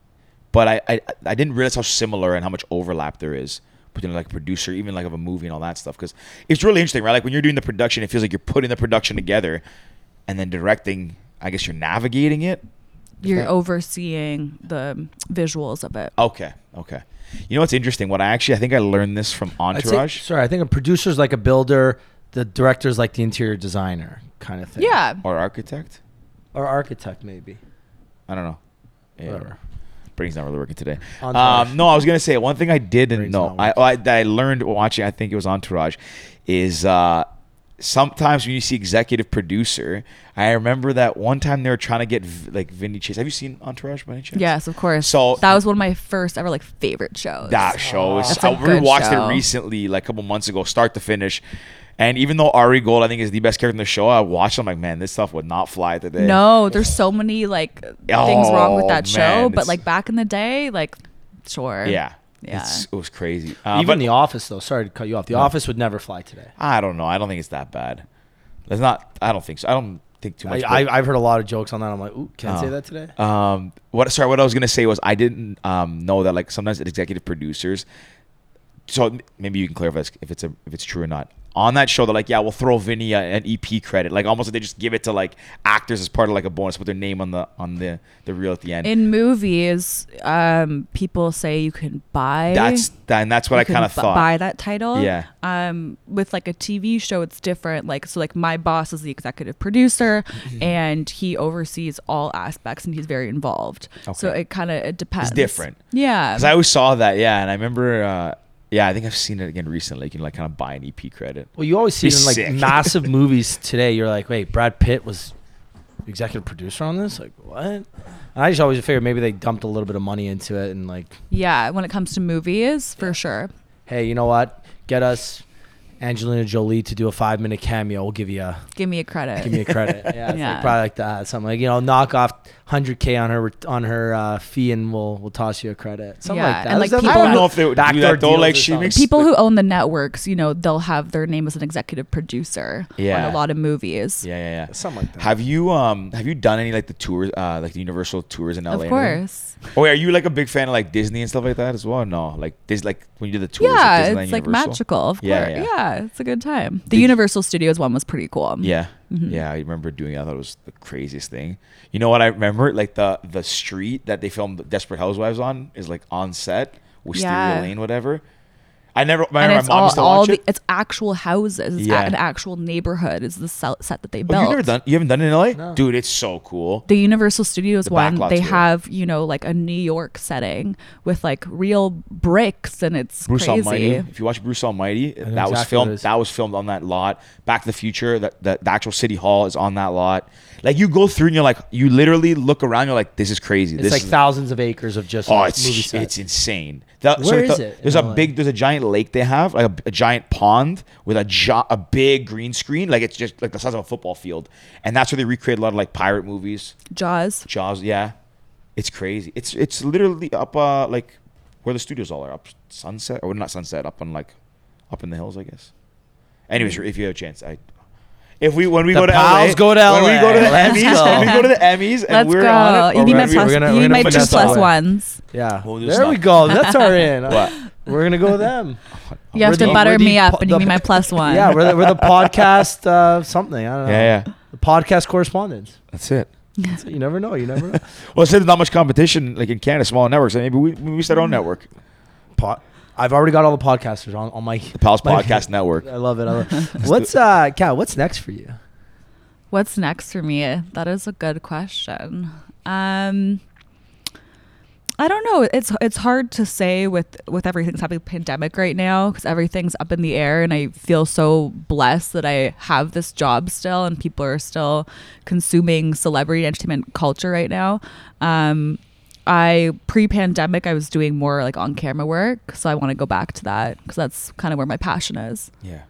Speaker 2: but I, I I didn't realize how similar and how much overlap there is between like producer even like of a movie and all that stuff because it's really interesting right like when you're doing the production it feels like you're putting the production together and then directing I guess you're navigating it
Speaker 5: You're
Speaker 2: Okay.
Speaker 5: overseeing the visuals of it.
Speaker 2: okay okay you know what's interesting what I actually I think I learned this from
Speaker 1: I'd say-
Speaker 2: Entourage
Speaker 1: sorry, I think a producer's like a builder. The director's like the interior designer kind of thing.
Speaker 5: Yeah.
Speaker 2: or architect
Speaker 1: Or architect maybe.
Speaker 2: I don't know. Yeah,
Speaker 1: Whatever.
Speaker 2: whatever. Brain's not really working today.
Speaker 1: Entourage.
Speaker 2: Um, no, I was gonna say one thing I didn't
Speaker 1: Brain's
Speaker 2: know.
Speaker 1: not
Speaker 2: I,
Speaker 1: working.
Speaker 2: I that I learned watching. I think it was Entourage. Is uh, sometimes when you see executive producer, I remember that one time they were trying to get v- like Vinny Chase. Have you seen Entourage by any chance?
Speaker 5: Yes, of course.
Speaker 2: So-
Speaker 5: that was one of my first ever like favorite shows.
Speaker 2: That show is.
Speaker 5: That's
Speaker 2: I
Speaker 5: a good
Speaker 2: rewatched
Speaker 5: show.
Speaker 2: it recently, like a couple months ago, start to finish. And even though Ari Gold, I think, is the best character in the show, I watched. it, I'm like, man, this stuff would not fly today.
Speaker 5: No, there's so many like things wrong
Speaker 2: Oh,
Speaker 5: with
Speaker 2: man,
Speaker 5: that show, but
Speaker 2: it's-
Speaker 5: like back in the day, like sure.
Speaker 2: Yeah.
Speaker 5: Yeah.
Speaker 2: It's- it was crazy. Uh, but-
Speaker 1: Even The Office though. Sorry to cut you off. The Office would never fly today.
Speaker 2: I don't know. I don't think it's that bad. That's not. I don't think so. I don't think too
Speaker 1: I,
Speaker 2: much.
Speaker 1: I, I've heard a lot of jokes on that. I'm like, ooh, can't
Speaker 2: Oh.
Speaker 1: say that today.
Speaker 2: but, um, what? Sorry, what I was gonna say was I didn't um, know that like sometimes executive producers. So m- maybe you can clarify this, if it's a, if it's true or not. On that show, they're like, yeah, we'll throw Vinny a- an EP credit, like almost like they just give it to like actors as part of like a bonus, put their name on the on the the reel at the end.
Speaker 5: In movies, um, people say you can buy.
Speaker 2: that's that, and that's what
Speaker 5: you
Speaker 2: I
Speaker 5: can
Speaker 2: kind of
Speaker 5: bu-
Speaker 2: thought.
Speaker 5: Buy that title.
Speaker 2: Yeah.
Speaker 5: Um, with like a TV show, it's different. Like so, like my boss is the executive producer,
Speaker 2: Mm-hmm.
Speaker 5: and he oversees all aspects, and he's very involved. So
Speaker 2: Okay.
Speaker 5: it kind of it depends.
Speaker 2: different.
Speaker 5: Yeah.
Speaker 2: Because I always saw that, yeah, and I remember, uh, yeah, I think I've seen it again recently. You can like kind of buy an EP credit.
Speaker 1: Well, you always see
Speaker 2: Be
Speaker 1: it in like
Speaker 2: sick.
Speaker 1: massive movies today. You're like, wait, Brad Pitt was executive producer on this? Like, what? And I just always figured maybe they dumped a little bit of money into it and like,
Speaker 5: yeah. When it comes to movies, for sure.
Speaker 1: hey, you know what? Get us Angelina Jolie to do a five minute cameo. We'll give you a
Speaker 5: Give me a credit.
Speaker 1: give me a credit. yeah, it's Like
Speaker 5: Yeah.
Speaker 1: probably like that. Something like you know, knock off hundred k on her on her uh, fee, and we'll we'll toss you a credit. Something
Speaker 5: Yeah,
Speaker 1: like that.
Speaker 5: and,
Speaker 1: There's
Speaker 5: like,
Speaker 1: definitely
Speaker 5: people- I don't know
Speaker 2: if they would do
Speaker 1: backdoor
Speaker 2: that, though,
Speaker 1: deals
Speaker 2: like,
Speaker 1: or
Speaker 2: she
Speaker 1: something.
Speaker 2: makes-
Speaker 5: people who own the networks, you know, they'll have their name as an executive producer
Speaker 2: Yeah.
Speaker 5: on a lot of movies.
Speaker 2: Yeah, yeah, yeah.
Speaker 1: something like that.
Speaker 2: Have you um have you done any like the tours uh like the Universal tours in LA?
Speaker 5: Of
Speaker 2: and everything?
Speaker 5: course.
Speaker 2: Oh, yeah, are you like a big fan of like Disney and stuff like that as well? No, like this like when you did the tours.
Speaker 5: yeah,
Speaker 2: at
Speaker 5: it's
Speaker 2: Disneyland
Speaker 5: like
Speaker 2: Universal?
Speaker 5: magical. Of
Speaker 2: Yeah,
Speaker 5: course.
Speaker 2: yeah.
Speaker 5: Yeah. it's a good time. The
Speaker 2: Did-
Speaker 5: Universal Studios one was pretty cool.
Speaker 2: Yeah,
Speaker 5: Mm-hmm.
Speaker 2: yeah, I remember doing. It. I thought it was the craziest thing. You know what I remember? Like the the street that they filmed Desperate Housewives on is like on set, Wisteria
Speaker 5: Yeah.
Speaker 2: Lane, whatever. I never. I
Speaker 5: and
Speaker 2: remember
Speaker 5: it's
Speaker 2: my mom
Speaker 5: all,
Speaker 2: used to
Speaker 5: all
Speaker 2: watch
Speaker 5: the
Speaker 2: it. Oh,
Speaker 5: it's actual houses. It's
Speaker 2: Yeah.
Speaker 5: a, an actual neighborhood. Is the sel- set that they
Speaker 2: Oh,
Speaker 5: built.
Speaker 2: you've never done. You haven't done it in LA, dude. It's so cool.
Speaker 5: the Universal Studios
Speaker 2: The
Speaker 5: one,
Speaker 2: backlots
Speaker 5: they
Speaker 2: were-
Speaker 5: have you know like a New York setting with like real bricks, and it's
Speaker 2: Bruce
Speaker 5: crazy.
Speaker 2: Almighty. If you watch Bruce Almighty, that was
Speaker 1: exactly what it
Speaker 2: filmed.
Speaker 1: is.
Speaker 2: That was filmed on that lot. Back to the Future. That, that the actual City Hall is on that lot. Like you go through and you're like, you literally look around. You're like, this is crazy.
Speaker 4: It's
Speaker 2: this
Speaker 4: like
Speaker 2: is,
Speaker 4: thousands of acres of just
Speaker 2: Oh,
Speaker 4: like,
Speaker 2: it's
Speaker 4: movie sets.
Speaker 2: it's insane. That,
Speaker 4: Where
Speaker 2: the-
Speaker 4: is it in
Speaker 2: There's a
Speaker 4: LA?
Speaker 2: big, there's a giant lake they have, like a, a giant pond with a jo- a big green screen, like it's just like the size of a football field, and that's where they recreate a lot of like pirate movies,
Speaker 5: Jaws.
Speaker 2: Jaws. Yeah, it's crazy. It's it's literally up uh like where the studios all are up Sunset or not Sunset up on like up in the hills, I guess. Anyways, if you have a chance, I. If we when we
Speaker 1: The
Speaker 2: go to
Speaker 1: pals
Speaker 2: LA,
Speaker 1: go to
Speaker 2: when we
Speaker 1: LA.
Speaker 2: go to the
Speaker 1: Let's
Speaker 2: Emmys,
Speaker 1: go.
Speaker 2: when we go to the Emmys, and
Speaker 5: Let's
Speaker 2: we're
Speaker 5: go.
Speaker 2: on it,
Speaker 5: You
Speaker 2: or
Speaker 5: need my
Speaker 2: we're-
Speaker 1: we're
Speaker 5: plus.
Speaker 1: gonna-
Speaker 5: you
Speaker 1: we're
Speaker 5: need
Speaker 1: gonna
Speaker 5: my two
Speaker 1: finesse
Speaker 5: plus
Speaker 1: all that.
Speaker 5: ones.
Speaker 1: Yeah.
Speaker 2: We'll do
Speaker 1: there
Speaker 2: stuff.
Speaker 1: we go. That's our in.
Speaker 2: Oh, What?
Speaker 1: We're gonna go with them.
Speaker 5: You have
Speaker 1: We're
Speaker 5: to
Speaker 1: the- we're
Speaker 5: butter
Speaker 1: the
Speaker 5: me
Speaker 1: po-
Speaker 5: up, and
Speaker 1: the-
Speaker 5: you need my plus one.
Speaker 1: Yeah, we're the, we're the podcast uh, something. I don't know.
Speaker 2: Yeah, yeah,
Speaker 1: The podcast correspondence.
Speaker 2: that's it.
Speaker 1: That's it. You never know. You never know.
Speaker 2: Well, since there's not much competition, like in Canada, small networks, maybe we we start our
Speaker 1: Hmm.
Speaker 2: own network,
Speaker 1: Pod, I've already got all the podcasters on, on my.
Speaker 2: the Palace
Speaker 1: my-
Speaker 2: Podcast Network.
Speaker 1: I love it. I love it. What's uh, Kat, What's next for you?
Speaker 5: What's next for me? That is a good question. Um, I don't know. It's it's hard to say with with everything that's happening with the pandemic right now because everything's up in the air, and I feel so blessed that I have this job still, and people are still consuming celebrity entertainment culture right now. Um, I pre-pandemic I was doing more like on camera work, so I want to go back to that because that's kind of where my passion is.
Speaker 2: Yeah,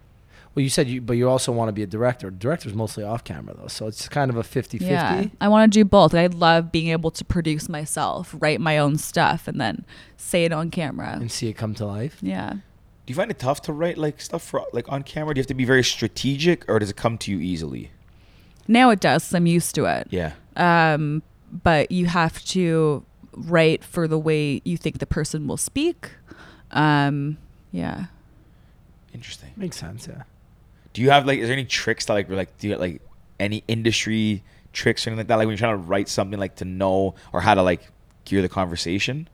Speaker 1: Well, you said you, but you also want to be a director. Director's mostly off camera though, so it's kind of a 50-50.
Speaker 5: Yeah, I want to do both. I love being able to produce myself, write my own stuff, and then say it on camera.
Speaker 1: and see it come to life.
Speaker 5: Yeah.
Speaker 2: do you find it tough to write like stuff for like on camera? Do you have to be very strategic, or does it come to you easily?
Speaker 5: Now it does. 'cause I'm used to it.
Speaker 2: Yeah,
Speaker 5: Um, but you have to write for the way you think the person will speak. Um, yeah.
Speaker 2: interesting.
Speaker 1: Makes sense. Yeah.
Speaker 2: Do you have like is there any tricks that like were, like do you like any industry tricks or anything like that? Like when you're trying to write something, like to know or how to like gear the conversation,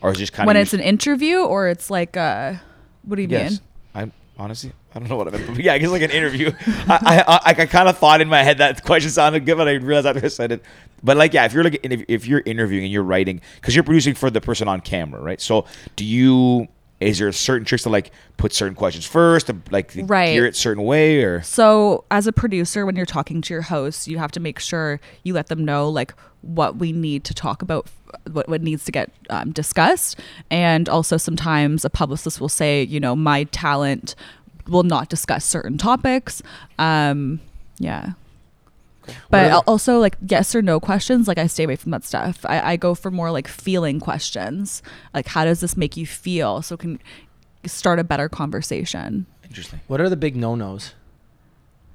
Speaker 2: or is it just kind
Speaker 5: when
Speaker 2: of
Speaker 5: it's an interview or it's like a, what do you mean?
Speaker 2: I'm honestly, I don't know what I meant. But yeah, I guess like an interview. I I, I, I kind of thought in my head that question sounded good, but I realized after I said it. But like, yeah, if you're like if, if you're interviewing and you're writing, because you're producing for the person on camera, right? So do you? Is there certain tricks to like put certain questions first, to like
Speaker 5: Right.
Speaker 2: gear it certain way, or
Speaker 5: So, as a producer, when you're talking to your hosts, you have to make sure you let them know like what we need to talk about, what, what needs to get um, discussed, and also sometimes a publicist will say, you know, my talent will not discuss certain topics. Um, yeah. But al- also like yes or no questions, like I stay away from that stuff. I, I go for more like feeling questions, like how does this make you feel, so it can start a better conversation
Speaker 2: interesting?
Speaker 1: What are the big no-nos?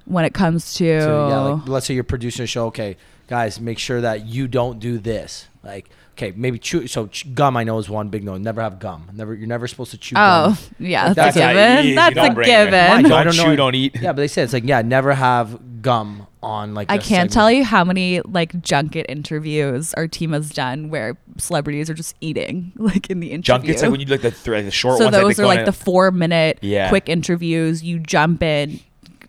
Speaker 5: when it comes to,
Speaker 1: So, yeah, like, let's say you're producing a show. Okay, guys, make sure that you don't do this. Like, okay, maybe chew. So ch- gum, I know is one big no. Never have gum. Never. You're never supposed to chew.
Speaker 5: Oh,
Speaker 1: gum.
Speaker 5: yeah,
Speaker 1: Like,
Speaker 5: that's,
Speaker 1: that's
Speaker 5: a
Speaker 1: how
Speaker 5: given.
Speaker 2: you- you
Speaker 5: that's
Speaker 2: don't
Speaker 5: a
Speaker 2: bring it. Mine
Speaker 5: given.
Speaker 1: Mind you, I
Speaker 2: Don't
Speaker 1: know
Speaker 2: chew,
Speaker 1: it-
Speaker 2: don't eat.
Speaker 1: Yeah, but they say it's like yeah, never have gum on like.
Speaker 5: I
Speaker 1: a
Speaker 5: can't
Speaker 1: segment.
Speaker 5: tell you how many like junket interviews our team has done where celebrities are just eating like in the interview.
Speaker 2: Junkets like when you do, like the, th- like, the short
Speaker 5: so
Speaker 2: ones.
Speaker 5: those
Speaker 2: they
Speaker 5: are
Speaker 2: go
Speaker 5: like
Speaker 2: in-
Speaker 5: the four minute
Speaker 2: Yeah.
Speaker 5: quick interviews. You jump in,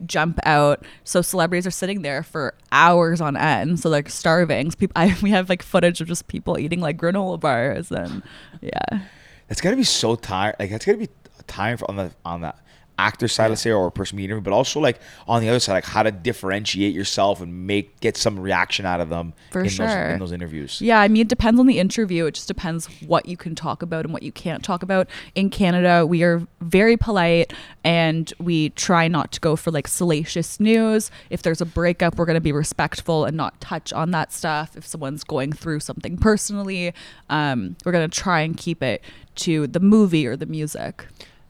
Speaker 5: jump out. So celebrities are sitting there for hours on end. So like starving. So people, I, we have like footage of just people eating like granola bars and yeah.
Speaker 2: That's gotta be so tired. Like that's gotta be tiring for, on the on the actor side, let's say, or a person being interviewed, but also like on the other side, like how to differentiate yourself and make get some reaction out of them
Speaker 5: For
Speaker 2: in those
Speaker 5: sure.
Speaker 2: in those interviews.
Speaker 5: Yeah, I mean, it depends on the interview. It just depends what you can talk about and what you can't talk about. In Canada, we are very polite and we try not to go for like salacious news. If there's a breakup, we're going to be respectful and not touch on that stuff. If someone's going through something personally, um, we're going to try and keep it to the movie or the music.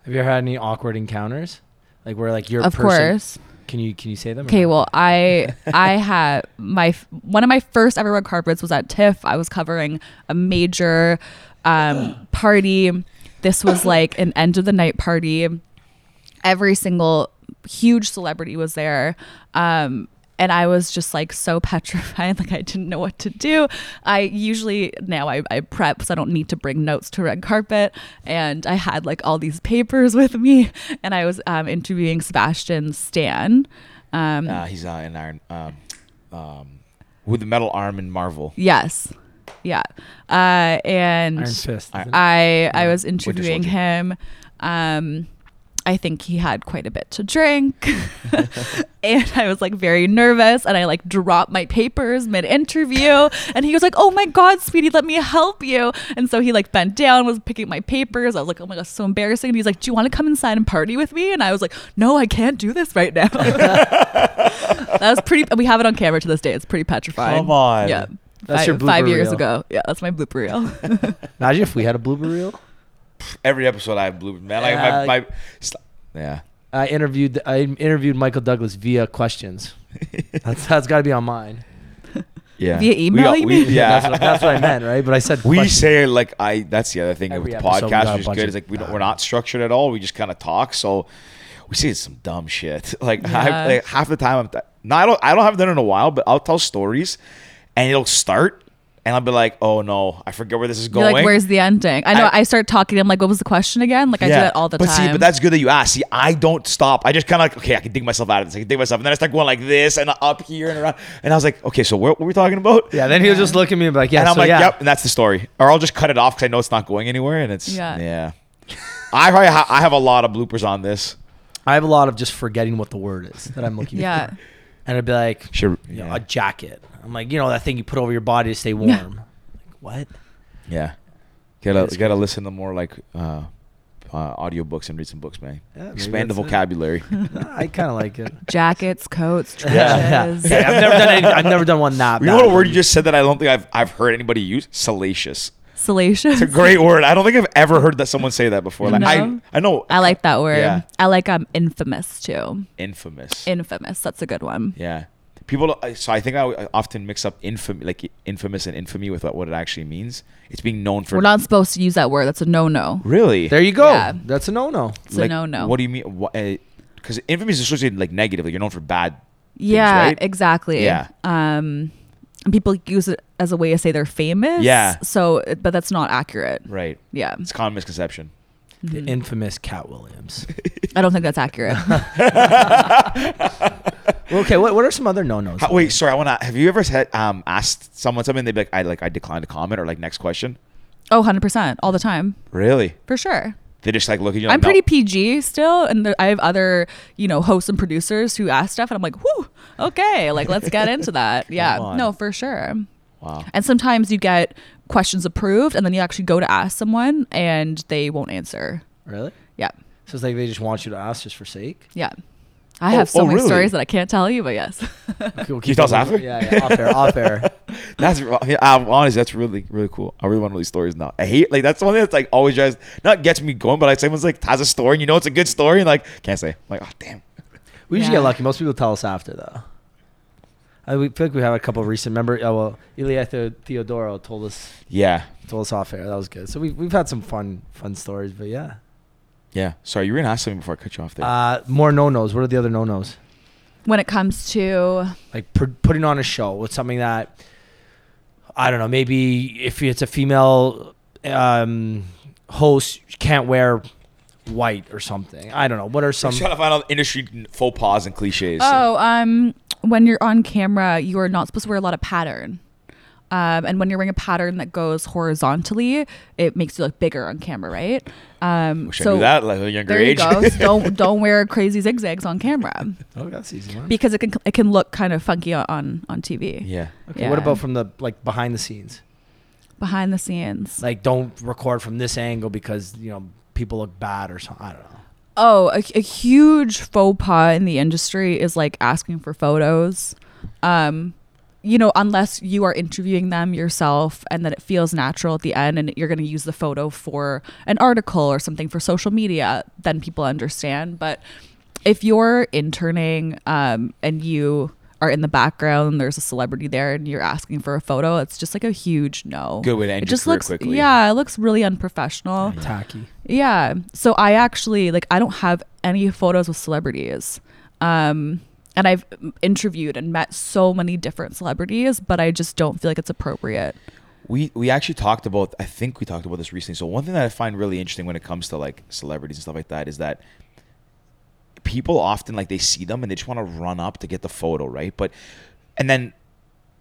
Speaker 1: Have you ever had any awkward encounters? Like where like your
Speaker 5: Of
Speaker 1: person,
Speaker 5: course.
Speaker 1: Can you can you say them? or
Speaker 5: Okay,
Speaker 1: no?
Speaker 5: well, I I had my f- one of my first ever red carpets was at TIFF. I was covering a major um, party. This was like an end of the night party. Every single huge celebrity was there, um, And I was just like so petrified, like I didn't know what to do. I usually now I, I prep, so I don't need to bring notes to a red carpet. And I had like all these papers with me, and I was um, interviewing Sebastian Stan. Um,
Speaker 2: Uh, he's uh, an iron um, um, with the metal arm in Marvel.
Speaker 5: Yes, yeah. Uh, and
Speaker 6: Iron Fist.
Speaker 2: I-
Speaker 6: isn't it?
Speaker 5: I I was interviewing
Speaker 2: Soldier.
Speaker 5: him. Um, I think he had quite a bit to drink, and I was like very nervous, and I like dropped my papers mid interview, and he was like, "Oh my God, sweetie, let me help you." And so he like bent down, was picking my papers. I was like, "Oh my God, so embarrassing." And he's like, "Do you want to come inside and party with me?" And I was like, "No, I can't do this right now." that was pretty. We have it on camera to this day. It's pretty petrifying.
Speaker 2: Come on.
Speaker 5: Yeah.
Speaker 1: That's
Speaker 5: five,
Speaker 1: your
Speaker 5: five
Speaker 1: blooper
Speaker 5: years
Speaker 1: reel.
Speaker 5: ago. Yeah, that's my blooper reel.
Speaker 1: Imagine if we had a blooper reel.
Speaker 2: Every episode I have blue man. Like
Speaker 1: Uh,
Speaker 2: my, my st- yeah.
Speaker 1: I interviewed I interviewed Michael Douglas via questions. That's that's got to be on mine.
Speaker 2: Yeah.
Speaker 5: Via email,
Speaker 2: got-
Speaker 5: you mean?
Speaker 2: yeah.
Speaker 1: that's, what, that's what I meant, right? But I said
Speaker 2: We
Speaker 1: questions.
Speaker 2: say like I. That's the other thing with
Speaker 1: Every
Speaker 2: the
Speaker 1: episode we got a
Speaker 2: podcast, which is
Speaker 1: bunch
Speaker 2: good.
Speaker 1: of-
Speaker 2: Is like we don't, we're not structured at all. We just kind of talk. So we say some dumb shit. Like, I,
Speaker 5: Yeah.
Speaker 2: like half the time, I'm th- no, I don't. I don't have done it in a while, but I'll tell stories, and it'll start, and I'll be like, oh no, I forget where this is
Speaker 5: You're
Speaker 2: going.
Speaker 5: like, where's the ending? I know.
Speaker 2: I-
Speaker 5: I, start talking. I'm like, what was the question again? Like, I do that all the
Speaker 2: but
Speaker 5: time.
Speaker 2: see, but that's good that you asked. See, I don't stop. I just kind of like, okay, I can dig myself out of this. I can dig myself, and then I start going like this and up here and around. And I was like, okay, so what were we talking about?
Speaker 1: Yeah, then he'll just look at me and be like, "Yeah,
Speaker 2: and I'm
Speaker 1: so
Speaker 2: like,
Speaker 1: yeah."
Speaker 2: yep, and that's the story. Or I'll just cut it off because I know it's not going anywhere, and it's yeah.
Speaker 5: Yeah.
Speaker 2: I probably ha- I have a lot of bloopers on this.
Speaker 1: I have a lot of just forgetting what the word is that I'm looking
Speaker 5: yeah.
Speaker 1: for, and I'd be like,
Speaker 2: Sure,
Speaker 1: you know,
Speaker 2: yeah,
Speaker 1: a jacket. I'm like, you know, that thing you put over your body to stay warm. like, what?
Speaker 2: yeah. Gotta
Speaker 1: That's
Speaker 2: gotta listen to more like uh, uh, audiobooks and read some books, man.
Speaker 1: Yeah, maybe
Speaker 2: Expand the
Speaker 1: that's it.
Speaker 2: vocabulary.
Speaker 1: I kind of like it.
Speaker 5: Jackets, coats,
Speaker 1: Yeah.
Speaker 5: trenches.
Speaker 1: Yeah, I've never done any, I've never done one that.
Speaker 2: you know what
Speaker 1: bad.
Speaker 2: a word you just said that I don't think I've I've heard anybody use? Salacious.
Speaker 5: Salacious.
Speaker 2: It's a great word. I don't think I've ever heard that someone say that before. Like
Speaker 5: No.
Speaker 2: I I know
Speaker 5: I like that word.
Speaker 2: Yeah.
Speaker 5: I like um infamous too.
Speaker 2: infamous.
Speaker 5: Infamous. That's a good one.
Speaker 2: yeah. People don't- I- so I think I I often mix up infamy like infamous and infamy with what it actually means. It's being known for
Speaker 5: We're not supposed to use that word. That's a no no.
Speaker 2: Really?
Speaker 1: There you go.
Speaker 5: Yeah.
Speaker 1: That's a no-no.
Speaker 5: It's a no no.
Speaker 2: What do you mean? Because infamy is associated like negatively. You're known for bad.
Speaker 5: Yeah,
Speaker 2: right?
Speaker 5: exactly.
Speaker 2: Yeah.
Speaker 5: Um, and people use it as a way to say they're famous.
Speaker 2: Yeah.
Speaker 5: So, but that's not accurate.
Speaker 2: Right.
Speaker 5: Yeah.
Speaker 2: It's a common misconception.
Speaker 5: Mm-hmm.
Speaker 1: The infamous Cat Williams.
Speaker 5: I don't think that's accurate.
Speaker 1: Well, okay, what, what are some other no-nos?
Speaker 2: How- wait, sorry. I want to. Have you ever said, um, asked someone something? They'd be like, I like, I declined to comment, or like, next question.
Speaker 5: oh, 100% all the time.
Speaker 2: Really?
Speaker 5: For sure.
Speaker 2: They just like look at you.
Speaker 5: I'm
Speaker 2: like, no.
Speaker 5: pretty PG still, and there, I have other you know hosts and producers who ask stuff, and I'm like, whoo, okay, like let's get into that. Yeah,
Speaker 2: on.
Speaker 5: no, for sure.
Speaker 2: Wow.
Speaker 5: And sometimes you get questions approved, and then you actually go to ask someone, and they won't answer.
Speaker 1: Really?
Speaker 5: Yeah,
Speaker 1: So it's like they just want you to ask just for sake?
Speaker 5: yeah. I
Speaker 2: Oh,
Speaker 5: have so
Speaker 2: oh,
Speaker 5: many
Speaker 2: really?
Speaker 5: stories that I can't tell you, but yes.
Speaker 1: Okay, we'll
Speaker 2: Can you
Speaker 1: keep
Speaker 2: tell us
Speaker 1: it-
Speaker 2: after?
Speaker 1: Yeah, yeah, off air, off air.
Speaker 2: That's yeah, I'm honest. That's really really cool. I really want to these stories now. I hate like that's the one thing that's like always just not gets me going, but like someone's like has a story and you know it's a good story and like can't say. I'm like oh damn.
Speaker 1: We usually
Speaker 5: Yeah.
Speaker 1: get lucky. Most people tell us after, though. I we feel like we have a couple of recent. Remember, oh, well, Ilya Theo- Theodoro told us
Speaker 2: Yeah.
Speaker 1: told us off air. That was good. So we've we've had some fun fun stories, but yeah.
Speaker 2: Yeah. Sorry, you were gonna ask something before I cut you off there.
Speaker 1: Uh, more no nos. What are the other no nos?
Speaker 5: when it comes to
Speaker 1: Like pr- putting on a show. What's something that I don't know. Maybe if it's a female um, host, you can't wear white or something. I don't know. What are some?
Speaker 2: I'm trying to find out industry faux pas and cliches.
Speaker 5: oh, um, when you're on camera, you are not supposed to wear a lot of pattern. Um, and when you're wearing a pattern that goes horizontally, it makes you look bigger on camera, right? Um,
Speaker 2: Wish I knew that at a younger
Speaker 5: There
Speaker 2: age.
Speaker 5: you go. So don't don't wear crazy zigzags on camera
Speaker 1: Oh, that's an easy. One.
Speaker 5: because it can it can look kind of funky on on TV.
Speaker 2: yeah.
Speaker 1: Okay,
Speaker 5: Yeah.
Speaker 1: What about from the like behind the scenes?
Speaker 5: Behind the scenes.
Speaker 1: Like, don't record from this angle because you know people look bad or something. I don't know.
Speaker 5: Oh, a, a huge faux pas in the industry is like asking for photos. Um, you know, unless you are interviewing them yourself and that it feels natural at the end and you're going to use the photo for an article or something for social media, then people understand. But if you're interning um, and you are in the background and there's a celebrity there and you're asking for a photo, it's just like a huge no.
Speaker 2: Good way to end
Speaker 5: It
Speaker 2: your
Speaker 5: just
Speaker 2: career
Speaker 5: looks,
Speaker 2: quickly.
Speaker 5: yeah, it looks really unprofessional.
Speaker 1: Tacky.
Speaker 5: Yeah. So I actually like I don't have any photos with celebrities. Um and I've interviewed and met so many different celebrities, but I just don't feel like it's appropriate.
Speaker 2: we we actually talked about i think we talked about this recently so one thing that i find really interesting when it comes to like celebrities and stuff like that is that people often like they see them and they just want to run up to get the photo right but and then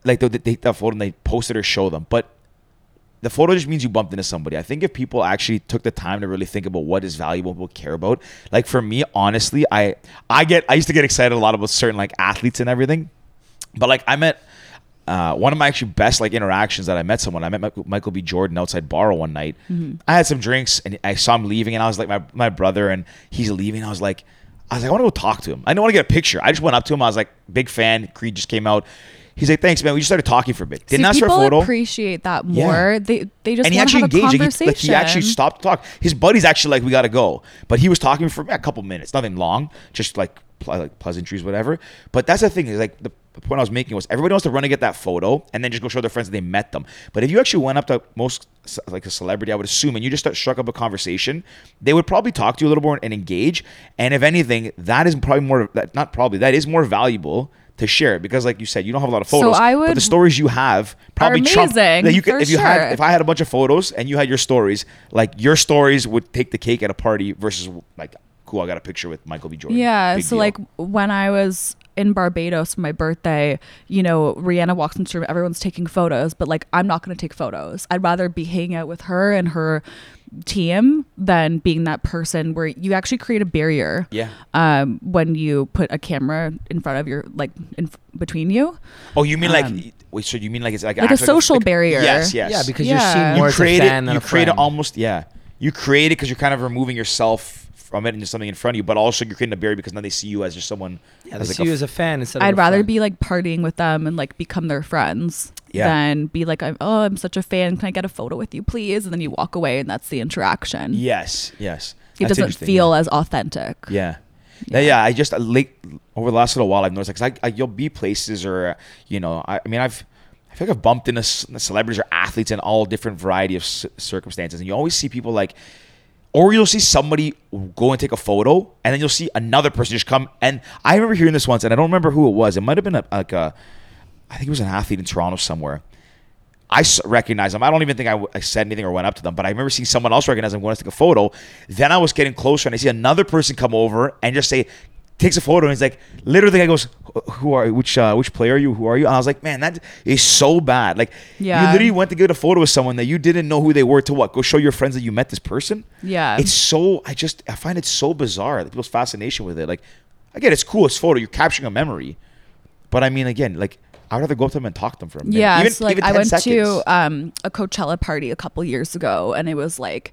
Speaker 2: like they'll take that photo and they post it or show them but the photo just means you bumped into somebody. I think if people actually took the time to really think about what is valuable, people care about. Like for me, honestly, I I get I used to get excited a lot about certain like athletes and everything, but like I met uh, one of my actually best like interactions that I met someone. I met Michael- Michael B. Jordan outside Barrow one night.
Speaker 5: Mm-hmm.
Speaker 2: I had some drinks and I saw him leaving, and I was like my my brother, and he's leaving. I was like. I was like, I want to go talk to him. I didn't want to get a picture. I just went up to him. I was like, big fan. Creed just came out. He's like, thanks, man. We just started talking for a bit. Did
Speaker 5: See,
Speaker 2: not start
Speaker 5: people
Speaker 2: photo
Speaker 5: appreciate that
Speaker 2: Yeah.
Speaker 5: more. They they just
Speaker 2: and he
Speaker 5: want to
Speaker 2: actually
Speaker 5: have a
Speaker 2: engaged. Like he,
Speaker 5: conversation.
Speaker 2: like, he actually stopped to talk. His buddy's actually like, "We gotta go," but he was talking for a couple minutes, nothing long, just like pl- like pleasantries, whatever. But that's the thing is like the the point I was making was everybody wants to run and get that photo and then just go show their friends that they met them. But if you actually went up to most ce- like a celebrity, I would assume, and you just start, struck up a conversation, they would probably talk to you a little more and engage. And if anything, that is probably more that not probably that is more valuable. To share because, like you said, you don't have a lot of
Speaker 5: So
Speaker 2: photos.
Speaker 5: I
Speaker 2: but the
Speaker 5: would-
Speaker 2: stories you have probably trump
Speaker 5: amazing,
Speaker 2: that you could
Speaker 5: for
Speaker 2: if you had
Speaker 5: sure.
Speaker 2: if I had a bunch of photos and you had your stories, like your stories would take the cake at a party versus like, cool, I got a picture with Michael B. Jordan.
Speaker 5: Yeah.
Speaker 2: Big
Speaker 5: so
Speaker 2: deal.
Speaker 5: like when I was in Barbados for my birthday, you know, Rihanna walks into the room, everyone's taking photos, but like I'm not gonna take photos. I'd rather be hanging out with her and her team than being that person where you actually create a barrier.
Speaker 2: yeah.
Speaker 5: Um, when you put a camera in front of your like in f- between you,
Speaker 2: Oh, you mean like?
Speaker 5: um,
Speaker 2: wait, so you mean like it's like
Speaker 5: like a
Speaker 2: actually
Speaker 5: social barrier.
Speaker 2: Yes, yes.
Speaker 1: Yeah, because
Speaker 5: Yeah.
Speaker 1: you're seen more
Speaker 5: You
Speaker 2: you
Speaker 1: as a
Speaker 2: create
Speaker 1: fan
Speaker 2: it.
Speaker 1: than
Speaker 2: You
Speaker 1: a
Speaker 2: create
Speaker 1: friend.
Speaker 2: it almost. Yeah, you create it because you're kind of removing yourself from it into something in front of you, but also you're creating a barrier because now they see you as just someone.
Speaker 1: yeah, they
Speaker 2: as like
Speaker 1: see you as a fan instead. of
Speaker 5: I'd
Speaker 1: a
Speaker 5: rather
Speaker 1: friend.
Speaker 5: be like partying with them and like become their friends
Speaker 2: Yeah.
Speaker 5: than be like, I'm, oh, I'm such a fan. Can I get a photo with you, please? And then you walk away and that's the interaction.
Speaker 2: yes, yes.
Speaker 5: It
Speaker 2: That's
Speaker 5: doesn't
Speaker 2: interesting,
Speaker 5: feel
Speaker 2: yeah.
Speaker 5: as authentic.
Speaker 2: Yeah. Yeah. yeah, I just uh, late over the last little while I've noticed because I, I you'll be places or uh, you know I, I mean I've I feel like I've bumped into c- celebrities or athletes in all different variety of c- circumstances and you always see people like or you'll see somebody go and take a photo and then you'll see another person just come and I remember hearing this once and I don't remember who it was it might have been a, like a I think it was an athlete in Toronto somewhere I s- recognized them. I don't even think I, w- I said anything or went up to them, but I remember seeing someone else recognize them, going to take a photo. Then I was getting closer and I see another person come over and just say, takes a photo and he's like, literally, I goes, "Wh- who are which uh, which player are you? Who are you? And I was like, man, that is so bad. Like, you
Speaker 5: Yeah.
Speaker 2: literally went to get a photo with someone that you didn't know who they were to what? Go show your friends that you met this person.
Speaker 5: Yeah.
Speaker 2: it's so I just I find it so bizarre that people's fascination with it. Like, again, it's cool. It's photo. You're capturing a memory, but I mean, again, like. I'd rather go up to them and talk to them for a minute.
Speaker 5: Yeah,
Speaker 2: Even-
Speaker 5: so like
Speaker 2: even
Speaker 5: I
Speaker 2: 10
Speaker 5: went
Speaker 2: seconds.
Speaker 5: to um, a Coachella party a couple years ago, and it was like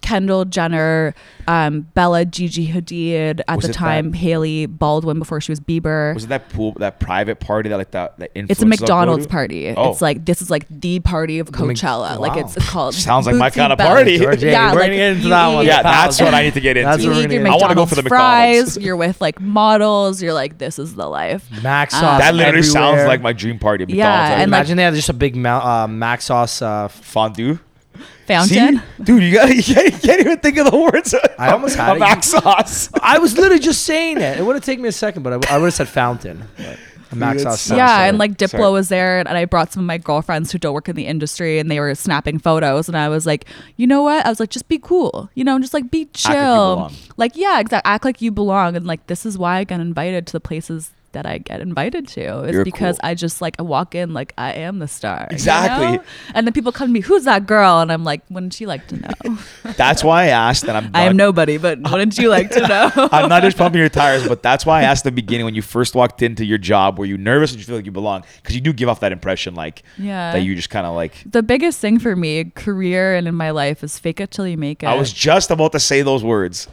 Speaker 5: Kendall Jenner, um, Bella, Gigi Hadid at
Speaker 2: Was
Speaker 5: the
Speaker 2: it
Speaker 5: time,
Speaker 2: that-
Speaker 5: Haley Baldwin before she was Bieber.
Speaker 2: Was it that pool, that private party that like that? that
Speaker 5: it's
Speaker 2: influencers all
Speaker 5: a
Speaker 2: go
Speaker 5: McDonald's
Speaker 2: to?
Speaker 5: party.
Speaker 2: Oh.
Speaker 5: It's like this is like the party of
Speaker 1: Mc-
Speaker 5: Coachella. Like it's
Speaker 1: Wow.
Speaker 5: called
Speaker 2: Sounds like my
Speaker 5: Bootsy
Speaker 2: kinda
Speaker 5: Bell-
Speaker 2: party.
Speaker 1: Georgia,
Speaker 5: Yeah,
Speaker 1: we're
Speaker 5: like
Speaker 1: gonna get into
Speaker 5: you
Speaker 1: that one.
Speaker 5: eat-
Speaker 2: yeah, that's what I need to get into.
Speaker 1: That's
Speaker 5: You
Speaker 1: what we're
Speaker 5: eat
Speaker 1: gonna
Speaker 5: your
Speaker 1: get into.
Speaker 2: I want to go
Speaker 5: McDonald's
Speaker 2: for the McDonald's.
Speaker 5: fries. You're with like models. You're like, this is the life.
Speaker 1: Max
Speaker 5: Um,
Speaker 1: sauce.
Speaker 2: That literally sounds
Speaker 1: everywhere.
Speaker 2: like my dream party. At
Speaker 5: Yeah,
Speaker 2: McDonald's.
Speaker 5: and, like-
Speaker 1: Imagine they have just a big ma- uh, Mac sauce. Uh, f-
Speaker 2: fondue.
Speaker 5: Fountain.
Speaker 2: See? dude, you gotta you can't, you can't even think of the words.
Speaker 1: I almost had
Speaker 2: a
Speaker 1: it.
Speaker 2: mac sauce.
Speaker 1: I was literally just saying it. It would have taken me a second, but I, would have said fountain. But a Mac
Speaker 2: Dude,
Speaker 1: sauce.
Speaker 2: it's-
Speaker 1: sounds
Speaker 5: yeah,
Speaker 1: so-
Speaker 5: and like Diplo
Speaker 2: Sorry.
Speaker 5: was there, and, and I brought some of my girlfriends who don't work in the industry, and they were snapping photos, and I was like, you know what? I was like, just be cool, you know, just like be
Speaker 2: like you
Speaker 5: chill,
Speaker 2: belong.
Speaker 5: like yeah, exactly, act like you belong, and like this is why I got invited to the places that I get invited to is
Speaker 2: You're
Speaker 5: because
Speaker 2: cool.
Speaker 5: I just like I walk in like I am the star, you
Speaker 2: Exactly.
Speaker 5: know? And then people come to me, who's that girl? And I'm like, wouldn't you like to know?
Speaker 2: That's why I asked, and I'm.
Speaker 5: I am
Speaker 2: not-
Speaker 5: nobody, but wouldn't you like to know?
Speaker 2: I'm not just pumping your tires, but that's why I asked at the beginning when you first walked into your job, were you nervous? Did you feel like you belong? Because you do give off that impression, like
Speaker 5: Yeah.
Speaker 2: that you just kind of like
Speaker 5: the biggest thing for me, career and in my life, is fake it till you make it.
Speaker 2: I was just about to say those words.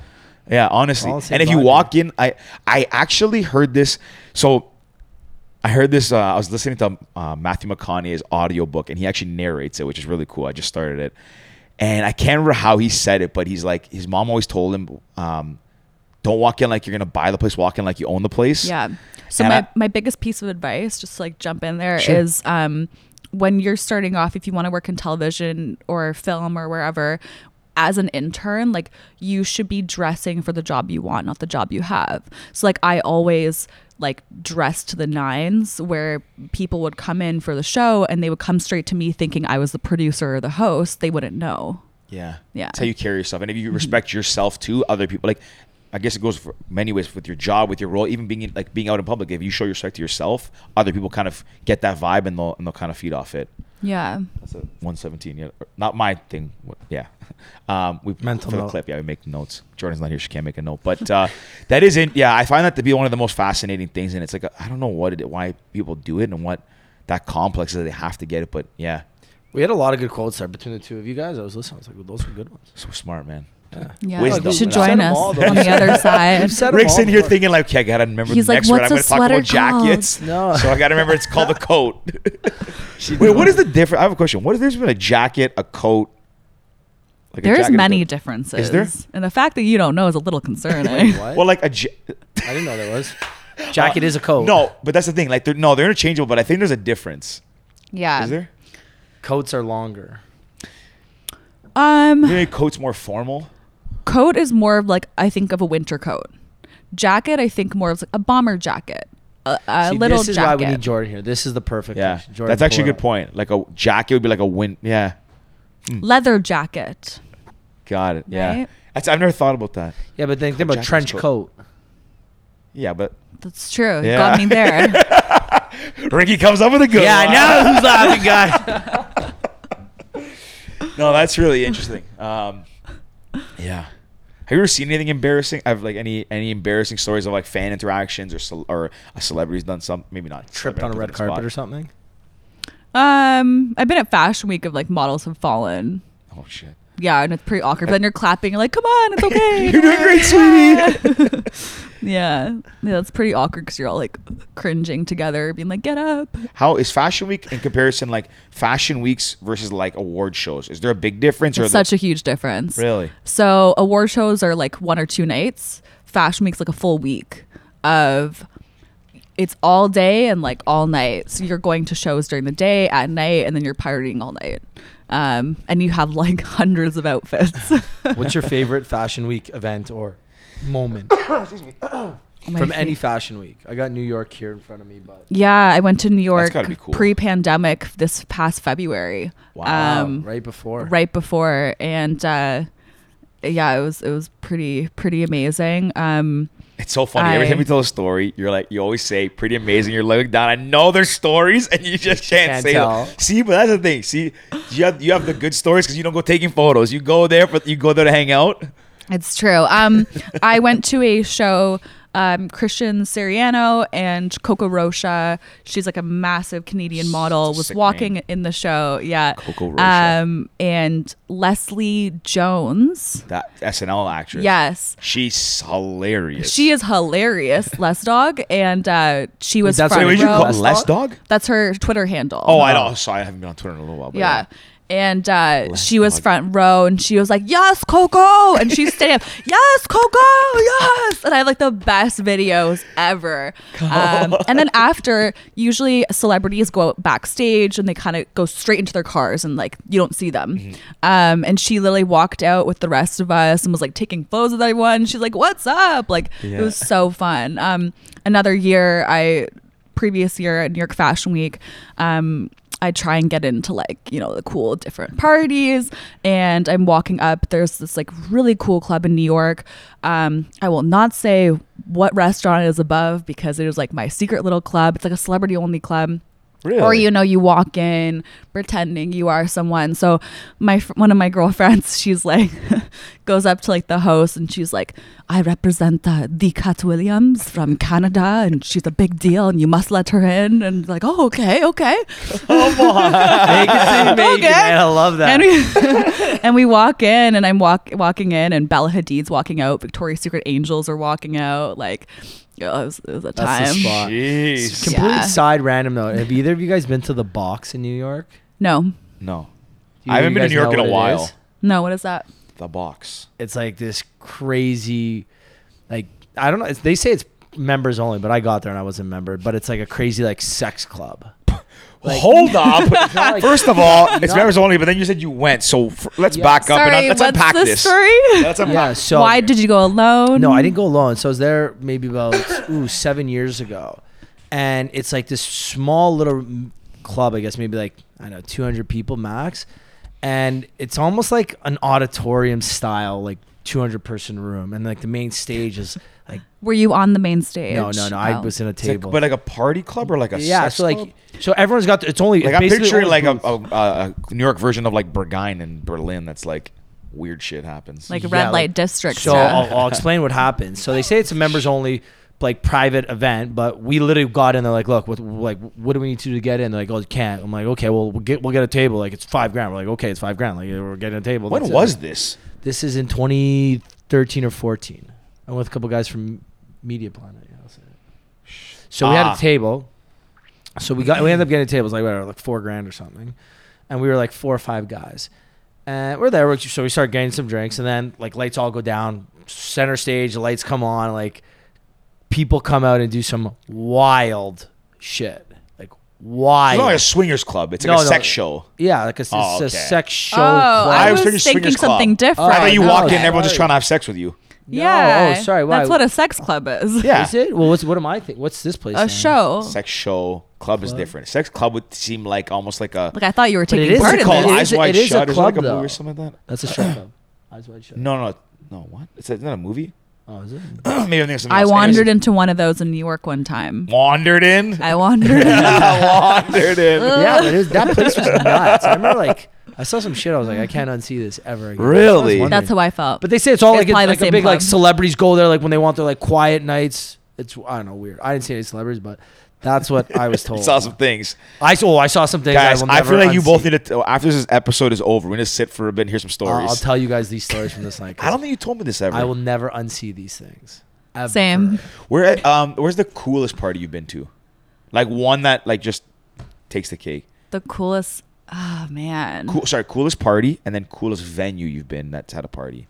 Speaker 2: Yeah, honestly.
Speaker 1: All the same
Speaker 2: And if you
Speaker 1: vibe,
Speaker 2: walk in, I I actually heard this. So I heard this. Uh, I was listening to uh, Matthew McConaughey's audiobook, and he actually narrates it, which is really cool. I just started it, and I can't remember how he said it, but he's like, his mom always told him, um, "Don't walk in like you're gonna buy the place. Walk in like you own the place."
Speaker 5: Yeah. So
Speaker 2: And
Speaker 5: my,
Speaker 2: I-
Speaker 5: my biggest piece of advice, just to, like jump in there, is
Speaker 2: Sure.
Speaker 5: um, when you're starting off, if you want to work in television or film or wherever, as an intern, like you should be dressing for the job you want, not the job you have. So like I always like dressed to the nines where people would come in for the show and they would come straight to me thinking I was the producer or the host. They wouldn't know.
Speaker 2: Yeah.
Speaker 5: Yeah.
Speaker 2: It's how you carry yourself. And if you respect yourself too, other people like I guess it goes for many ways with your job, with your role, even being in- like being out in public. If you show your respect to yourself, other people kind of get that vibe and they'll and they'll kind of feed off it.
Speaker 5: Yeah.
Speaker 2: That's a 117. Yeah, or- not my thing. What- Yeah, um, we
Speaker 1: Mental
Speaker 2: for the
Speaker 1: note.
Speaker 2: clip. Yeah, we make notes. Jordan's not here; she can't make a note. But uh, that isn't. Yeah, I find that to be one of the most fascinating things, and it's like I I don't know what it, why people do it and what that complex is that they have to get it. But yeah,
Speaker 1: We had a lot of good quotes there between the two of you guys. I was listening. I was like, well, those were good ones.
Speaker 2: so smart, man.
Speaker 5: Yeah.
Speaker 2: Wisdom.
Speaker 5: You should
Speaker 2: We've said
Speaker 5: join
Speaker 1: them
Speaker 5: us
Speaker 1: all, though.
Speaker 5: on the other side.
Speaker 1: We've said 'em
Speaker 2: Rick's
Speaker 1: all
Speaker 2: in here
Speaker 1: before.
Speaker 2: thinking like, okay, I gotta remember
Speaker 5: He's
Speaker 2: the
Speaker 5: like,
Speaker 2: next word. I'm
Speaker 5: "What's
Speaker 2: gonna
Speaker 5: a
Speaker 2: talk about
Speaker 5: sweater called?"
Speaker 2: jackets,
Speaker 1: No.
Speaker 2: so I gotta remember it's called a coat. Wait, what is the difference? I have a question. What is there's been a jacket, a coat? Like a
Speaker 5: There's
Speaker 2: jacket, a
Speaker 5: many
Speaker 2: coat?
Speaker 5: differences.
Speaker 2: Is there?
Speaker 5: And the fact that you don't know is a little concerning.
Speaker 1: What?
Speaker 2: Well, like a. Ja-
Speaker 1: I didn't know there was. Jacket
Speaker 2: Uh,
Speaker 1: is a coat.
Speaker 2: No, but that's the thing. Like, they're, no, they're interchangeable, but I think there's a difference.
Speaker 5: yeah.
Speaker 2: Is there?
Speaker 1: Coats are longer.
Speaker 5: Um
Speaker 2: Maybe coat's more formal.
Speaker 5: coat is more of like I think of a winter coat. Jacket I think more of like a bomber jacket. A, a
Speaker 1: See,
Speaker 5: little
Speaker 1: this is
Speaker 5: jacket.
Speaker 1: why we need Jordan here. This is the perfect.
Speaker 2: Yeah,
Speaker 1: question. Jordan,
Speaker 2: that's actually a
Speaker 1: pull it
Speaker 2: good point. Like a jacket would be like a win. Yeah,
Speaker 5: Leather jacket.
Speaker 2: got it. Yeah,
Speaker 5: Right?
Speaker 2: that's I've never thought about that.
Speaker 1: up. Yeah, but think, think about
Speaker 2: Jacket's
Speaker 1: trench
Speaker 2: coat.
Speaker 1: coat.
Speaker 2: Yeah, but
Speaker 5: That's true. You
Speaker 2: Yeah.
Speaker 5: got me there.
Speaker 2: Ricky comes up with a good. one.
Speaker 1: know who's laughing, guys.
Speaker 2: No, that's really interesting. Um, yeah. Have you ever seen anything embarrassing? I've like any any embarrassing stories of like fan interactions or cel- or a celebrity's done something. Maybe not
Speaker 1: Tripped
Speaker 2: celebrity,
Speaker 1: on a
Speaker 2: I'm
Speaker 1: red
Speaker 2: putting
Speaker 1: carpet or
Speaker 2: spot.
Speaker 1: something.
Speaker 5: um I've been at fashion week of like models have fallen.
Speaker 2: Oh shit!
Speaker 5: Yeah, and it's pretty awkward. But then you're clapping, you're like, come on, it's okay.
Speaker 2: You're doing great, sweetie.
Speaker 5: yeah. Yeah, that's pretty awkward because you're all like cringing together, being like, get up.
Speaker 2: How is Fashion Week in comparison? Like Fashion Weeks versus like award shows. Is there a big difference? or
Speaker 5: It's
Speaker 2: the-
Speaker 5: such a huge difference.
Speaker 2: Really?
Speaker 5: So award shows are like one or two nights. Fashion week's like a full week of it's all day and like all night. So you're going to shows during the day, at night, and then you're partying all night. Um, and you have like hundreds of outfits. Oh
Speaker 1: What's your favorite fashion week event or moment from any fashion week? I got New York here in front of me, but
Speaker 5: yeah, I went to New York
Speaker 2: gotta be cool.
Speaker 5: pre-pandemic this past February.
Speaker 2: Wow.
Speaker 5: Um,
Speaker 1: uh, right before.
Speaker 5: right before and uh yeah it was it was pretty pretty amazing um
Speaker 2: It's so funny. Every
Speaker 5: I-
Speaker 2: time you tell a story, you're like, you always say, pretty amazing. You're looking down. I know there's stories, and you just can't,
Speaker 1: can't
Speaker 2: say
Speaker 1: tell.
Speaker 2: them. See, but that's the thing. See, you have, you have the good stories because you don't go taking photos. You go there, but you go there to hang out.
Speaker 5: it's true um i went to a show um christian siriano and coco rocha she's like a massive canadian model was
Speaker 2: Sick
Speaker 5: walking
Speaker 2: name.
Speaker 5: in the show yeah
Speaker 2: Coco Rocha.
Speaker 5: um and leslie jones
Speaker 2: That SNL actress.
Speaker 5: yes
Speaker 2: She's hilarious.
Speaker 5: she is hilarious les dog and uh she was
Speaker 1: That's-
Speaker 2: Wait,
Speaker 5: front
Speaker 2: what did you
Speaker 5: row.
Speaker 2: call
Speaker 1: Les
Speaker 2: Les
Speaker 1: Dog?
Speaker 2: Dog?
Speaker 5: that's her twitter handle
Speaker 2: Oh, I know. Sorry, I haven't been on Twitter in a little while. But
Speaker 5: Yeah. And uh,
Speaker 2: Bless
Speaker 5: she was
Speaker 2: God.
Speaker 5: front row and she was like, Yes, Coco. And she stayed up, Yes, Coco. Yes. And I have like the best videos ever. Um, and then after, usually celebrities go out backstage and they kind of go straight into their cars and like you don't see them.
Speaker 2: Mm-hmm.
Speaker 5: Um, and she literally walked out with the rest of us and was like taking photos with everyone. She's like, What's up? Like
Speaker 2: Yeah.
Speaker 5: it was so fun. Um, another year, I previous year at New York Fashion Week, um, I try and get into like, you know, the cool different parties. And I'm walking up. There's this like really cool club in New York. Um, I will not say what restaurant it is above because it is like my secret little club. It's like a celebrity only club.
Speaker 2: Really?
Speaker 5: Or you know, you walk in pretending you are someone. So my fr- one of my girlfriends, she's like, goes up to like the host and she's like, I represent uh, the Cat Williams from Canada, and she's a big deal, and you must let her in. And like, oh, okay, okay.
Speaker 1: Oh, Bacon, bacon,
Speaker 5: Okay.
Speaker 1: man, I love that.
Speaker 5: And we, and we walk in, and I'm walk, walking in, and Bella Hadid's walking out, Victoria's Secret Angels are walking out. Like, oh, it was, it was a time.
Speaker 1: That's the spot.
Speaker 2: Jeez.
Speaker 1: Complete
Speaker 5: Yeah.
Speaker 1: side random though. Have either of you guys been to the box in New York?
Speaker 5: No,
Speaker 2: No.
Speaker 1: Do you
Speaker 2: I haven't been to
Speaker 1: guys
Speaker 2: New York in a
Speaker 1: know what it
Speaker 2: while.
Speaker 1: is?
Speaker 5: no, what is that?
Speaker 2: The box.
Speaker 1: It's like this crazy, like I don't know. It's, they say it's members only, but I got there and I wasn't a member. But it's like a crazy like sex club.
Speaker 4: Like,
Speaker 2: Hold up.
Speaker 4: like-
Speaker 2: First of all, it's
Speaker 4: Not-
Speaker 2: members only, but then you said you went. So f- let's back up and un- let's
Speaker 5: what's
Speaker 2: unpack
Speaker 5: the
Speaker 2: this.
Speaker 5: story?
Speaker 2: Let's unpack
Speaker 1: Yeah. So
Speaker 5: Why did you go alone?
Speaker 1: No, I didn't go alone. So I was there maybe about ooh seven years ago, and it's like this small little m- club. I guess maybe like I don't know two hundred people max, and it's almost like an auditorium style like two hundred person room, and like the main stage is like
Speaker 5: Were you on the main stage?
Speaker 1: no no no. I
Speaker 5: Oh.
Speaker 1: was in a
Speaker 2: It's like-
Speaker 1: table,
Speaker 2: but like a party club or like a
Speaker 1: yeah.
Speaker 2: sex
Speaker 1: So like
Speaker 2: club?
Speaker 1: so everyone's got it's only
Speaker 2: like
Speaker 1: it's
Speaker 2: I'm
Speaker 1: basically
Speaker 2: picturing
Speaker 1: only
Speaker 2: like a,
Speaker 1: booths.
Speaker 2: a, a a New York version of like Berghain in Berlin. That's like weird shit happens.
Speaker 5: like
Speaker 1: Yeah,
Speaker 5: red
Speaker 1: like-
Speaker 5: light district.
Speaker 1: So
Speaker 5: stuff.
Speaker 1: I'll, I'll explain what happened. So they say it's a members only like private event, but we literally got in. They're like, look, what like what do we need to do to get in? They're like, oh, you can't. I'm like, okay, well we'll get we'll get a table. Like it's five grand. We're like, okay, it's five grand. Like we're getting a table.
Speaker 2: when
Speaker 1: That's it.
Speaker 2: was this?
Speaker 1: this? Is in 2013 or 14. I'm with a couple guys from Media Planet. Yeah, I'll say it. So we had
Speaker 2: Ah.
Speaker 1: a table. So we got we ended up getting tables like whatever, like four grand or something, and we were like four or five guys, and we're there. we're- So we start getting some drinks, and then like lights all go down, center stage, the lights come on, like people come out and do some wild shit, like
Speaker 2: It's
Speaker 1: wild.
Speaker 2: not like a swingers club. It's like
Speaker 1: No,
Speaker 2: a
Speaker 1: no.
Speaker 2: sex show.
Speaker 1: yeah, like a, it's
Speaker 2: Oh,
Speaker 1: a
Speaker 2: okay.
Speaker 1: sex show.
Speaker 5: oh, I
Speaker 2: I was thinking
Speaker 1: club.
Speaker 5: was, thinking
Speaker 2: swingers club.
Speaker 5: something
Speaker 1: Oh,
Speaker 5: different.
Speaker 2: I thought you
Speaker 1: no,
Speaker 2: walk in,
Speaker 1: sorry.
Speaker 2: everyone's just trying to have sex with you.
Speaker 1: No,
Speaker 5: yeah.
Speaker 1: oh, sorry. Why?
Speaker 5: That's what a sex club is.
Speaker 2: Yeah.
Speaker 1: Is it? Well, what's, what am I think? What's this place?
Speaker 5: A
Speaker 1: then?
Speaker 5: show.
Speaker 2: Sex show club, is different. Sex club would seem like almost like a
Speaker 5: Like I thought you were
Speaker 1: it
Speaker 5: taking
Speaker 1: is
Speaker 5: part
Speaker 2: what's it
Speaker 1: a
Speaker 5: in
Speaker 1: club.
Speaker 2: called?
Speaker 5: this.
Speaker 1: It
Speaker 2: Eyes
Speaker 1: is-
Speaker 2: wide
Speaker 1: it is a
Speaker 2: shut. Is it like a
Speaker 1: club,
Speaker 2: movie
Speaker 1: though.
Speaker 2: or something like that?
Speaker 1: That's a strip club. Eyes wide shut.
Speaker 2: No, no, no. What? It's, it's not a movie.
Speaker 1: Oh, is it?
Speaker 2: Maybe I'm thinking of something
Speaker 5: I
Speaker 2: else.
Speaker 5: wandered
Speaker 2: Anyways,
Speaker 5: into one of those in New York one time.
Speaker 2: Wandered in.
Speaker 5: I wandered. in.
Speaker 2: wandered in.
Speaker 1: yeah, but it was, that place was nuts. I remember like I saw some shit. I was like, I can't unsee this ever again.
Speaker 2: Really?
Speaker 1: I was wondering.
Speaker 5: That's how I felt.
Speaker 1: But they say it's all like
Speaker 5: It's
Speaker 1: it's
Speaker 5: probably the
Speaker 1: like a
Speaker 5: same
Speaker 1: big like
Speaker 5: club.
Speaker 1: celebrities go there like when they want their like quiet nights. It's I don't know weird. I didn't see any celebrities, but that's what I was told.
Speaker 2: Saw some things.
Speaker 1: I saw. Oh, I saw some things.
Speaker 2: Guys,
Speaker 1: I, will
Speaker 2: I, feel
Speaker 1: never
Speaker 2: like you
Speaker 1: unsee.
Speaker 2: both need to. t- After this episode is over, we're gonna sit for a bit and hear some
Speaker 1: I'll,
Speaker 2: stories.
Speaker 1: I'll tell you guys these stories from this night. 'cause
Speaker 2: I don't think you told me this ever.
Speaker 1: I will never unsee these things. Ever.
Speaker 5: Same.
Speaker 2: Where at, um, where's the coolest party you've been to? Like one that like just takes the cake.
Speaker 5: The coolest. Oh man.
Speaker 2: Cool, sorry, coolest party and then coolest venue you've been that's had a party.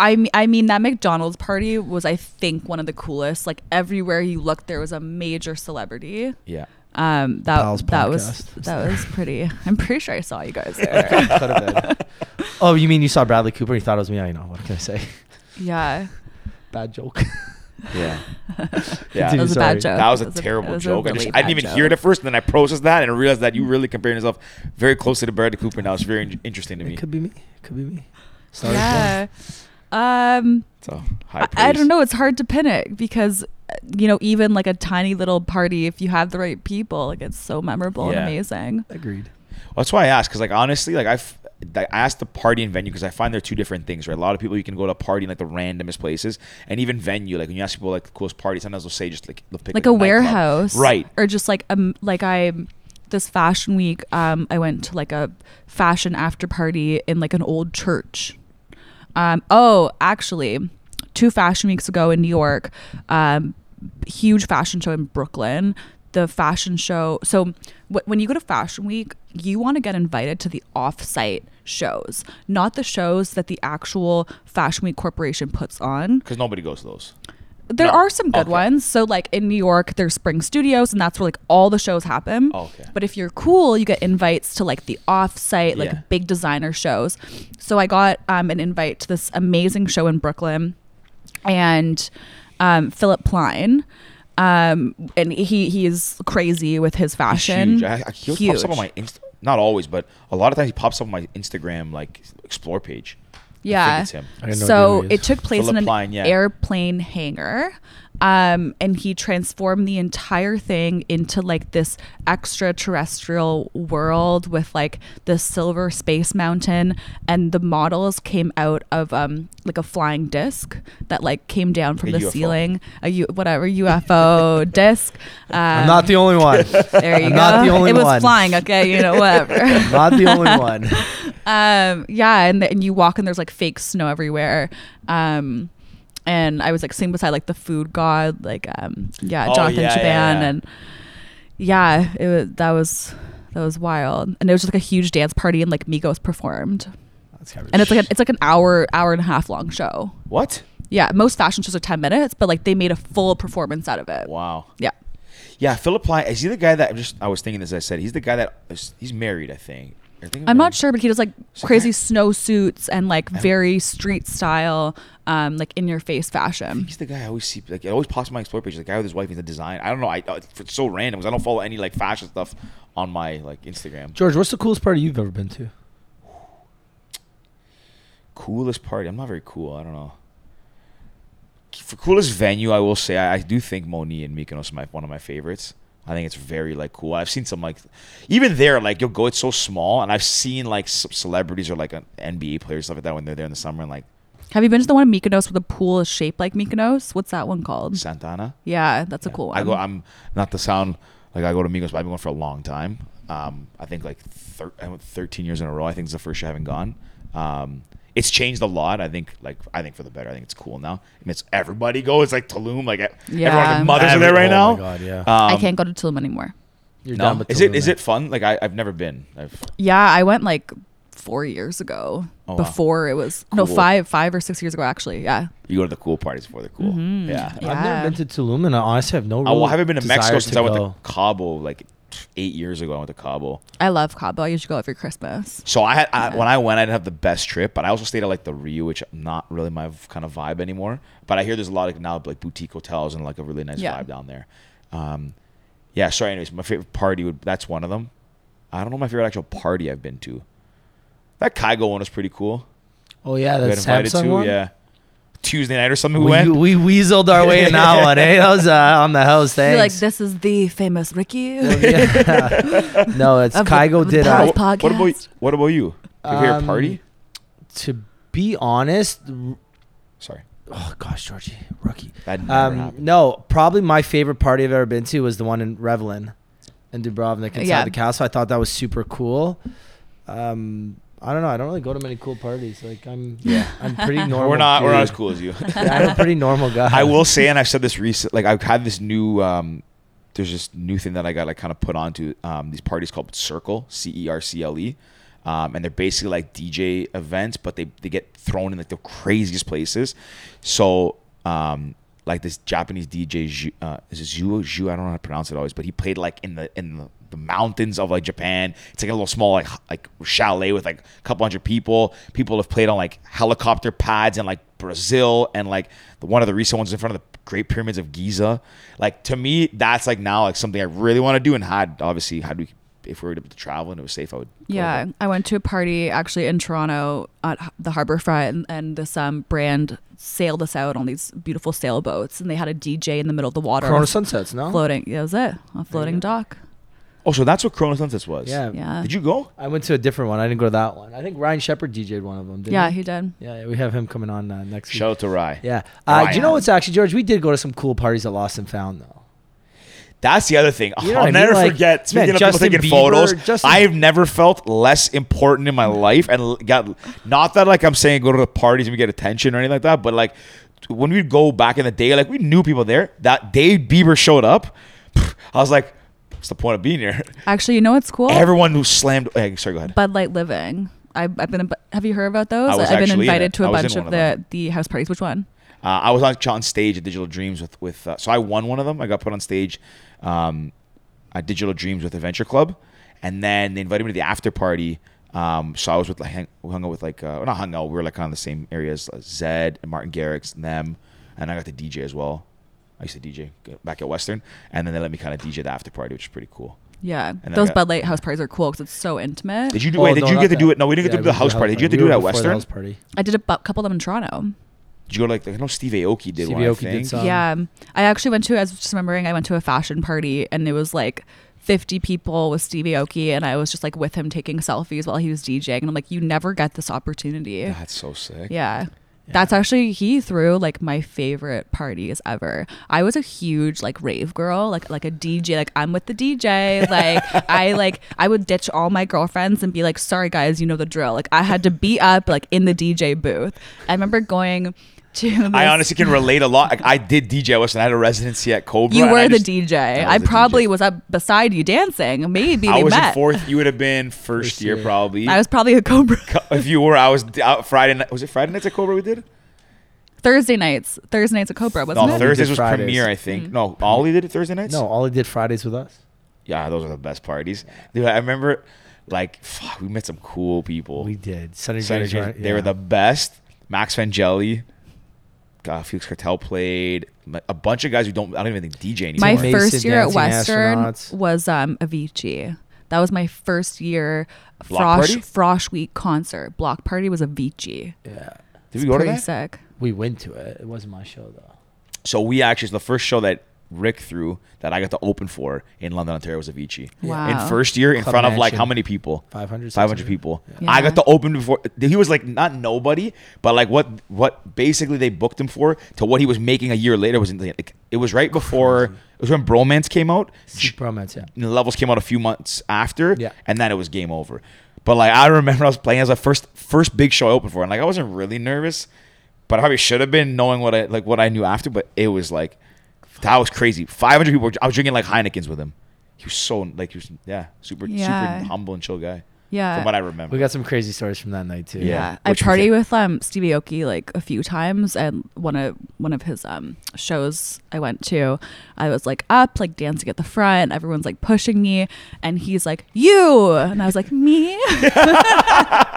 Speaker 5: I mean, I mean that McDonald's party was I think one of the coolest. Like everywhere you looked, there was a major celebrity.
Speaker 2: Yeah.
Speaker 5: Um, that
Speaker 1: Pals
Speaker 5: that was
Speaker 1: podcast.
Speaker 5: that was pretty. I'm pretty sure I saw you guys there.
Speaker 1: Could have been. Oh, you mean you saw Bradley Cooper? You thought it was me? I know. What can I say?
Speaker 5: yeah,
Speaker 1: Bad joke.
Speaker 2: Yeah.
Speaker 5: that
Speaker 1: Continue.
Speaker 2: yeah.
Speaker 5: was a bad
Speaker 1: sorry.
Speaker 5: joke.
Speaker 2: That was a
Speaker 5: That
Speaker 2: terrible
Speaker 5: that was a
Speaker 2: joke. I,
Speaker 5: really
Speaker 2: just, I didn't
Speaker 5: bad
Speaker 2: even hear it
Speaker 5: joke.
Speaker 2: at first, and then I processed that and realized that you really comparing yourself very closely to Bradley Cooper. Now it's very in- interesting to me.
Speaker 1: It could be me. It could be me. Sorry.
Speaker 5: Yeah. Um,
Speaker 2: So high
Speaker 5: I,
Speaker 2: praise.
Speaker 5: I don't know. It's hard to pin it because uh, you know even like a tiny little party, if you have the right people, like it's so memorable
Speaker 2: Yeah.
Speaker 5: and amazing.
Speaker 1: Agreed.
Speaker 2: That's why I asked, because like honestly, like I, f- I asked the party and venue because I find they're two different things, right? A lot of people you can go to a party in like the randomest places, and even venue. Like when you ask people like the coolest party, sometimes they'll say just like they'll pick
Speaker 5: like,
Speaker 2: a
Speaker 5: a
Speaker 2: nightclub.
Speaker 5: warehouse,
Speaker 2: right?
Speaker 5: Or just like um, like I this fashion week, um, I went to like a fashion after party in like an old church. Um, oh, actually, two fashion weeks ago in New York, um, huge fashion show in Brooklyn. The fashion show. So wh- when you go to Fashion Week, you want to get invited to the off-site shows, not the shows that the actual Fashion Week corporation puts on
Speaker 2: Because nobody goes to those.
Speaker 5: there
Speaker 2: No.
Speaker 5: are some good
Speaker 2: Okay.
Speaker 5: ones. So like in New York, there's Spring Studios, and that's where like all the shows happen.
Speaker 2: Oh, Okay.
Speaker 5: But if you're cool, you get invites to like the off-site, like
Speaker 2: Yeah.
Speaker 5: big designer shows. So I got um, an invite to this amazing show in Brooklyn, and um, Philip Plein. Um, and he he is crazy with his
Speaker 2: He's
Speaker 5: fashion.
Speaker 2: huge. I, I, he always pops up on my Insta. Not always, but a lot of times he pops up on my Instagram like explore page.
Speaker 5: Yeah.
Speaker 2: it's him.
Speaker 1: I know who
Speaker 5: so
Speaker 1: he is.
Speaker 5: it took place
Speaker 2: Philip
Speaker 5: in an
Speaker 2: Line, yeah.
Speaker 5: airplane hangar. Um, and he transformed the entire thing into like this extraterrestrial world with like the silver space mountain. And the models came out of um, like a flying disc that like came down from
Speaker 2: A
Speaker 5: the
Speaker 2: UFO.
Speaker 5: ceiling, a U- whatever UFO disc. Um,
Speaker 1: I'm not the only one.
Speaker 5: there you
Speaker 1: I'm
Speaker 5: go.
Speaker 1: not the only
Speaker 5: it was
Speaker 1: one.
Speaker 5: flying. Okay, you know whatever.
Speaker 1: Not the only one.
Speaker 5: um yeah and, and you walk and there's like fake snow everywhere um and i was like sitting beside like the food god like um yeah
Speaker 2: Oh,
Speaker 5: jonathan
Speaker 2: yeah,
Speaker 5: Chaban
Speaker 2: yeah, yeah.
Speaker 5: and yeah it was that was that was wild and it was just like a huge dance party and like migos performed and it's like a, it's like an hour hour and a half long show
Speaker 2: What?
Speaker 5: yeah most fashion shows are 10 minutes but like they made a full performance out of it
Speaker 2: Wow.
Speaker 5: yeah
Speaker 2: Yeah, Philip Ply. Is he the guy that I'm just? I was thinking as I said, he's the guy that is, he's married. I think. I think
Speaker 5: I'm not
Speaker 2: married.
Speaker 5: sure, but he does like
Speaker 2: So
Speaker 5: crazy
Speaker 2: I-
Speaker 5: snowsuits and like
Speaker 2: I'm-
Speaker 5: very street style, um, like in your face
Speaker 2: I think
Speaker 5: fashion.
Speaker 2: he's the guy I always see. Like it always pops on my explore page. The guy with his wife. He's a design. I don't know. I uh, it's so random because I don't follow any like fashion stuff on my like Instagram.
Speaker 1: George, what's the coolest party you've ever been to?
Speaker 2: Coolest party. I'm not very cool. I don't know. For coolest venue, I will say I, I do think Moni and Mykonos is my one of my favorites. I think it's very like cool. I've seen some like, even there like you'll go. It's so small, and I've seen like c- celebrities or like uh, NBA players stuff like that when they're there in the summer and like
Speaker 5: Have you been to the one in Mykonos with a pool shaped like Mykonos? What's that one called?
Speaker 2: Santana.
Speaker 5: Yeah, that's a cool one.
Speaker 2: I go. I'm not to sound like I go to Migos, but I've been going for a long time. Um, I think like thir- I went 13 years in a row. I think it's the first year I haven't gone. Um, it's changed a lot. I think like I think for the better. I think it's cool now. And it's everybody go. It's like Tulum. Like everyone's
Speaker 5: Yeah.
Speaker 2: like mothers are
Speaker 1: Every-
Speaker 2: there right
Speaker 1: oh
Speaker 2: now. Um,
Speaker 1: my God, yeah.
Speaker 5: I can't go to Tulum anymore.
Speaker 1: You're
Speaker 2: No?
Speaker 1: with
Speaker 2: Is
Speaker 1: the
Speaker 2: it is
Speaker 1: women.
Speaker 2: it fun? Like I, I've never been. I've,
Speaker 5: Yeah, I went like four years ago.
Speaker 2: Oh, wow.
Speaker 5: before it was no
Speaker 2: Cool.
Speaker 5: five five or six years ago actually. Yeah.
Speaker 2: you go to the cool parties before they're cool.
Speaker 5: Mm-hmm.
Speaker 2: Yeah.
Speaker 5: Yeah.
Speaker 1: eh? I've never been to Tulum, and I honestly have no.
Speaker 2: I,
Speaker 1: real
Speaker 2: Oh, well, I haven't been to Mexico
Speaker 1: desire
Speaker 2: since I went
Speaker 1: go.
Speaker 2: to Cabo like eight years ago. I went to Cabo.
Speaker 5: I love Cabo. I usually go every Christmas.
Speaker 2: So I had I, when I went, I didn't have the best trip, but I also stayed at like the Rio, which not really my v- kind of vibe anymore. But I hear there's a lot of now like boutique hotels and like a really nice
Speaker 5: Yeah.
Speaker 2: vibe down there. Um, yeah. Sorry. Anyways, my favorite party would that's one of them. I don't know my favorite actual party I've been to. That Kygo one was pretty cool.
Speaker 1: Oh yeah,
Speaker 2: We got
Speaker 1: that's Samsung one.
Speaker 2: yeah. Tuesday night or something we,
Speaker 1: We,
Speaker 2: went.
Speaker 1: we weaseled our way in that one, eh? That was uh, on the house.
Speaker 5: You're like
Speaker 1: Thanks.
Speaker 5: this is the famous Ricky.
Speaker 1: Yeah. no, it's
Speaker 5: Of the-
Speaker 1: Kygo
Speaker 5: of the
Speaker 1: did.
Speaker 5: past.
Speaker 1: Uh,
Speaker 2: what, what about
Speaker 5: podcast.
Speaker 2: what about you? Your favorite
Speaker 1: Um,
Speaker 2: party?
Speaker 1: to be honest, r-
Speaker 2: Sorry,
Speaker 1: oh gosh, Georgie, rookie.
Speaker 2: that never
Speaker 1: Um,
Speaker 2: happened.
Speaker 1: no, probably my favorite party I've ever been to was the one in Revelin in Dubrovnik inside
Speaker 5: Yeah.
Speaker 1: the castle. I thought that was super cool. Um, I don't know. I don't really go to many cool parties. Like I'm,
Speaker 2: Yeah.
Speaker 1: I'm pretty normal.
Speaker 2: We're not. We're not as
Speaker 1: dude.
Speaker 2: cool as you.
Speaker 1: Yeah, I'm a pretty normal guy.
Speaker 2: I will say, and I've said this recent, like I've had this new, um, there's this new thing that I got like kind of put onto um, these parties called Circle, C E R C L E, um, and they're basically like DJ events, but they they get thrown in like the craziest places. So, um, like this Japanese DJ, Zhu- uh, is it Zhu? Zhu? I don't know how to pronounce it always, but he played like in the in the the mountains of like Japan. It's like a little small like h- like chalet with like a couple hundred people. People have played on like helicopter pads in like Brazil and like the one of the recent ones in front of the Great Pyramids of Giza. Like to me, that's like now like something I really want to do. And had obviously had we if we were to travel and it was safe, I would. go,
Speaker 5: Yeah,
Speaker 2: but
Speaker 5: I went to a party actually in Toronto at h- the harbor front, and, and this um, brand sailed us out on these beautiful sailboats, and they had a DJ in the middle of the water, on
Speaker 1: Corona
Speaker 5: a
Speaker 1: sunsets. No.
Speaker 5: floating. Yeah, that was it, a floating dock.
Speaker 2: Oh, so that's what Corona Sunsets was.
Speaker 1: Yeah.
Speaker 5: Yeah,
Speaker 2: Did you go?
Speaker 1: I went to a different one. I didn't go to that one. I think Ryan Shepard DJ'd one of them. Didn't
Speaker 5: yeah,
Speaker 1: He?
Speaker 5: he did.
Speaker 1: Yeah. Yeah. We have him coming on uh, next
Speaker 2: Shout
Speaker 1: week.
Speaker 2: out to Rye.
Speaker 1: Yeah. Uh, do you
Speaker 2: Ryan.
Speaker 1: know what's actually George? We did go to some cool parties at Lost and Found though.
Speaker 2: That's the other thing.
Speaker 1: You know
Speaker 2: I'll
Speaker 1: what I mean?
Speaker 2: never
Speaker 1: Like,
Speaker 2: forget. Speaking
Speaker 1: man,
Speaker 2: of
Speaker 1: Justin
Speaker 2: people taking
Speaker 1: Bieber,
Speaker 2: photos,
Speaker 1: Justin-
Speaker 2: I've never felt less important in my life, and l- got not that like I'm saying go to the parties and we get attention or anything like that, but like when we go back in the day, like we knew people there. That day Bieber showed up, I was like, "What's the point of being here?"
Speaker 5: Actually, you know what's cool?
Speaker 2: Everyone who slammed. eh, sorry, go ahead.
Speaker 5: Bud Light Living. I, I've been. Have you heard about those?
Speaker 2: I was
Speaker 5: I've been
Speaker 2: actually in
Speaker 5: invited
Speaker 2: it.
Speaker 5: to
Speaker 2: I
Speaker 5: a
Speaker 2: was
Speaker 5: bunch
Speaker 2: in
Speaker 5: of
Speaker 2: one of
Speaker 5: the the house parties. Which one?
Speaker 2: Uh, I was on, on stage at Digital Dreams with with. Uh, so I won one of them. I got put on stage um, at Digital Dreams with Adventure Club, and then they invited me to the after party. Um, so I was with like hang, hung out with like uh, well, not hung out. We were like kind of in the same areas. Like Zed and Martin Garrix and them, and I got to DJ as well. I used to DJ back at Western, and then they let me kind of DJ the after party, which is pretty cool.
Speaker 5: Yeah,
Speaker 2: And I
Speaker 5: those
Speaker 2: got-
Speaker 5: Bud Light house parties are cool because it's so intimate.
Speaker 2: Did you do?
Speaker 1: Oh,
Speaker 2: wait, did
Speaker 1: no,
Speaker 2: you
Speaker 1: not
Speaker 2: get to
Speaker 1: that.
Speaker 2: do it? No, we didn't
Speaker 1: Yeah,
Speaker 2: get to do the
Speaker 1: went
Speaker 2: house party. Did you get to
Speaker 1: We
Speaker 2: do it
Speaker 1: were
Speaker 2: at
Speaker 1: before the
Speaker 2: Western?
Speaker 1: house party.
Speaker 5: I did a bu- couple of them in Toronto.
Speaker 2: Did you go to like I know Steve Aoki did
Speaker 1: Steve
Speaker 2: one. I
Speaker 1: Aoki did
Speaker 2: think.
Speaker 1: some. Um,
Speaker 5: yeah, I actually went to. I was just remembering. I went to a fashion party and it was like. 50 people with Stevie Aoki and I was just like with him taking selfies while he was DJing and I'm like you never get this opportunity. Yeah.
Speaker 2: That's so sick.
Speaker 5: That's actually he threw like my favorite parties ever. I was a huge like rave girl, like like a DJ, like I'm with the DJ, like I like I would ditch all my girlfriends and be like sorry guys, you know the drill. Like I had to be up like in the DJ booth. I remember going to
Speaker 2: I
Speaker 5: this-
Speaker 2: honestly can relate a lot. Like, I did DJ West and I had a residency at Cobra.
Speaker 5: You
Speaker 2: and I
Speaker 5: were the
Speaker 2: just-
Speaker 5: DJ.
Speaker 2: was
Speaker 5: I
Speaker 2: the
Speaker 5: probably
Speaker 2: DJ.
Speaker 5: was up beside you dancing. Maybe
Speaker 2: I
Speaker 5: we
Speaker 2: was in
Speaker 5: met.
Speaker 2: fourth. You would have been first,
Speaker 1: First
Speaker 2: year,
Speaker 1: year.
Speaker 2: probably.
Speaker 5: I was probably a Cobra.
Speaker 2: if you were, I was out Friday night. Was it Friday nights at Cobra we did?
Speaker 5: Thursday nights. Thursday nights at Cobra, wasn't
Speaker 2: no,
Speaker 5: it?
Speaker 1: Thursday-
Speaker 5: Mm-hmm.
Speaker 2: Thursdays was
Speaker 1: Fridays.
Speaker 2: premiere, I think. No, Ollie did it Thursday nights.
Speaker 1: No, all he did Fridays with us.
Speaker 2: yeah, those are the best parties, dude. I remember, like, fuck, we met some cool people.
Speaker 1: We did. Sunday,
Speaker 2: Sunny
Speaker 1: Junior
Speaker 2: Junior-
Speaker 1: Gi-
Speaker 2: They were
Speaker 1: yeah.
Speaker 2: the best. Max Vangeli, uh, Felix Cartel played a bunch of guys who don't. I don't even think DJ anymore.
Speaker 5: My
Speaker 1: Mason
Speaker 5: first year at
Speaker 1: Dancing
Speaker 5: Western
Speaker 1: Astronauts.
Speaker 5: was um, Avicii. That was my first year
Speaker 2: Block
Speaker 5: Frosh
Speaker 2: party?
Speaker 5: Frosh Week concert. Block party was Avicii.
Speaker 1: Yeah.
Speaker 2: Did we go to
Speaker 5: Pretty
Speaker 2: that?
Speaker 5: sick.
Speaker 1: We went to it. It wasn't my show though.
Speaker 2: So we actually it's the first show that Rick threw that I got to open for in London, Ontario was Avicii.
Speaker 5: Wow.
Speaker 2: In first year, in
Speaker 1: Club
Speaker 2: front of like
Speaker 1: Mansion.
Speaker 2: how many people?
Speaker 1: 500,
Speaker 2: 500
Speaker 1: 600.
Speaker 2: people.
Speaker 5: Yeah.
Speaker 2: I got to open before he was like not nobody, but like what what basically they booked him for to what he was making a year later was like, it was right before it was when Bromance came out.
Speaker 1: Sick Bromance, yeah.
Speaker 2: And the levels came out a few months after,
Speaker 1: Yeah.
Speaker 2: and then it was game over. But like I remember, I was playing as a first first big show I opened for, and like I wasn't really nervous, but I probably should have been knowing what I like what I knew after. But it was like that was crazy. Five hundred people. Were, I was drinking like Heinekens with him. He was so like he was yeah super
Speaker 5: Yeah. Uh,
Speaker 2: super humble and chill guy.
Speaker 5: Yeah.
Speaker 2: from what I remember.
Speaker 1: We got some crazy stories from that night too.
Speaker 2: Yeah.
Speaker 5: I
Speaker 2: Which we
Speaker 5: party
Speaker 2: can't-
Speaker 5: with um Stevie Aoki like a few times and one of one of his um shows I went to, I was like up, like dancing at the front, everyone's like pushing me and he's like, You and I was like, Me and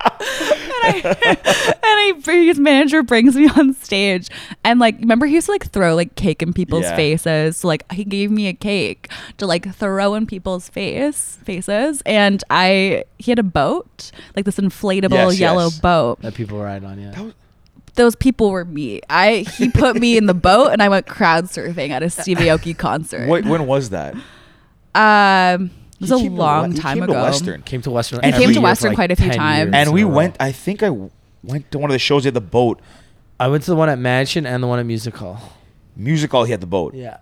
Speaker 5: I and I his manager brings me on stage and like remember he used to like throw like cake in people's
Speaker 2: Yeah.
Speaker 5: faces. So, like he gave me a cake to like throw in people's face faces and I he had a boat, like this inflatable
Speaker 2: Yes,
Speaker 5: yellow
Speaker 2: yes.
Speaker 5: boat
Speaker 1: That people ride on, yeah.
Speaker 5: those people were me. I he put me in the boat and I went crowd surfing at a Stevie Aoki concert.
Speaker 2: What, when was that?
Speaker 5: Um, it was
Speaker 1: He
Speaker 5: a
Speaker 1: came to
Speaker 5: long
Speaker 1: we- he
Speaker 5: time
Speaker 2: came
Speaker 5: ago.
Speaker 2: To Western.
Speaker 1: Came to Western.
Speaker 2: He came
Speaker 1: every
Speaker 2: to
Speaker 1: year for,
Speaker 5: Western
Speaker 1: like,
Speaker 5: quite a few
Speaker 1: 10
Speaker 5: times.
Speaker 1: years uh,
Speaker 2: And we
Speaker 1: in a row.
Speaker 2: went. I think I went to one of the shows at the boat
Speaker 1: I went to the one at Mansion and the one at Music Hall.
Speaker 2: music hall. He had the boat.
Speaker 1: Yeah.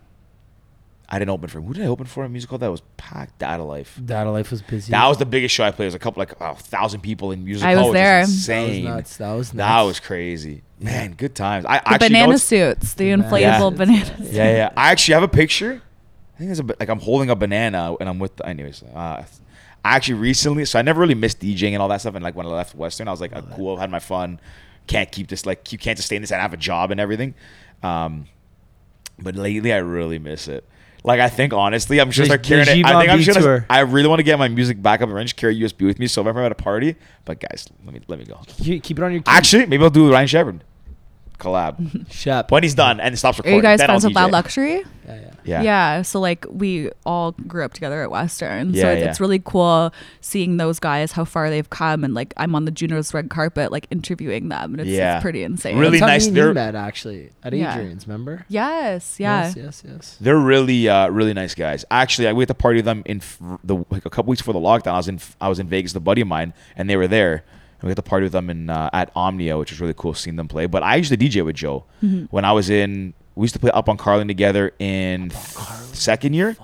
Speaker 2: I didn't open for him. Who did I open for? A music hall that was packed out of life.
Speaker 1: Data Life was busy.
Speaker 2: That was the biggest show I played. It was a couple like oh, thousand people in music.
Speaker 5: I was
Speaker 2: hall, which is
Speaker 5: there. That was
Speaker 2: Insane.
Speaker 1: nuts. That was
Speaker 2: That
Speaker 1: nuts.
Speaker 2: was crazy. Man, good times. I
Speaker 5: the
Speaker 2: actually know
Speaker 5: banana
Speaker 2: it's-
Speaker 5: suits, the
Speaker 1: Banana
Speaker 5: inflatable
Speaker 2: suits.
Speaker 5: banana suits.
Speaker 2: Yeah, yeah. I actually have a picture. I think there's a bit- like I'm holding a banana and I'm with. Anyways, uh, I actually recently. So I never really missed DJing and all that stuff. And like when I left Western, I was like, uh, cool, had my fun. Can't keep this like you can't sustain this. and I have a job and everything. Um, but lately, I really miss it. Like I think honestly, I'm just
Speaker 1: The-
Speaker 2: start carrying
Speaker 1: the
Speaker 2: it. I
Speaker 1: Givon
Speaker 2: think I'm
Speaker 1: B
Speaker 2: just
Speaker 1: tour.
Speaker 2: gonna, I really want to get my music back up and running. Just carry a USB with me, so if I'm at a party. But guys, let me let me go.
Speaker 1: Keep keep it on your key.
Speaker 2: Actually, maybe I'll do Ryan Shepard collab
Speaker 1: Shep.
Speaker 2: when he's done and stops
Speaker 5: Are
Speaker 2: recording.
Speaker 5: you guys
Speaker 2: then I'll
Speaker 5: friends with
Speaker 2: DJ.
Speaker 5: Loud Luxury?
Speaker 1: Yeah, yeah.
Speaker 2: Yeah.
Speaker 5: So like we all grew up together at Western. so
Speaker 2: Yeah,
Speaker 5: it's,
Speaker 2: yeah.
Speaker 5: it's really cool seeing those guys how far they've come and like I'm on the Juno's red carpet like interviewing them and it's,
Speaker 2: Yeah.
Speaker 5: it's pretty insane.
Speaker 2: Really-
Speaker 1: That's how me
Speaker 2: nice-
Speaker 1: and you
Speaker 2: they're-
Speaker 1: met actually at
Speaker 5: Yeah.
Speaker 1: Adrian's. Remember?
Speaker 5: Yes. Yeah.
Speaker 1: Yes. Yes. Yes.
Speaker 2: They're really, uh, really nice guys. Actually, I we had to party with them in f- the like a couple weeks before the lockdown. I was in, I was in Vegas, with a buddy of mine, and they were there. And we had to party with them in uh, at Omnia, which was really cool seeing them play. But I used to DJ with Joe
Speaker 1: Mm-hmm.
Speaker 2: when I was in. We used to play Up on Carlin together in second year.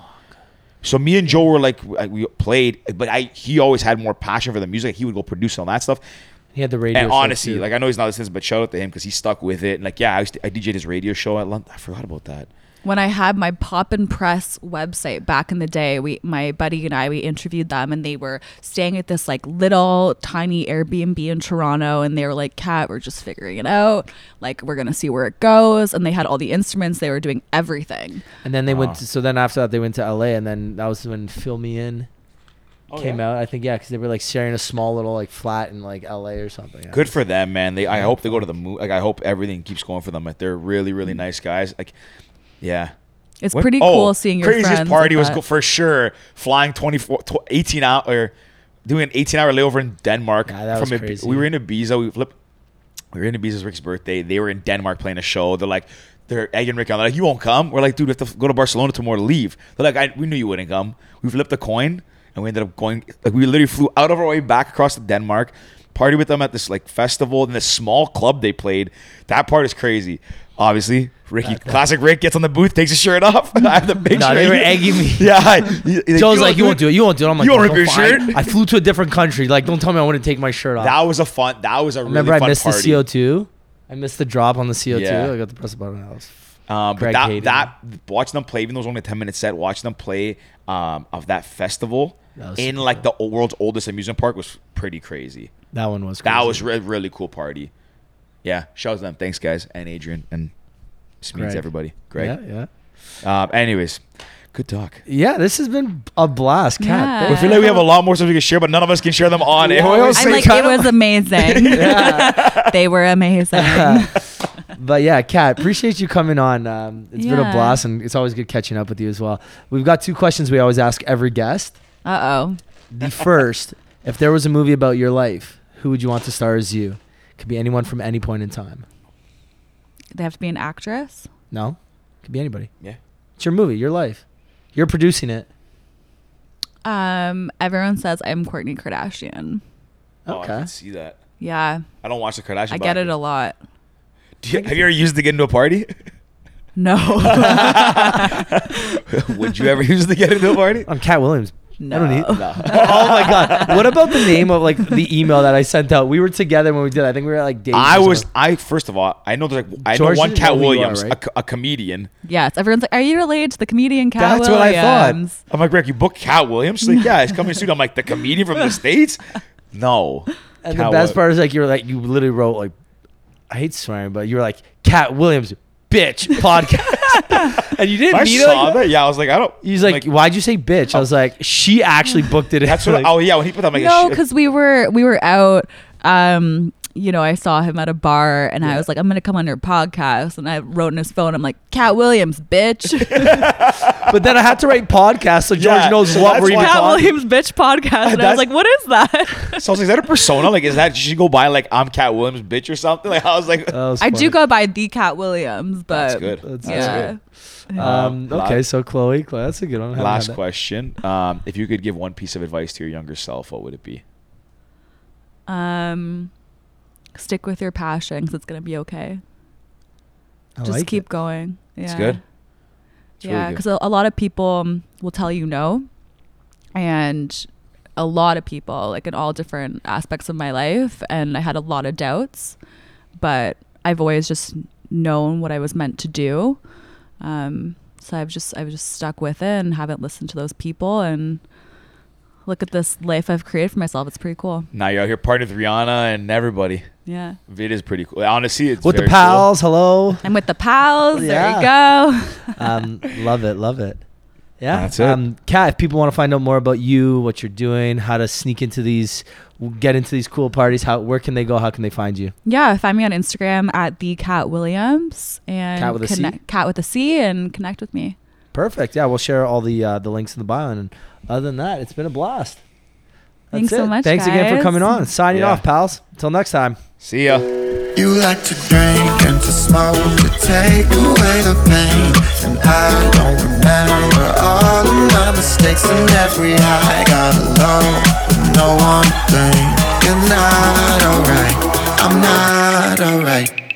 Speaker 2: So me and Joe were like I- we played, but I he always had more passion for the music. He would go produce and all that stuff.
Speaker 1: He had the radio.
Speaker 2: And
Speaker 1: show,
Speaker 2: honestly,
Speaker 1: too.
Speaker 2: like I know he's not listening, but shout out to him because he stuck with it. And like yeah, I, used to, I DJ'd his radio show at London. I forgot about that.
Speaker 5: when I had my Pop and Press website back in the day, we my buddy and I we interviewed them and they were staying at this like little tiny Airbnb in Toronto and they were like, "Cat, we're just figuring it out. Like we're gonna see where it goes." And they had all the instruments. They were doing everything.
Speaker 1: and then they went. To, so then after that, they went to LA, and then that was when Fill Me In
Speaker 2: Oh,
Speaker 1: came out. I think yeah, because they were like sharing a small little like flat in like LA or something. Yeah.
Speaker 2: Good for them, man. They I hope they go to the moon. Like I hope everything keeps going for them. Like they're really really nice guys. Like yeah.
Speaker 5: Mm. It's
Speaker 2: What-
Speaker 5: pretty
Speaker 2: oh,
Speaker 5: cool seeing your
Speaker 2: craziest
Speaker 5: friends
Speaker 2: party
Speaker 5: like
Speaker 2: was
Speaker 5: that.
Speaker 2: go- for sure flying 24 tw- 18 hour or doing an 18 hour layover in Denmark
Speaker 1: Yeah, that was
Speaker 2: Ib-
Speaker 1: crazy.
Speaker 2: we were in Ibiza we flipped we were in Ibiza's Rick's birthday they were in Denmark playing a show they're like they're egging Rick on they're like you won't come we're like dude we have to f- go to Barcelona tomorrow to leave they're like I, we knew you wouldn't come we flipped a coin and we ended up going like we literally flew out of our way back across to Denmark party with them at this like festival in this small club they played that part is crazy obviously Ricky classic Rick gets on the booth takes his shirt off I have the picture
Speaker 1: No, they were egging me.
Speaker 2: yeah.
Speaker 1: Joe's like, you won't do it. You won't do it. I'm like,
Speaker 2: You won't
Speaker 1: "No,
Speaker 2: rip your
Speaker 1: fine.
Speaker 2: shirt?"
Speaker 1: I flew to a different country. Like, don't tell me I wouldn't take my shirt off.
Speaker 2: That was a fun. That was a
Speaker 1: Remember,
Speaker 2: really
Speaker 1: I
Speaker 2: fun
Speaker 1: missed
Speaker 2: party.
Speaker 1: the CO2. I missed the drop on the CO2.
Speaker 2: Yeah.
Speaker 1: I got to press the button. I was
Speaker 2: Um, but
Speaker 1: Greg
Speaker 2: that
Speaker 1: Hayden.
Speaker 2: that watching them play, even though it was only a ten minute set, watching them play um, of that festival
Speaker 1: That was
Speaker 2: in
Speaker 1: super
Speaker 2: like the o- world's oldest amusement park was pretty crazy.
Speaker 1: That one was. Crazy.
Speaker 2: That was re- really cool party. yeah, shout out to them. Thanks, guys, and Adrian and just means
Speaker 1: Greg.
Speaker 2: everybody. Greg.
Speaker 1: Yeah, yeah.
Speaker 2: Uh, anyways, good talk.
Speaker 1: Yeah, this has been a blast, Kat.
Speaker 2: I
Speaker 5: Yeah.
Speaker 2: feel like we have a lot more stuff we can share, but none of us can share them on air.
Speaker 1: Well,
Speaker 5: I'm like, it was amazing. they were amazing.
Speaker 1: But yeah, Kat, appreciate you coming on. Um, it's been a
Speaker 5: Yeah.
Speaker 1: blast, and it's always good catching up with you as well. We've got two questions we always ask every guest.
Speaker 5: Uh oh.
Speaker 1: The first, if there was a movie about your life, who would you want to star as you? Could be anyone from any point in time.
Speaker 5: They have to be an actress.
Speaker 1: No, could be anybody.
Speaker 2: Yeah.
Speaker 1: It's your movie, your life. You're producing it.
Speaker 5: Um, everyone says I'm Courtney Kardashian.
Speaker 2: Oh, I
Speaker 1: Okay.
Speaker 2: can see that.
Speaker 5: Yeah,
Speaker 2: I don't watch the Kardashians.
Speaker 5: I
Speaker 2: but
Speaker 5: get it
Speaker 2: can-
Speaker 5: a lot.
Speaker 2: Do you- have you ever used it to get into a party?
Speaker 5: No,
Speaker 2: Would you ever use it to get into a party?
Speaker 1: I'm Cat Williams.
Speaker 5: no.
Speaker 1: I don't need.
Speaker 2: No.
Speaker 1: oh my god! What about the name of like the email that I sent out? We were together when we did. I think we were like dating.
Speaker 2: I was. I first of all, I know there's like I
Speaker 1: George
Speaker 2: know one
Speaker 1: doesn't
Speaker 2: Cat
Speaker 1: know who you are,
Speaker 2: Williams, a
Speaker 1: right?
Speaker 2: co- a, comedian.
Speaker 5: Yes, everyone's like, "Are you related to the comedian Cat
Speaker 1: That's what I
Speaker 5: Williams?"
Speaker 1: thought.
Speaker 2: I'm like, Rick, you booked Cat Williams? She's like, yeah, he's coming soon. I'm like, the comedian from the states? No.
Speaker 1: And
Speaker 2: Cat
Speaker 1: the best
Speaker 2: Wil-
Speaker 1: part is like you were like you literally wrote like I hate swearing, but you were like Cat Williams, bitch podcast, and you didn't
Speaker 2: I
Speaker 1: mean it.
Speaker 2: saw
Speaker 1: Like,
Speaker 2: that. Yeah, I was like, I don't.
Speaker 1: He's like, why'd you say bitch? I was like, she actually booked it.
Speaker 2: That's what.
Speaker 1: Like,
Speaker 2: oh yeah, when he put that, I'm like,
Speaker 5: No,
Speaker 2: shit.
Speaker 5: because we were we were out. Um, you know, I saw him at a bar, and I was like, "I'm gonna come on your podcast," and I wrote in his phone, "I'm like Cat Williams, bitch,
Speaker 1: but then I had to write podcast, so George
Speaker 2: Yeah,
Speaker 1: knows
Speaker 2: so
Speaker 1: what
Speaker 2: that's
Speaker 1: we're even
Speaker 2: why-
Speaker 5: Cat
Speaker 1: talking.
Speaker 5: Williams, bitch podcast," and I
Speaker 2: That's-
Speaker 5: was like, "What is that?"
Speaker 2: So I was like, is that a persona? Like, is that she go by like I'm Cat Williams, bitch, or something? Like, I was like,
Speaker 1: That was
Speaker 5: I do
Speaker 1: funny.
Speaker 5: go by the Cat Williams,
Speaker 2: that's
Speaker 5: but
Speaker 2: good.
Speaker 1: That's
Speaker 2: That's
Speaker 5: yeah.
Speaker 2: good.
Speaker 1: Um,
Speaker 2: Um,
Speaker 1: okay,
Speaker 2: last-
Speaker 1: so Chloe, Chloe, that's a good one. I haven't had
Speaker 2: Last
Speaker 1: that.
Speaker 2: question: um, If you could give one piece of advice to your younger self, what would it be?
Speaker 5: Um, stick with your passion 'cause it's gonna be okay.
Speaker 1: I
Speaker 5: Just
Speaker 1: like
Speaker 5: keep
Speaker 1: it.
Speaker 5: going. Yeah.
Speaker 2: It's good. It's really
Speaker 5: yeah,
Speaker 2: good.
Speaker 5: because a, a lot of people um, will tell you no, and a lot of people, like in all different aspects of my life, and I had a lot of doubts, but I've always just known what I was meant to do. Um, so I've just I've just stuck with it and haven't listened to those people and look at this life I've created for myself. It's pretty cool.
Speaker 2: Now you're out here partying with Rihanna and everybody.
Speaker 5: Yeah.
Speaker 2: It is pretty cool. Honestly, it's
Speaker 1: with the
Speaker 2: very
Speaker 1: pals. Hello.
Speaker 5: I'm with the pals. There you go.
Speaker 1: um, love it, love it. Yeah,
Speaker 2: That's it.
Speaker 1: Um, Kat, if people want to find out more about you, what you're doing, how to sneak into these, get into these cool parties, how where can they go? How can they find you?
Speaker 5: Yeah, find me on Instagram at the Cat Williams and
Speaker 1: Cat with a C?
Speaker 5: connect, Cat with a C and connect with me.
Speaker 1: Perfect. Yeah, we'll share all the uh, the links in the bio. And other than that, it's been a blast.
Speaker 5: Thanks so much,
Speaker 1: Thanks again for
Speaker 5: guys.
Speaker 1: coming on. Signing
Speaker 2: Yeah.
Speaker 1: off, pals. Until next time.
Speaker 2: cool. See ya.
Speaker 3: You like to drink and to smoke to take away the pain. And I don't remember all of my mistakes and every high. Got a low, but no one thing. You're not alright. I'm not alright.